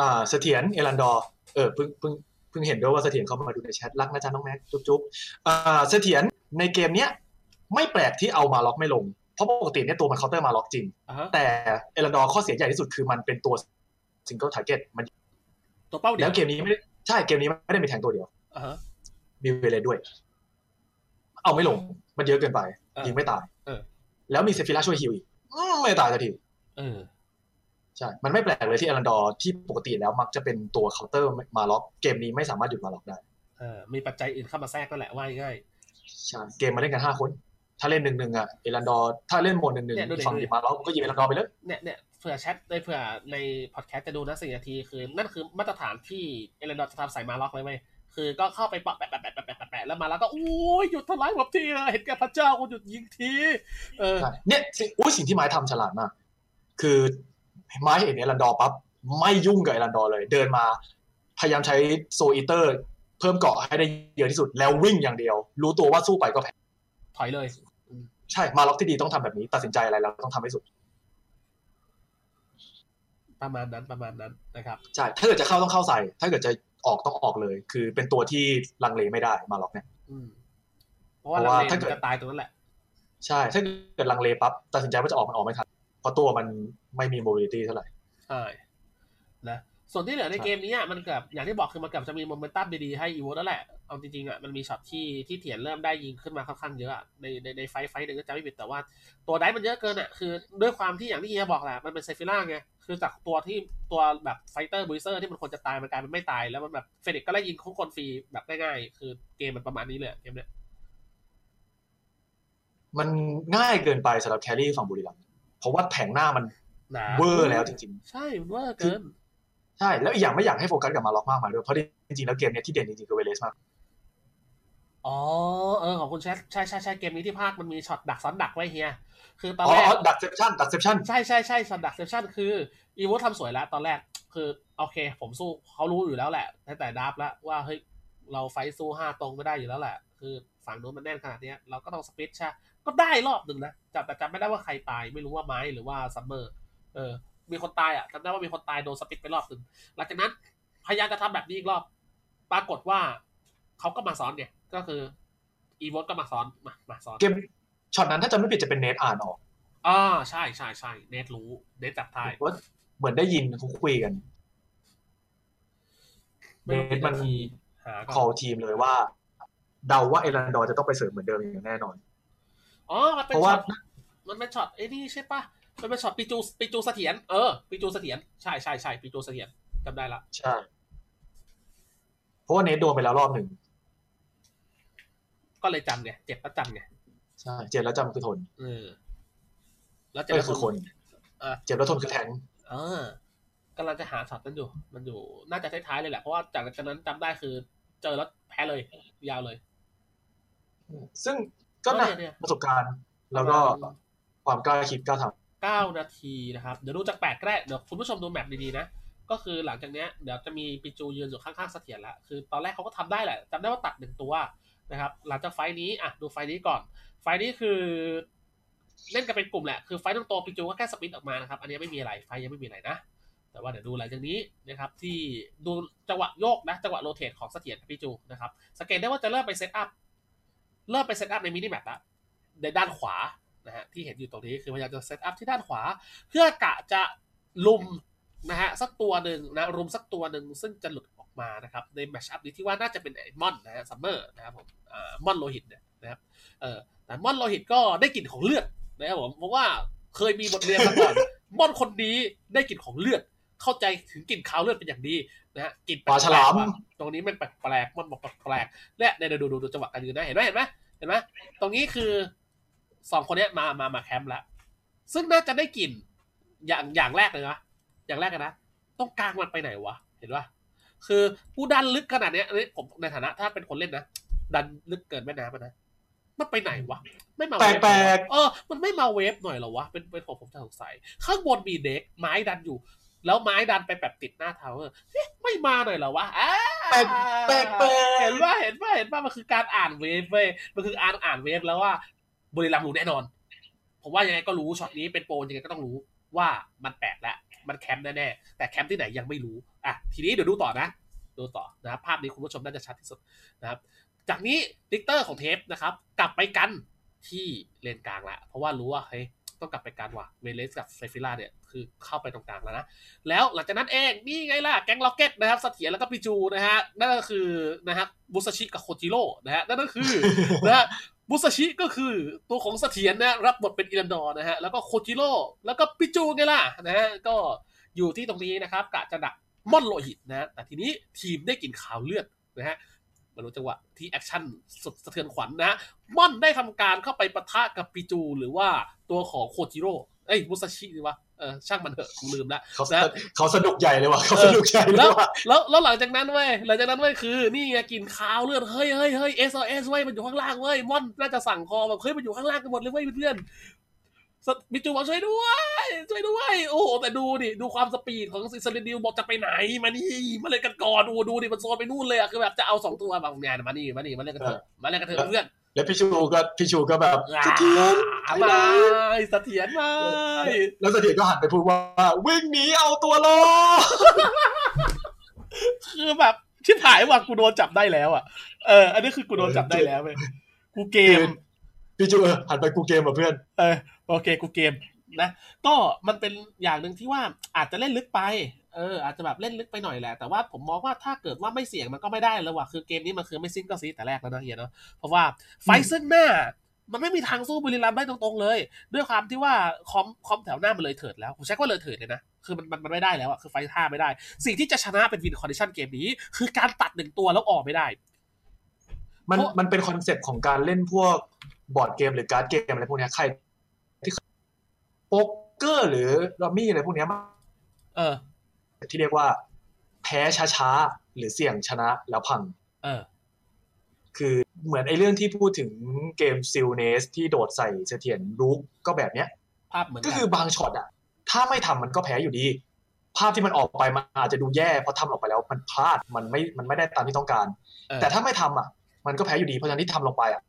อ่า เสถียรเอรันดอร์เออเพิ่งเพิ่งเพิ่งเห็นด้วยว่าเสถียรเข้ามาดูในแชทรักนะจ๊ะน้องแม็กจุ๊บจุ๊บอ่าเสถียรในเกมเนี้ยไม่แปลกที่เอามาล็อกไม่ลง เพราะปกติเนี่ยตัวมันเคาน์เตอร์มาล็อกจริง
อ่ะฮะ
แต่เอรันดอร์ข้อเสียใหญ่ที่สุดคือมันเป็นตัวซิงเกิลทาร์เก็ตมัน
ตัวเป้าเดี
แล้
ยว
วเกมนี้ไม่ได้ใช่เกมนี้ไม่ได้มีแทงตัวเดียว
อ่ะฮะ
มีเวเลด้วย เอาไม่ลง มันเยอะเกินไป
เออ
ยิงไม่ตาย
เออ
แล้วมีเซฟิล่าช่วยฮิวอีกอืมไม่ตายสักที
เออ
ใช่ มันไม่แปลกเลยที่อลันดอร์ที่ปกติแล้วมักจะเป็นตัวเคาน์เตอร์มาล็อก เกมนี้ไม่สามารถหยุดมาล็อกได้
เออมีปัจจัยอื่นเข้ามาแทรกนั่นแหละว่าง่าย
ใช่ เกมมาเล่นกันห้าคน
ๆ
ถ้าเล่นหนึ่งหนึ่งอ่ะเอรันดอร์ถ้าเล่นหมดหนึ่งหนึ่ง
เนี่ยดูดิ
ฝั่ง
ดูดิ
ดีมาแล้วก็ยิงเอรันดอร์ไปเลย
เนี่ยเนี่ยเผื่อแชทในเผื่อในพอดแคสต์จะดูนะสี่นาทีคือนั่นคือมาตรฐานที่เอเลนดอร์จะทำใส่มาล็อกไว้ไหมคือก็เข้าไปปะแปะแปะแปะแปะแปะแปะแล้วมาแล้วก็โอ้ยหยุดทำร้ายผมทีนะเห็นแก่พระเจ้าคุณหยุดยิงที เออ
ใช่เนี่ยสิอุ้ยสิ่งที่ไม้ทำฉลาดมาก คือไม้เห็นเอรันดอร์ปั๊บไม่ยุ่งกับเอรันดอร์เลย เดินมา พยายามใช้โซอิเตอร์ เพิ่มเกาะให้ได้เยอะที่สุด แล้ววิ่งอย่างเดียว รู้ตัวว่าสู้ไปก็แพ้
ถอยเลย
ใช่มาล็อกที่ดีต้องทำแบบนี้ ตัดสินใจอะไรแล้วต้องทำให้สุด
ประมาณนั้นประมาณนั้นนะครับ
ใช่ ถ้าเกิดจะเข้าต้องเข้าใส่ ถ้าเกิดจะออกต้องออกเลย คือเป็นตัวที่ลังเลไม่ได้มาล็อกเนี่ย
อืมเพราะว่า
เพ
เรา
ราะว่า
เล่น
ถ้าเกิด
จะตายตรงนั้นแหละ
ใช่ ถ้าเกิดลังเลปั๊บตัดสินใจว่าจะออกมันออกไม่ทันเพราะตัวมันไม่มีโมบิลิตี้เท่าไหร่
ใช่นะ ส่วนที่เหลือใน
ครับ
เกมนี้อ่ะมันเกือบอย่างที่บอกคือมันเกือบจะมีโมเมนตัมดีๆให้อีวอแล้วแหละ เอาจริงๆอ่ะมันมีช็อตที่ที่เถียนเริ่มได้ยิงขึ้นมาค่อนข้างเยอะอะในในในไฟท์ไฟท์หนึ่งก็จะไม่ผิดแต่ว่าตัวไดฟ์มันเยอะเกินอ่ะคือด้วยความที่อย่างที่เฮียบอกแหละมันเป็นเซฟิล่าไงคือจากตัวที่ตัวแบบไฟเตอร์บูเซอร์ที่มันควรจะตายมันกลายเป็นไม่ตายแล้วมันแบบเฟนิกซ์ก็ไล่ยิงคุกคนฟรีแบบง่ายๆคือเกมมันประมาณนี้เลยอะเกมเนี้ย
มันง่ายเกินไปสำหรับแครี่ฝั่งบุรีรัมย์เพราะว่าแผงหน้ามัน
หนา
เวอร์แล้วจริง
ใช่มันเวอร์เกิน
ๆ ใช่ แล้วอีกอย่างไม่อยากให้โฟกัสกับมาล็อกมากมายด้วย เพราะจริงๆ แล้วเกมเนี้ยที่เด่นจริงๆ คือเวเลสมาก
อ๋อเออของคุณแชทใช่ใช่ใช่เกมนี้ที่ภาคมันมีช็อตดักซ้อนดักไว้เฮียคือตอน
อ๋อ
แรก
อ๋อดักเซปชั่นดักเซปชั่น
ใช่ใช่ใช่สันดักเซปชั่นคืออีวอทำสวยแล้วตอนแรกคือโอเค ผมสู้เขารู้อยู่แล้วแหละตั้งแต่ดับแล้วว่าเฮ้ยเราไฟท์สู้ห้าตรงไม่ได้อยู่แล้วแหละ คือฝั่งโน้นมันแน่นขนาดเนี้ยเราก็ต้องสปิดใช่ก็ได้รอบหนึ่งนะจำแต่จำไม่ได้ว่าใครตายไม่รู้ว่าไม้หรือว่าซัมเมอร์เออ มีคนตายอ่ะจำได้ว่ามีคนตายโดนสปิดไปรอบหนึ่งหลังจากนั้นพยายามจะทำแบบนี้อีกรอบ ปรากฏว่าเขาก็มาซ้อนเนี่ยก็คืออีวอทก็มาซ้อนมามาซ้อน
เกมช็อตนั้นถ้าจำไม่ผิดจะเป็นเนทอ่านออก
อ่าใช่ใช่ใช่เนทรู้เนทจับทาย
ว่าเหมือนได้ยินเขาคุยกัน
ไม่รู้กี่
มัน
นาทีหา
ค
ก่
อ
อ
ล
น
ทีมเลยว่า เดาว่าเอรันดอร์จะต้องไปเสริมเหมือนเดิมอย่างแน่นอน
อ๋อ มันเป็น
เพราะ
ช็
ว่า
อต มันเป็นช็อตไอ้นี่ใช่ปะมันเป็นช็อตปีจูปีจูเสถียร เออปีจูเสถียร ใช่ใช่ใช่ปีจูเสถียรจำได้ละ
ใช่ เพราะว่าเนทโดนไปแล้วรอบหนึ่ง
ก็เลยจำไง เจ็บแล้วจำไง
ใช่ เจ็บแล้วจำคือทน
เออ แล้วเจ็บ
เอ้ย
แล้ว
คือคน
เออ
เจ็บแล้วทนคือแทง
เออกำลังจะหาช็อตนั้นอยู่ มันอยู่ น่าจะท้ายๆเลยแหละ เพราะว่าจากจากนั้นจำได้คือ เจอแล้วแพ้เลย ยาวเลย
ซึ่งก็นะ
เออเนี่ย
ประสบการณ์ แล้วก็ความกล้าคิดกล้าทำ
9 นาทีนะครับ เดี๋ยวดูจากแปดก็ได้เดี๋ยวคุณผู้ชมดูแมปดีๆนะ ก็คือหลังจากเนี้ยเดี๋ยวจะมีปิจูยืนอยู่ข้างๆเสถียรละคือตอนแรกเขาก็ทำได้แหละจำได้ว่าตัดหนึ่งตัวนะครับ หลังจากไฟล์นี้อ่ะดูไฟล์นี้ก่อน ไฟล์นี้คือ เล่นกันเป็นกลุ่มแหละ คือไฟล์ตรงตัวปิจูก็แค่สปรินต์ออกมานะครับ อันนี้ไม่มีอะไร ไฟล์ยังไม่มีอะไรนะ แต่ว่าเดี๋ยวดูหลังจากนี้นะครับที่ดูจังหวะโยกนะจังหวะโรเตทของเสถียรกับปิจูนะครับสังเกตได้ว่าจะเริ่มไปเซตอัพเริ่มไปเซตอัพในมินิแมปละในด้านขวานะฮะที่เห็นอยู่ตรงนี้คือพยายามจะเซตอัพที่ด้านขวา เพื่อกะจะลุมนะฮะสักตัวหนึ่งนะรุมสักตัวหนึ่งซึ่งจะหลุดออกมานะครับในแมชอัพนี้ที่ว่าน่าจะเป็นไอ้มอนนะฮะซัมเมอร์นะครับผมอ่ามอนโลหิตเนี่ยนะครับเออแต่มอนโลหิตก็ได้กลิ่นของเลือดนะครับผมเพราะว่าเคยมีบทเรียนมาก่อน [LAUGHS] มอนคนนี้ได้กลิ่นของเลือด เข้าใจถึงกลิ่นคาวเลือดเป็นอย่างดีนะฮะกลิ่นแปลกๆ
ปลาฉลาม
ว่ะตรงนี้มันแปลกๆมันบอกแปลกๆเนี่ยเดี๋ยวดูดูดูจังหวะการยืนนะเห็นไหมเห็นไหมเห็นไหมตรงนี้คือสองคนเนี้ยมามามาแคมป์แล้ว ซึ่งน่าจะได้กลิ่นอย่างอย่างแรกเลยนะอย่างแรกเลยนะต้องกลางมันไปไหนวะ เห็นปะคือกูดันลึกขนาดเนี้ยอันนี้ผมในฐานะถ้าเป็นคนเล่นนะ ดันลึกเกินแม่น้ำอะนะ มันไปไหนวะ ไม่มาเวฟ
แปลก
เออ มันไม่มาเวฟหน่อยเหรอวะ เป็นเป็นผมผมจะสงสัย ข้างบนมีเด็กไม้ดันอยู่ แล้วไม้ดันไปแบบติดหน้าทาวเวอร์เอ๊ะไม่มาหน่อยเหรอวะอ่า
แปลกแปลกแปล
เห็
ก
นว่าเห็นว่าเห็นว่ามันคือการอ่านเวฟเว้ยมันคือการอ่านเวฟแล้วว่าบุรีรัมย์รู้แน่นอน ผมว่ายังไงก็รู้ช็อตนี้เป็นโปรยังไงก็ต้องรู้ว่ามันแปลกแล้วมันแคมป์แน่ๆแต่แคมป์ที่ไหนยังไม่รู้อ่ะทีนี้เดี๋ยวดูต่อนะ ดูต่อนะครับภาพนี้คุณผู้ชมน่าจะชัดที่สุดนะครับ จากนี้ลิกเตอร์ของเทปนะครับ กลับไปกันที่เลนกลางละเพราะว่ารู้ว่าเฮ้ยต้องกลับไปกันว่ะเวเลสกับเซฟิล่าเนี่ยคือเข้าไปตรงกลางแล้วนะ แล้วหลังจากนั้นเองนี่ไงล่ะ แก๊งล็อกเก็ตนะครับเสถียรแล้วก็ปิจูนะฮะนั่นก็คือนะฮะบุสชิกับโคจิโร่นะฮะนั่นก็คือ นะฮะบุสชิก็คือตัวของเสถียรนะรับบทเป็นอิรันดอร์นะฮะแล้วก็โคจิโร่แล้วก็ปิจูไงล่ะนะฮะก็อยู่ที่ตรงนี้นะครับกะจะดักม่อนโลหิตนะฮะแต่ทีนี้ทีมได้กลินขาวเลือดนะฮะ มาดูจังหวะที่แอคชั่นสุดสะเทือนขวัญนะฮะม่อนได้ทำการเข้าไปปะทะกับปิจู หรือว่าตัวของโคจิโร่เอ้ยมุซาชิดีวะเออช่างมันเถอะกูลืมละ
เขา
นะ
เขาสนุกใหญ่เลยว่ะเขาสนุกใหญ่เล
แล้
ยว ว่ะ
แล้วแล้วหลังจากนั้นเว้ยหลังจากนั้นเว้ยคือ นี่ไงกินข้าวเลือดเฮ้ยเฮ้ยเฮ้ยเอสเอสเว้ยมันอยู่ข้างล่างเว้ยม่อนน่าจะสั่งคอแบบเฮ้ยมันอยู่ข้างล่างกันหมดเลยเว้ยเพื่อนสตมิจูบอกช่วยด้วยช่วยด้วย โอ้โหแต่ดูดิดูความสปีดของซิสเรดิวบอกจะไปไหนมานี่มาเล่นกันก่อนโอ้โหดูดิมันโซนไปนู่นเลยอะคือแบบจะเอาสองตัวบางงานมานี่มานี่มาเล่นกันเถอะมาเล่นกันเถอะเพื่อน
แล้วพี่ชูก็พี่ชูก็แบบเสถียรไปไห
ม
น
าเสถียรมา
แล้วเสถียรก็หันไปพูดว่าวิ่งหนีเอาตัวรอด
คือแบบชิบหายว่ะกูโดนจับได้แล้วอ่ะเอออันนี้คือกูโดนจับได้แล้วเว้ยกูเกม
พี่จูเออหันไปกูเกมกับเพื่อน
เออโอเคกูเกมนะก็มันเป็นอย่างหนึ่งที่ว่าอาจจะเล่นลึกไป เออ อาจจะแบบเล่นลึกไปหน่อยแหละแต่ว่าผมมองว่าถ้าเกิดว่าไม่เสี่ยงมันก็ไม่ได้แล้วว่ะคือเกมนี้มันคือไม่สิ้นก็ซีแต่แรกแล้วเนาะเฮียเนาะเพราะว่าไฟซึ่งหน้า มันไม่มีทางสู้บุรีรัมย์ได้ตรงๆเลย ด้วยความที่ว่าคอมคอมแถวหน้ามันเลยเถิดแล้วผมใช้คำว่าเลยเถิดเลยนะคือมันมันมันไม่ได้แล้วอะคือไฟท่าไม่ได้ สิ่งที่จะชนะเป็นวินคอนดิชันเกมนี้ คือการตัดหนึ่งตัวแล้วออกไม่ได้
มัน
เพราะ
มันเป็นคอนเซปต์ของการเล่นพวกบอร์ดเกมหรือการ์ดเกมอะไรพวกเนี้ยใครที่โป๊กเกอร์หรือรัมมี่อะไรพวกเนี้ยมัน
เออ
ที่เรียกว่า แพ้ช้าๆ หรือเสี่ยงชนะแล้วพัง
เออ
คือเหมือนไอ้เรื่องที่พูดถึงเกมซิลเนสที่โดดใส่เสถียรรูปก็แบบเนี้ย
ภาพเหมือนน
ก็คือบางช็อตอะถ้าไม่ทำมันก็แพ้อยู่ดี ภาพที่มันออกไปมันอาจจะดูแย่เพราะทำออกไปแล้วมันพลาดมันไม่มันไม่ได้ตามที่ต้องการ
เออ
แต่ถ้าไม่ทำอ่ะ มันก็แพ้อยู่ดี เพราะฉะนั้นที่ทำลงไปอ่ะ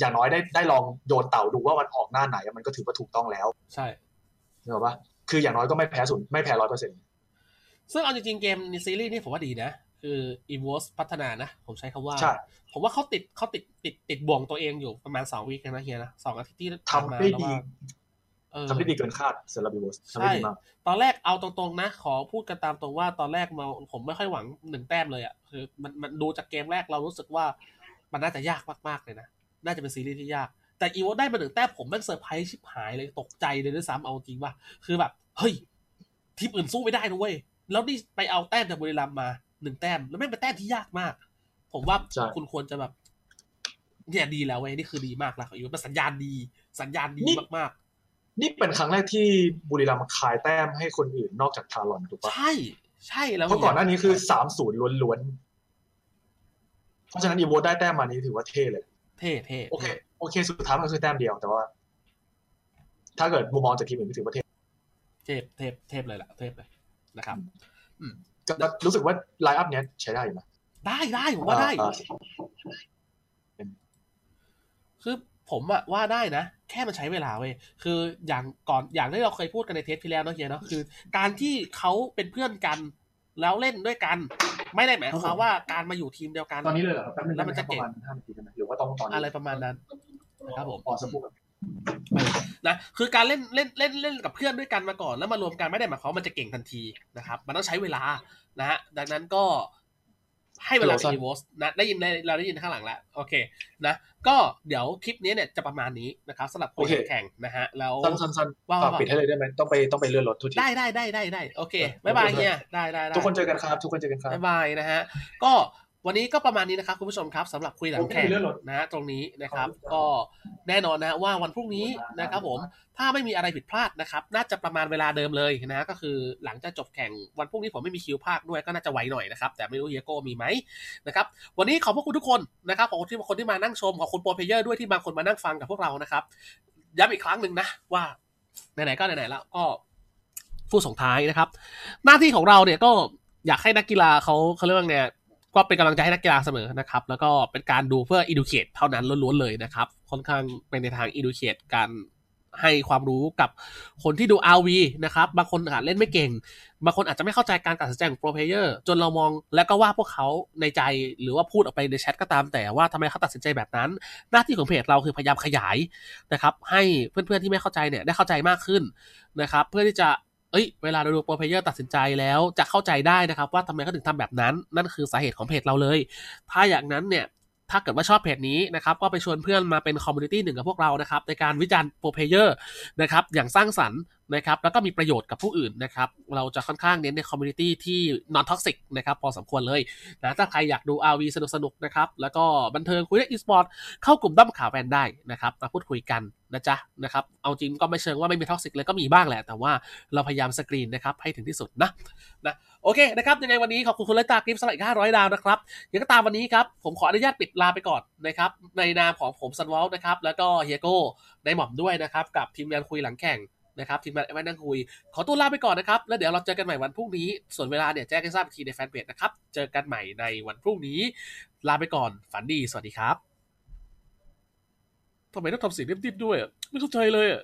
อย่างน้อยได้ได้ลองโยนเต่าดูว่ามันออกหน้าไหนอะมันก็ถือว่าถูกต้องแล้ว
ใช่
นึกออกปะคืออย่างน้อยก็ไม่แพ้ศูนย์ไม่แพ้ร้อยเปอร์เซ็นต์
ซึ่งเอาจริงๆเกมในซีรีส์นี่ผมว่าดีนะ คือ e v o s พัฒนานะ ผมใช้คำว่า
ใช่
ผมว่าเขาติดเขาติดติดติดบ่วงตัวเองอยู่ประมาณสองวีคนะเฮียนะสองอาทิตย์ที่
ทำ
มา
ได้
แล้ว
ดี
ว่าเออ
ทำได้ดีเกินคาดสำหรับบีโบสทำได้ดีมาก
ตอนแรกเอาตรงๆนะ ขอพูดกันตามตรงว่าตอนแรกมาผมไม่ค่อยหวังหนึ่งแต้มเลยอะ่ะคือมันมันดูจากเกมแรกเรารู้สึกว่ามันน่าจะยากมากๆเลยนะ น่าจะเป็นซีรีส์ที่ยาก แต่อีวได้มาหนึ่งแต้มผมแมันเซอร์ไพรส์ชิบหายเลยตกใจเลยด้วยซ้ำเอาจริงว่า คือแบบ เฮ้ย ทีมอื่นสู้ไม่ได้นะเว้ย แล้วนี่ไปเอาแต้มจากบุรีรัมย์มาหนึ่งแต้มแล้วแม่งเป็นแต้มที่ยากมาก ผมว่าคุณควรจะแบบ เนี่ยดีแล้วเว้ยนี่คือดีมากแล้วของอีวเป็นสัญญาณดี สัญญาณดีมาก
นี่เป็นครั้งแรกที่บุรีรัมย์คายแต้มให้คนอื่นนอกจากทารอนถูก
ๆ
ปะ
ใช่ใช่แล้ว
เพราะก่อนหน้านี้คือสามศูนย์ล้วนๆ เพราะฉะนั้นอีโวสได้แต้มมานี้ถือว่าเท่เลย
เท่เท่
โอเคโอเค สุดท้ายมันก็คือแต้มเดียวแต่ว่า ถ้าเกิดมุมมองจากทีมอื่นก็ถือว่าเท่
เทพเทพเทพเลยล่ะ เทพเลยนะครับ
ก็รู้สึกว่าไลน์อัพเนี้ยใช้ได้อยู่นะ
ได้ได้ผมว่าได้
เอ่อ
คือผมอะว่าได้นะ แค่มันใช้เวลาเว้ยคืออย่างก่อนอย่างที่เราเคยพูดกันในเทปที่แล้วเนาะเฮียเนาะคือ การที่เขาเป็นเพื่อนกัน แล้วเล่นด้วยกัน ไม่ได้หมายความว่าการมาอยู่ทีมเดียวกัน
ตอนนี้เลยเหรอครับแป๊บนึง
แล้วมันจะเก่ง
ประมาณห้านาทีได้ไหมหรือว่าต้องตอนนี้
อะไรประมาณนั้นนะครับผม
อ๋อสักพูด
นะคือการเล่นเล่นเล่นเล่นกับเพื่อนด้วยกันมาก่อนแล้วมารวมกันไม่ได้หมายความว่ามันจะเก่งทันทีนะครับ มันต้องใช้เวลานะฮะดังนั้นก็ให้เวลาเป็นอีวอสนะได้ยินได้เราได้ยินข้างหลังแล้วโอเคนะก็เดี๋ยวคลิปนี้เนี่ยจะประมาณนี้นะครับสำหรับคนแข่งนะฮะแล้ว
สั้นสั้นสั้น
ว่า
ฝาก
ว่า
ปิดให้เลยได้ไหมต้องไปต้องไปเลื่อนรถทุกที
ได้ได้ได้ได้ได้โอเค
เออ
บ๊ายบายเฮียได้ได้ได้
ทุกคนเจอกันครับ ทุกคนเจอกันครับ
บ๊ายบายนะฮะก็วันนี้ก็ประมาณนี้นะครับคุณผู้ชมครับสำหรับคุยหลังแข่งนะฮะตรงนี้นะครับ ก็แน่นอนนะฮะว่าวันพรุ่งนี้นะครับผม ถ้าไม่มีอะไรผิดพลาดนะครับ น่าจะประมาณเวลาเดิมเลยนะก็คือหลังจากจบแข่งวันพรุ่งนี้ผมไม่มีคิวภาคด้วยก็น่าจะไหวหน่อยนะครับ แต่ไม่รู้เฮียโก้มีไหมนะครับวันนี้ขอบพระคุณทุกคนนะครับขอบคุณที่คนที่มานั่งชมขอบคุณโปรเพลเยอร์ด้วยที่บางคนมานั่งฟังกับพวกเรานะครับย้ำอีกครั้งหนึ่งนะว่าไหนๆก็ไหนๆแล้วก็ผู้ส่งท้ายนะครับ หน้าที่ของเราเนี่ยก็อยากให้นักกีฬาเขาเขาเรียกว่าไงก็เป็นกำลังใจให้นักกีฬาเสมอนะครับ แล้วก็เป็นการดูเพื่อ educate เท่านั้นล้วนๆเลยนะครับค่อนข้างไปในทาง educate การ ให้ความรู้กับคนที่ดู RV นะครับ บางคนอาจเล่นไม่เก่ง บางคนอาจจะไม่เข้าใจการตัดสินใจของโปรเพเยอร์จนเรามองแล้วก็ว่าพวกเขาในใจหรือว่าพูดออกไปในแชทก็ตามแต่ว่าทำไมเขาตัดสินใจแบบนั้น หน้าที่ของเพจเราคือพยายามขยายนะครับ ให้เพื่อนๆที่ไม่เข้าใจเนี่ยได้เข้าใจมากขึ้นนะครับ เพื่อที่จะเอ้ยเวลาเราดูโปรเพเยอร์ตัดสินใจแล้วจะเข้าใจได้นะครับ ว่าทำไมเขาถึงทำแบบนั้น นั่นคือสาเหตุของเพจเราเลย ถ้าอย่างนั้นเนี่ย ถ้าเกิดว่าชอบเพจนี้นะครับ ก็ไปชวนเพื่อนมาเป็นคอมมูนิตี้หนึ่งกับพวกเรานะครับ ในการวิจารณ์โปรเพเยอร์นะครับ อย่างสร้างสรรค์ นะครับแล้วก็มีประโยชน์กับผู้อื่นนะครับเราจะค่อนข้างเน้นในคอมมูนิตี้ที่ non toxic นะครับพอสมควรเลยนะถ้าใครอยากดู RV สนุกๆนะครับแล้วก็บันเทิงคุยเรื่อง e-sport เข้ากลุ่มด้อมข่าวแฟนได้นะครับมาพูดคุยกันนะจ๊ะนะครับเอาจริงก็ไม่เชิงว่าไม่มีท็อกซิกเลยก็มีบ้างแหละ แต่ว่าเราพยายามสกรีนนะครับให้ถึงที่สุดนะนะโอเคนะครับยังไงวันนี้ขอบคุณคุณเลตตากริฟสำหรับอีก500 ดาวนะครับ ยังก็ตามวันนี้ครับผมขออนุญาตปิดลาไปก่อนนะครับในนามของผมซันวอลนะครับแล้วก็เฮียโก้ในหม่อมด้วยนะครับกับทีมงานคุยหลังแข่งนะครับทีมงานไอ้แม่นั่งคุย ขอตัวลาไปก่อนนะครับแล้วเดี๋ยวเราเจอกันใหม่วันพรุ่งนี้ ส่วนเวลาเนี่ยแจ้งให้ทราบอีกทีในแฟนเพจนะครับเจอกันใหม่ในวันพรุ่งนี้ ลาไปก่อนฝันดีสวัสดีครับทำไมต้องทำเสียงรีบๆด้วยอะไม่เข้าใจเลยอะ